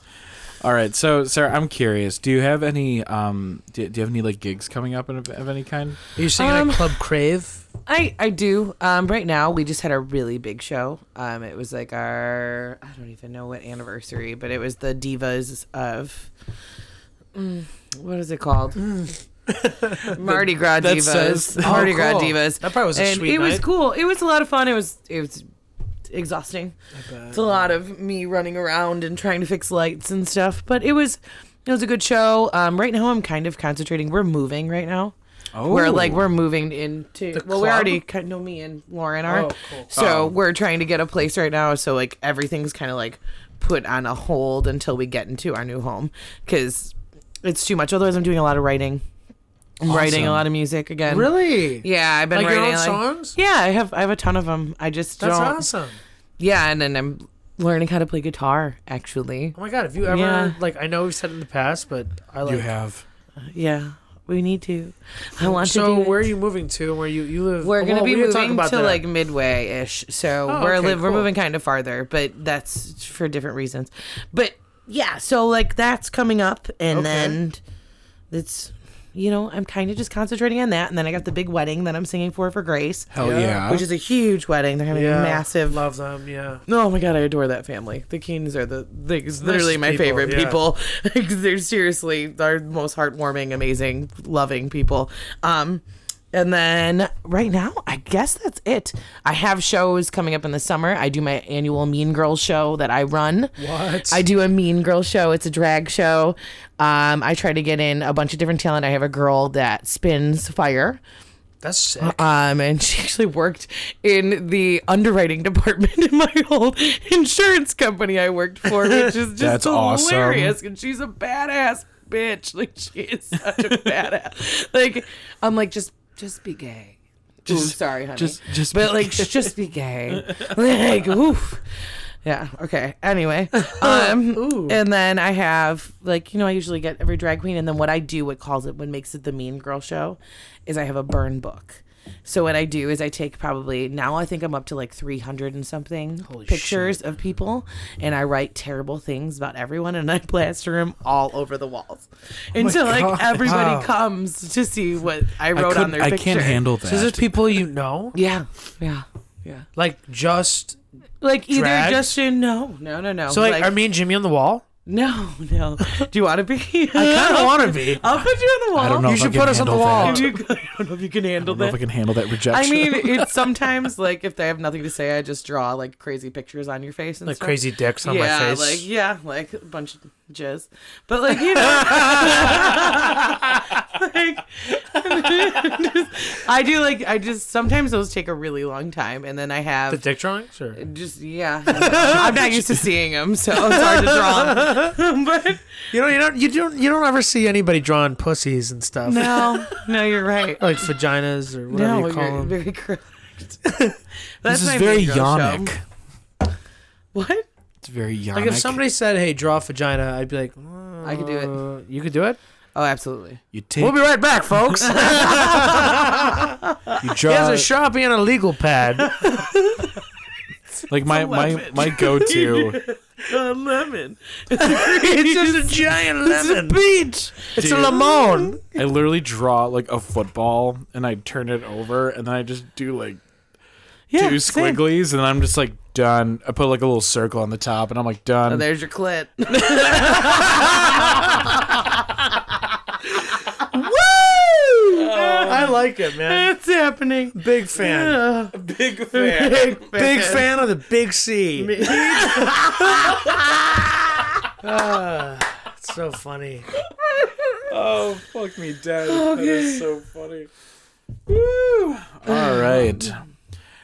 Speaker 3: All right, so Sarah, I'm curious. Do you have any um? Do, do you have any like gigs coming up of, of any kind?
Speaker 2: Are you singing
Speaker 4: Um,
Speaker 2: at Club Crave?
Speaker 4: I, I do. Um, right now we just had a really big show. Um, it was like our I don't even know what anniversary, but it was the divas of mm, what is it called? Mardi Gras
Speaker 3: That
Speaker 4: divas.
Speaker 3: says-
Speaker 4: Mardi
Speaker 2: Oh,
Speaker 4: Gras
Speaker 2: cool.
Speaker 4: divas.
Speaker 2: That probably was a
Speaker 4: and
Speaker 2: sweet
Speaker 4: It was
Speaker 2: night.
Speaker 4: cool. It was a lot of fun. It was it was exhausting. It's a lot
Speaker 2: Oh,
Speaker 4: of me running around and trying to fix lights and stuff, but it was it was a good show. Um, right now I'm kind of concentrating. We're moving right now.
Speaker 3: Oh.
Speaker 4: We're like we're moving into
Speaker 2: The
Speaker 4: well, we
Speaker 2: club?
Speaker 4: already kind of know me and Lauren are.
Speaker 2: Oh, cool.
Speaker 4: So we're trying to get a place right now. So like everything's kind of like put on a hold until we get into our new home because it's too much. Otherwise, I'm doing a lot of writing. I'm writing a lot of music again.
Speaker 2: Really?
Speaker 4: Yeah, I've been
Speaker 2: Like your
Speaker 4: writing
Speaker 2: own
Speaker 4: like-
Speaker 2: songs?
Speaker 4: Yeah, I have. I have a ton of them. I just
Speaker 2: That's
Speaker 4: don't.
Speaker 2: awesome.
Speaker 4: Yeah, and then I'm learning how to play guitar. Actually,
Speaker 2: Oh my god, have you ever
Speaker 4: Yeah.
Speaker 2: like I know we've said it in the past, but I like
Speaker 3: you have.
Speaker 4: Uh, yeah, we need to. I want to.
Speaker 2: So
Speaker 4: do it.
Speaker 2: where are you moving to? Where you you live?
Speaker 4: We're gonna
Speaker 2: well,
Speaker 4: be
Speaker 2: we didn't talk
Speaker 4: moving
Speaker 2: about
Speaker 4: to
Speaker 2: that.
Speaker 4: like midway ish, so
Speaker 2: Oh,
Speaker 4: we're
Speaker 2: okay,
Speaker 4: li- we're
Speaker 2: cool.
Speaker 4: moving kind of farther, but that's for different reasons. But yeah, so like that's coming up, and then it's you know I'm kind of just concentrating on that, and then I got the big wedding that I'm singing for for Grace,
Speaker 3: Hell
Speaker 2: Yeah.
Speaker 3: yeah.
Speaker 4: which is a huge wedding. They're having
Speaker 2: Yeah.
Speaker 4: a massive.
Speaker 2: love them. Yeah.
Speaker 4: Oh my god, I adore that family. The Keens are the they, literally my
Speaker 2: people,
Speaker 4: favorite
Speaker 2: yeah.
Speaker 4: people. They're seriously our most heartwarming, amazing, loving people. Um, and then right now, I guess that's it. I have shows coming up in the summer. I do my annual Mean Girl show that I run.
Speaker 2: What?
Speaker 4: I do a Mean Girl show. It's a drag show. Um, I try to get in a bunch of different talent. I have a girl that spins fire.
Speaker 2: That's sick.
Speaker 4: Um, and she actually worked in the underwriting department in my old insurance company I worked for, which is just
Speaker 3: That's awesome.
Speaker 4: hilarious. And she's a badass bitch. Like she is such a badass. Like I'm like just just be gay. Just, sorry, honey.
Speaker 3: just- just
Speaker 4: but
Speaker 3: be
Speaker 4: like just be gay. like oof. Yeah. Okay. Anyway, um, and then I have like you know I usually get every drag queen, and then what I do, what calls it, what makes it the Mean Girl show, is I have a burn book. So what I do is I take probably now I think I'm up to like 300 and something pictures of people, and I write terrible things about everyone, and I plaster them all over the walls until like
Speaker 3: Oh God.
Speaker 4: everybody
Speaker 2: Wow.
Speaker 4: comes to see what I wrote on
Speaker 3: couldn't-
Speaker 4: their
Speaker 3: I
Speaker 4: picture.
Speaker 3: can't handle that.
Speaker 2: So is this people you know?
Speaker 4: Yeah. Yeah. Yeah.
Speaker 2: Like just
Speaker 4: Like either
Speaker 2: Drags?
Speaker 4: just in no, no, no, no.
Speaker 2: so like, are me and Jimmy on the wall?
Speaker 4: No, no. Do you want to be?
Speaker 2: I kind of want to be.
Speaker 4: I'll put you on the wall.
Speaker 3: I don't know.
Speaker 2: You
Speaker 3: if I
Speaker 2: should
Speaker 3: can
Speaker 2: put us on the
Speaker 3: handle
Speaker 2: wall.
Speaker 3: that.
Speaker 4: If you, I don't know if you can handle
Speaker 3: I don't know if
Speaker 4: that.
Speaker 3: I can handle that rejection.
Speaker 4: I mean, it's sometimes like if I have nothing to say, I just draw like crazy pictures on your face and
Speaker 2: Like
Speaker 4: stuff.
Speaker 2: crazy dicks on my
Speaker 4: yeah,
Speaker 2: face.
Speaker 4: like yeah, like a bunch of jizz, but like you know, like I do like I just sometimes those take a really long time, and then I have
Speaker 2: the dick drawings or
Speaker 4: just yeah, I'm not used to seeing them, so it's hard to draw. 'em. but
Speaker 2: you know you don't you don't you don't ever see anybody drawing pussies and stuff
Speaker 4: no, no, you're right.
Speaker 2: like vaginas or whatever
Speaker 4: no,
Speaker 2: you call
Speaker 4: you're
Speaker 2: them.
Speaker 4: very correct.
Speaker 3: this is very yonic.
Speaker 4: What?
Speaker 3: It's very yonic.
Speaker 2: like if somebody said, "Hey, draw vagina," I'd be like,
Speaker 4: I could do it.
Speaker 2: "Uh, You could do it.
Speaker 4: Oh, absolutely.
Speaker 3: you take,
Speaker 2: We'll be right back, folks. he
Speaker 3: you draw
Speaker 2: has a sharpie and a legal pad.
Speaker 3: like my my my go to.
Speaker 4: A lemon.
Speaker 2: it's just a giant lemon.
Speaker 4: Beach.
Speaker 2: It's a lemon.
Speaker 3: I literally draw like a football and I turn it over and then I just do like
Speaker 4: Yeah,
Speaker 3: two
Speaker 4: same.
Speaker 3: squigglies and I'm just like done. I put like a little circle on the top and I'm like done.
Speaker 4: Oh, there's your clit.
Speaker 2: I like it, man.
Speaker 4: It's happening.
Speaker 2: Big fan.
Speaker 4: Big fan. Big,
Speaker 2: Big fan of the big C. Ah, it's so funny.
Speaker 3: Oh, fuck me dead. That is so funny. Woo! All right.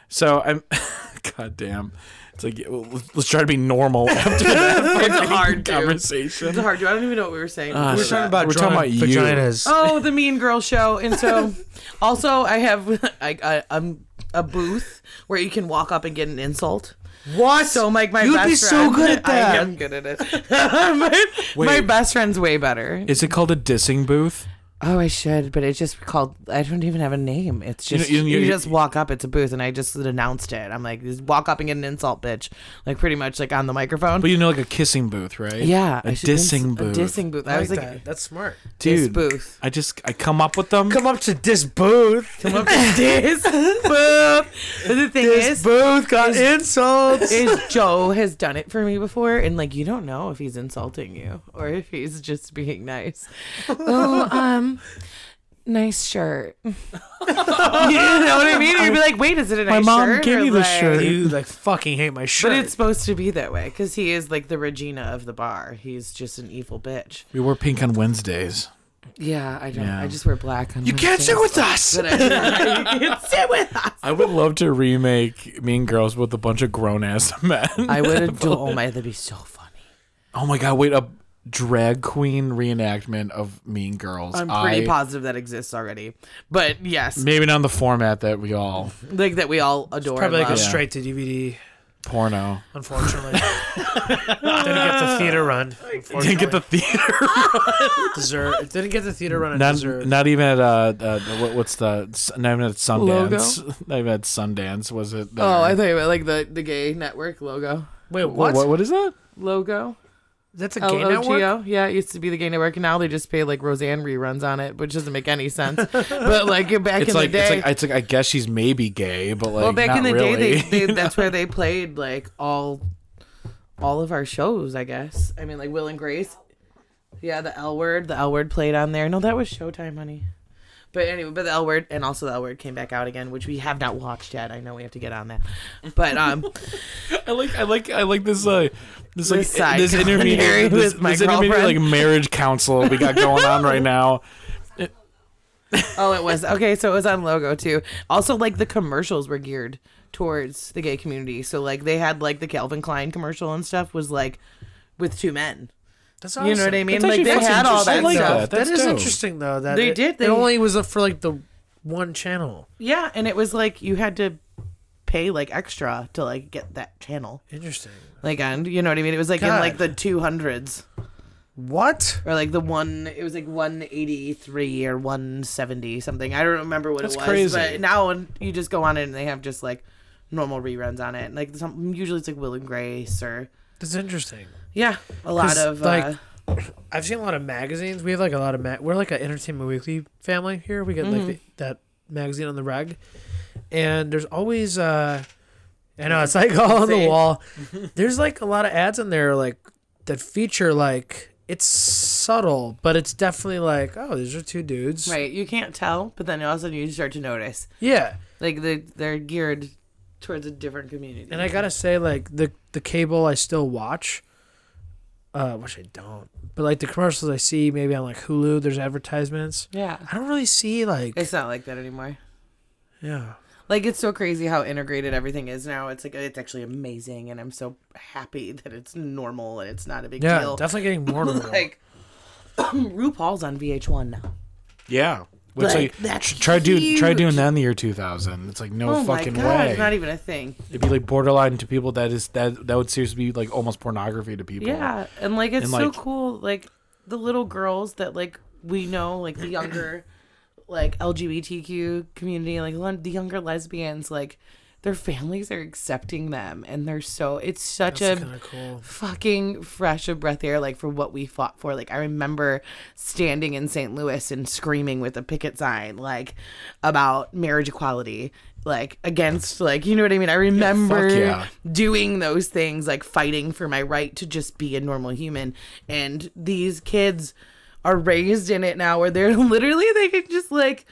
Speaker 3: So I'm. God damn. It's like, yeah, well, let's let's try to be normal after that
Speaker 4: It's hard to.
Speaker 3: conversation.
Speaker 4: It's hard to. I don't even know what we were saying.
Speaker 3: Ah,
Speaker 4: We
Speaker 3: shit. We're talking
Speaker 2: drawing
Speaker 3: about you.
Speaker 2: vaginas.
Speaker 4: Oh, the Mean Girl show. And so, also, I have I, I, um, a booth where you can walk up and get an insult.
Speaker 2: What?
Speaker 4: So, Mike, my
Speaker 2: You'd
Speaker 4: best
Speaker 2: be so
Speaker 4: friend-
Speaker 2: good at that.
Speaker 4: I am good at it. my, my
Speaker 3: Wait.
Speaker 4: best friend's way better.
Speaker 3: Is it called a dissing booth?
Speaker 4: Oh, I should, but it's just called. I don't even have a name. It's
Speaker 3: You know-
Speaker 4: just you,
Speaker 3: you know- you-
Speaker 4: just walk up. It's a booth, and I just announced it. I'm like, just walk up and get an insult, bitch. Like pretty much like on the microphone.
Speaker 3: But you know, like a kissing booth, right?
Speaker 4: yeah,
Speaker 3: a
Speaker 4: I should ins-
Speaker 3: dissing booth.
Speaker 4: A dissing booth. I, was like,
Speaker 2: That's smart.
Speaker 3: Dude,
Speaker 4: diss booth.
Speaker 3: I just I come up with them.
Speaker 2: Come up to this booth.
Speaker 4: Come up with this booth. But the thing
Speaker 2: This
Speaker 4: is,
Speaker 2: booth got insults.
Speaker 4: is Joe has done it for me before, and like you don't know if he's insulting you or if he's just being nice. oh, um, nice shirt. you know what I mean? You'd be like, wait, is it a nice shirt?
Speaker 3: mom gave
Speaker 4: Or,
Speaker 3: me this
Speaker 4: like-
Speaker 3: shirt.
Speaker 2: You like fucking hate my shirt.
Speaker 4: But it's supposed to be that way because he is like the Regina of the bar. He's just an evil bitch.
Speaker 3: We wore pink on Wednesdays.
Speaker 4: Yeah, I don't.
Speaker 3: Yeah.
Speaker 4: I just wear black. On
Speaker 3: You
Speaker 4: my
Speaker 3: can't sit
Speaker 4: pants.
Speaker 3: with us.
Speaker 4: But I-
Speaker 7: Sit with us.
Speaker 3: I would love to remake Mean Girls with a bunch of grown ass men.
Speaker 4: I would adore. Oh my, that'd be so funny.
Speaker 3: Oh my god! Wait, a drag queen reenactment of Mean Girls.
Speaker 7: I'm pretty
Speaker 3: I-
Speaker 7: positive that exists already, but yes,
Speaker 3: Maybe not in the format that we all
Speaker 7: like that we all adore.
Speaker 2: Probably like
Speaker 7: and
Speaker 2: a
Speaker 7: love.
Speaker 3: Yeah.
Speaker 2: straight to DVD.
Speaker 3: porno.
Speaker 2: Unfortunately, didn't get the theater run. Unfortunately,
Speaker 3: Didn't get the theater.
Speaker 2: Deserve- didn't get the theater run. It
Speaker 3: Not,
Speaker 2: deserved.
Speaker 3: not even at uh, uh what, what's the not even at Sundance. Not even at Sundance was it? there?
Speaker 4: Oh, I thought you meant like the the gay network logo.
Speaker 2: Wait,
Speaker 3: Wha-
Speaker 2: what?
Speaker 3: what? What is that?
Speaker 4: Logo.
Speaker 2: That's a gay
Speaker 4: L O G
Speaker 2: network.
Speaker 4: O. Yeah, it used to be the gay network, and now they just pay like Roseanne reruns on it, which doesn't make any sense. but like back
Speaker 3: It's
Speaker 4: in
Speaker 3: like,
Speaker 4: the
Speaker 3: it's
Speaker 4: day,
Speaker 3: like it's like I guess she's maybe gay, but like
Speaker 4: well, back
Speaker 3: not
Speaker 4: in the
Speaker 3: really.
Speaker 4: day, they, they, that's where they played like all all of our shows. I guess. I mean, like Will and Grace. Yeah, the L word. The L word played on there. No, that was Showtime, honey. But anyway, but the L word and also the L word came back out again, which we have not watched yet. I know we have to get on that, but um,
Speaker 3: I like I like I like this uh this like
Speaker 4: This side
Speaker 3: this
Speaker 4: commentary
Speaker 3: intermediate this,
Speaker 4: with my
Speaker 3: this intermediate like
Speaker 4: girlfriend.
Speaker 3: marriage counsel we got going on right now.
Speaker 4: Oh, it was okay. So it was on logo too. Also, like the commercials were geared towards the gay community. So like they had like the Calvin Klein commercial and stuff was like with two men.
Speaker 2: That's
Speaker 4: You know what
Speaker 2: awesome.
Speaker 4: I mean?
Speaker 3: That's
Speaker 4: Like
Speaker 3: actually
Speaker 4: they
Speaker 3: fucking
Speaker 4: had all
Speaker 3: interesting.
Speaker 4: that
Speaker 3: I like
Speaker 4: stuff.
Speaker 3: that.
Speaker 2: That
Speaker 3: That's
Speaker 2: is
Speaker 3: dope.
Speaker 2: interesting though. That
Speaker 4: They
Speaker 2: it-
Speaker 4: did, they-
Speaker 2: It only was up for like the one channel.
Speaker 4: Yeah, and it was like you had to pay like extra to like get that channel.
Speaker 2: Interesting.
Speaker 4: Like and you know what I mean? It was like in like the two hundreds
Speaker 2: What?
Speaker 4: or like the one. It was like one eighty three or one seventy something. I don't remember what
Speaker 3: That's
Speaker 4: it was.
Speaker 3: crazy.
Speaker 4: But now and you just go on it and they have just like normal reruns on it. And like some usually it's like Will and Grace or.
Speaker 2: That's interesting.
Speaker 4: Yeah, a lot
Speaker 2: 'Cause,
Speaker 4: of
Speaker 2: like,
Speaker 4: uh,
Speaker 2: I've seen a lot of magazines. We have like a lot of ma- we're like an entertainment weekly family here. We get like
Speaker 4: Mm-hmm.
Speaker 2: the, that magazine on the reg, and there's always uh, I know it's like all on the
Speaker 4: See?
Speaker 2: wall. There's like a lot of ads in there like that feature like it's subtle, but it's definitely like oh these are two dudes.
Speaker 4: right. You can't tell, but then all of a sudden you start to notice
Speaker 2: Yeah,
Speaker 4: like they they're geared towards a different community.
Speaker 2: and I gotta say like the the cable I still watch. Uh, which I don't, but like the commercials I see maybe on like Hulu, there's advertisements.
Speaker 4: yeah,
Speaker 2: I don't really see like
Speaker 4: it's not like that anymore.
Speaker 2: yeah.
Speaker 4: Like it's so crazy how integrated everything is now. It's like it's actually amazing, and I'm so happy that it's normal and it's not a big
Speaker 2: Yeah,
Speaker 4: deal.
Speaker 2: definitely getting more normal.
Speaker 4: Like RuPaul's on VH1 now.
Speaker 3: Yeah. Which
Speaker 4: Like,
Speaker 3: like,
Speaker 4: that's
Speaker 3: tr- try do try
Speaker 4: huge.
Speaker 3: doing that in the year 2000. It's like no
Speaker 4: Oh my
Speaker 3: fucking
Speaker 4: god,
Speaker 3: way.
Speaker 4: it's not even a thing.
Speaker 3: It'd be like borderline to people that is that that would seriously be like almost pornography to people.
Speaker 4: Yeah, and like it's
Speaker 3: And,
Speaker 4: so
Speaker 3: like-
Speaker 4: cool. Like the little girls that like we know, like the younger, like LGBTQ community, like le- the younger lesbians, like their families are accepting them, and they're so it's such
Speaker 2: That's
Speaker 4: a
Speaker 2: kind of cool.
Speaker 4: fucking fresh of breath air like for what we fought for like i remember standing in st louis and screaming with a picket sign like about marriage equality like against like you know what i mean i remember
Speaker 3: yeah.
Speaker 4: doing those things like fighting for my right to just be a normal human and these kids are raised in it now where they're literally they can just like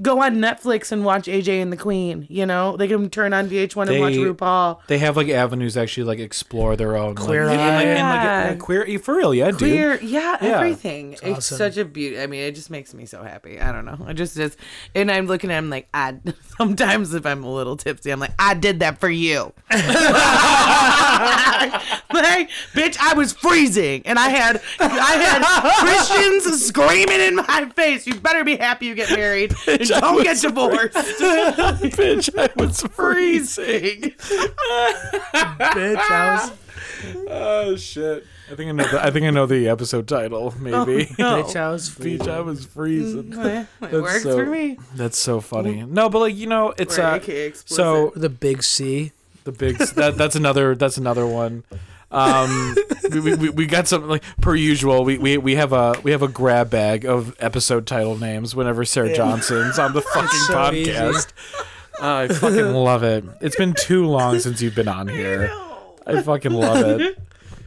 Speaker 4: go on netflix and watch aj and the queen you know they can turn on vh1 and watch
Speaker 3: They-
Speaker 4: rupaul
Speaker 3: They have like avenues to actually like explore their own
Speaker 2: Queer
Speaker 3: like,
Speaker 2: eye.
Speaker 3: and, like,
Speaker 4: Yeah.
Speaker 3: and queer for real, yeah, dude.
Speaker 4: Queer, yeah,
Speaker 3: Yeah.
Speaker 4: everything. It's,
Speaker 2: awesome.
Speaker 4: such a beauty. I mean, it just makes me so happy. I don't know. I just, just, and I'm looking at him like, I. Sometimes if I'm a little tipsy, I'm like, I did that for you. like, bitch, I was freezing, and I had, I had Christians screaming in my face. You better be happy you get married and
Speaker 3: I
Speaker 4: don't get
Speaker 3: was
Speaker 4: divorced.
Speaker 3: Bitch, I was freezing.
Speaker 2: bitch. I was,
Speaker 3: oh shit. I think I know the, I think I know the episode title maybe.
Speaker 4: Oh.
Speaker 2: bitch, I was free.
Speaker 3: Bitch, I was freezing.
Speaker 4: it works
Speaker 3: so-
Speaker 4: for me.
Speaker 3: That's so funny. No, but like you know, it's
Speaker 4: Right,
Speaker 3: uh,
Speaker 4: okay, explicit.
Speaker 3: so
Speaker 2: The big C.
Speaker 3: the big that that's another that's another one. Um, we, we- we, we got some like per usual. We, we we have a we have a grab bag of episode title names whenever Sarah Johnson's on the fucking
Speaker 2: so
Speaker 3: podcast. Uh, I fucking love it. It's been too long since you've been on here. I, fucking love it. Um,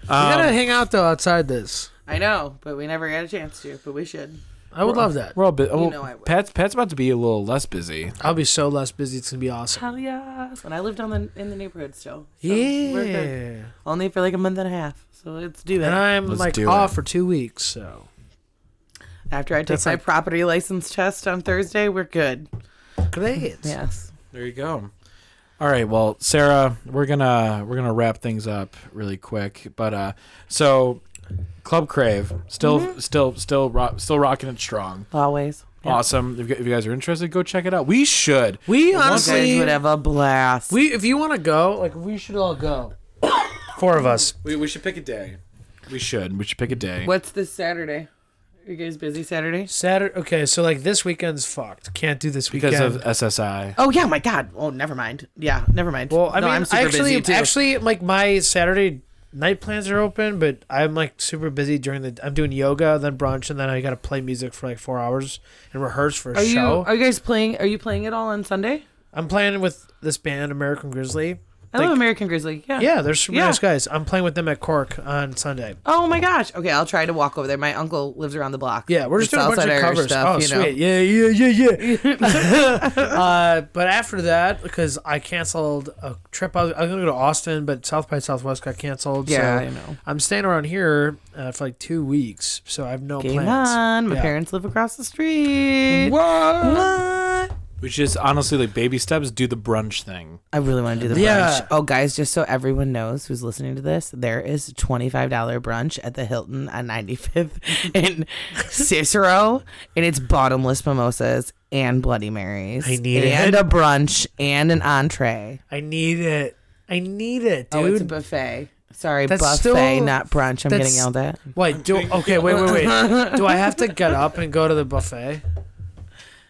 Speaker 2: I gotta hang out though outside this.
Speaker 4: I know, but we never got a chance to, but we should.
Speaker 2: I would love that.
Speaker 3: We're all bu- oh,
Speaker 4: know I would.
Speaker 3: Pat's Pat's about to be a little less busy.
Speaker 2: I'll be so less busy. It's gonna be awesome.
Speaker 4: Hell yes. And I lived on the in the neighborhood still. So we're good.
Speaker 2: Yeah.
Speaker 4: Only for like a month and a half. So let's do
Speaker 2: And
Speaker 4: that.
Speaker 2: I'm
Speaker 3: Let's
Speaker 2: like
Speaker 3: do
Speaker 2: off
Speaker 3: it.
Speaker 2: for two weeks, so
Speaker 4: After I take my property license test on Thursday, we're good.
Speaker 2: Great.
Speaker 4: Yes.
Speaker 3: There you go. All right, well, Sarah, we're gonna we're gonna wrap things up really quick, but uh, so Club Crave still still still rock, still rocking it strong.
Speaker 4: Always.
Speaker 3: Awesome. If you, if you guys are interested, go check it out. We should.
Speaker 2: We
Speaker 4: You guys
Speaker 2: honestly,
Speaker 4: would have a blast.
Speaker 2: we if you want to go, like we should all go. Four of us.
Speaker 3: We, we should pick a day. We should. We should pick a day.
Speaker 4: What's this Saturday? Are you guys busy Saturday?
Speaker 2: Saturday. Okay, so like this weekend's fucked. Can't do this weekend
Speaker 3: Because of SSI.
Speaker 4: Oh yeah, my God. Oh, never mind. Yeah, never mind.
Speaker 2: Well, I
Speaker 4: No,
Speaker 2: mean,
Speaker 4: I'm super
Speaker 2: actually,
Speaker 4: busy too.
Speaker 2: actually, like my Saturday night plans are open, but I'm like super busy during the. I'm doing yoga, then brunch, and then I got to play music for like four hours and rehearse for a
Speaker 4: are you
Speaker 2: show.
Speaker 4: are you guys playing? Are you playing it all on Sunday?
Speaker 2: I'm playing with this band, American Grizzly.
Speaker 4: I love American Grizzly. Yeah.
Speaker 2: Yeah, they're super
Speaker 4: Yeah.
Speaker 2: nice guys. I'm playing with them at Cork on Sunday.
Speaker 4: Oh my gosh. Okay, I'll try to walk over there. My uncle lives around the block.
Speaker 2: Yeah, we're just
Speaker 4: The
Speaker 2: doing a bunch
Speaker 4: Southside
Speaker 2: of
Speaker 4: Irish
Speaker 2: covers. oh,
Speaker 4: you know.
Speaker 2: sweet. Yeah, yeah, yeah, yeah. uh, but after that, because I canceled a trip, I was, I was going to go to Austin, but South by Southwest got canceled.
Speaker 4: Yeah,
Speaker 2: so
Speaker 4: I know.
Speaker 2: I'm staying around here uh, for like two weeks, so I have no
Speaker 4: Game
Speaker 2: plans.
Speaker 4: on. My
Speaker 2: Yeah.
Speaker 4: parents live across the street.
Speaker 3: We should just honestly like baby steps. Do the brunch thing.
Speaker 4: I really want to do the
Speaker 2: Yeah.
Speaker 4: brunch. Oh, guys, just so everyone knows who's listening to this, there is $25 brunch at the Hilton on 95th in Cicero, and it's bottomless mimosas and Bloody Marys.
Speaker 2: I need
Speaker 4: and
Speaker 2: it.
Speaker 4: a brunch and an entree.
Speaker 2: I need it. I need it,
Speaker 4: Oh, it's
Speaker 2: dude.
Speaker 4: a buffet. Sorry,
Speaker 2: That's
Speaker 4: buffet,
Speaker 2: still-
Speaker 4: not brunch. I'm
Speaker 2: that's-
Speaker 4: getting yelled at.
Speaker 2: wait, do okay, wait, wait, wait. do I have to get up and go to the buffet?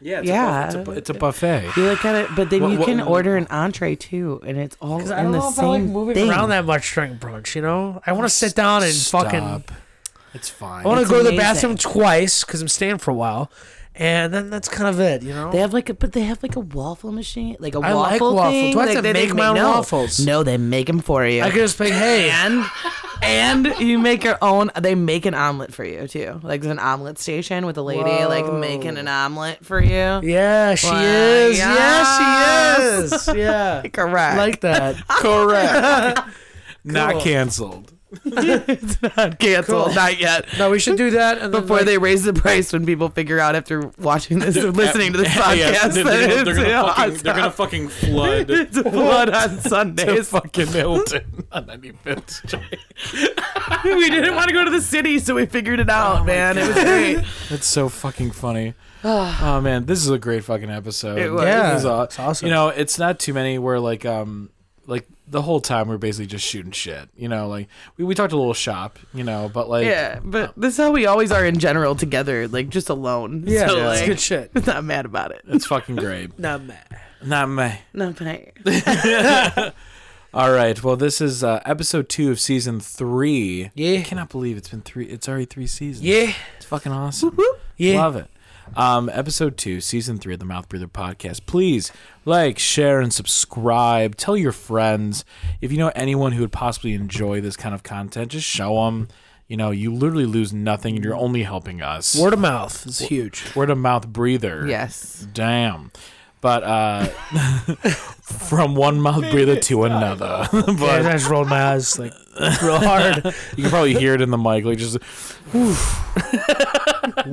Speaker 3: Yeah.
Speaker 4: a Yeah. buff- it's a bu-
Speaker 3: it's a buffet.
Speaker 4: You look at it, but then
Speaker 3: What-
Speaker 4: you
Speaker 3: what-
Speaker 4: can order an entree too, and it's all in
Speaker 2: I don't
Speaker 4: the
Speaker 2: know if
Speaker 4: same
Speaker 2: I like moving
Speaker 4: thing.
Speaker 2: around that much during brunch. You know, I want to sit down and fucking.
Speaker 3: It's fine.
Speaker 2: I want to
Speaker 4: It's
Speaker 2: go to the
Speaker 4: amazing.
Speaker 2: bathroom twice because I'm staying for a while, and then that's kind of it, you know.
Speaker 4: They have like a, but they have like a waffle machine, like a
Speaker 2: I like
Speaker 4: waffle
Speaker 2: waffles.
Speaker 4: thing.
Speaker 2: Do I have
Speaker 4: like
Speaker 2: to
Speaker 4: they- they
Speaker 2: make my own
Speaker 4: no.
Speaker 2: waffles?
Speaker 4: No, they make them for you.
Speaker 2: I could just be, hey,
Speaker 4: and and you make your own. They make an omelet for you too. Like there's an omelet station with a lady like making an omelet for you.
Speaker 2: yeah, she
Speaker 4: Wow,
Speaker 2: is,
Speaker 4: yes.
Speaker 2: yeah, she is, yeah,
Speaker 4: Correct.
Speaker 2: like that.
Speaker 3: correct. Not canceled.
Speaker 4: Not canceled. Not yet.
Speaker 2: No, we should do that and then,
Speaker 4: Before
Speaker 2: like,
Speaker 4: they raise the price, when people figure out after watching this, or listening to this podcast,
Speaker 3: they're,
Speaker 4: that
Speaker 3: gonna,
Speaker 4: it's, you know,
Speaker 3: fucking,
Speaker 4: it's
Speaker 3: flood
Speaker 4: it's a flood on
Speaker 3: to
Speaker 4: Sundays.
Speaker 3: fucking Hilton on 95th Street.
Speaker 4: we didn't want to go to the city, so we figured it
Speaker 2: Oh
Speaker 4: out, man. It was great.
Speaker 3: That's so fucking funny. oh man, this is a great fucking episode.
Speaker 4: It was.
Speaker 2: Yeah,
Speaker 3: This is aw-
Speaker 2: it's awesome.
Speaker 3: You know, it's not too many where like um like the whole time we're basically just shooting shit. You know, like we, we talked a little shop. You know, but like
Speaker 4: Yeah,
Speaker 2: oh.
Speaker 4: but this is how we always are in general together, like just alone.
Speaker 2: yeah,
Speaker 4: so,
Speaker 2: it's
Speaker 4: like,
Speaker 2: good shit.
Speaker 4: Not mad about it.
Speaker 3: it's fucking great.
Speaker 2: Not mad.
Speaker 3: Not me.
Speaker 4: Not mad.
Speaker 3: All right. Well, this is uh, episode two of season three.
Speaker 2: Yeah.
Speaker 3: I cannot believe it's been three. It's already three seasons.
Speaker 2: Yeah,
Speaker 3: It's fucking awesome.
Speaker 2: yeah.
Speaker 3: Love it. Um, episode two, season three of the Mouth Breather podcast. Please like, share, and subscribe. Tell your friends. If you know anyone who would possibly enjoy this kind of content, just show them. You know, you literally lose nothing. You're only helping us.
Speaker 2: Word of mouth is huge.
Speaker 3: Word of mouth breather.
Speaker 4: Yes.
Speaker 3: Damn. But uh, from one mouth breather to another.
Speaker 2: Yeah,
Speaker 3: but
Speaker 2: I just rolled my eyes like real hard.
Speaker 3: you can probably hear it in the mic. Like just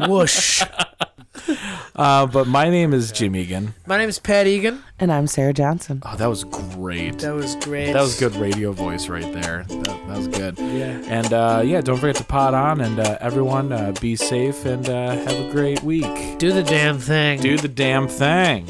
Speaker 2: Whoosh.
Speaker 3: Uh, but my name is Jim Egan.
Speaker 2: My name is Pat Egan.
Speaker 4: And I'm Sarah Johnson.
Speaker 3: Oh, that was great.
Speaker 2: That was great.
Speaker 3: That was good radio voice right there. That, that was good.
Speaker 2: Yeah.
Speaker 3: And uh, yeah, don't forget to pod on and uh, everyone uh, be safe and uh, have a great week.
Speaker 2: Do the damn thing.
Speaker 3: Do the damn thing.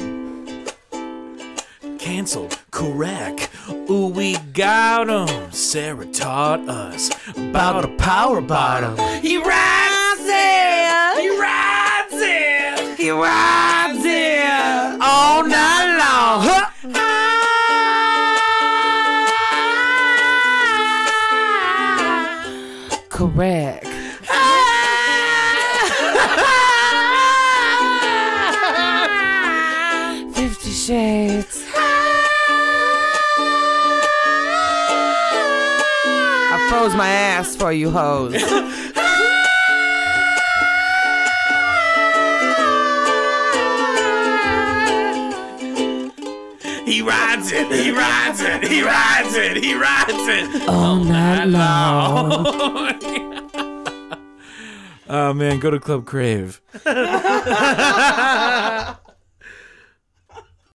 Speaker 3: Cancel, correct. Ooh, we got 'em. Sarah taught us about a power bottom.
Speaker 4: He rides it. He rides it. He rides it all night long. Huh. Correct. Fifty Shades. I froze my ass for you hoes.
Speaker 3: He rides it, he rides it, he rides it, he rides it. Oh,
Speaker 4: all night long.
Speaker 3: All Oh man, go to Club Crave.
Speaker 8: Bye.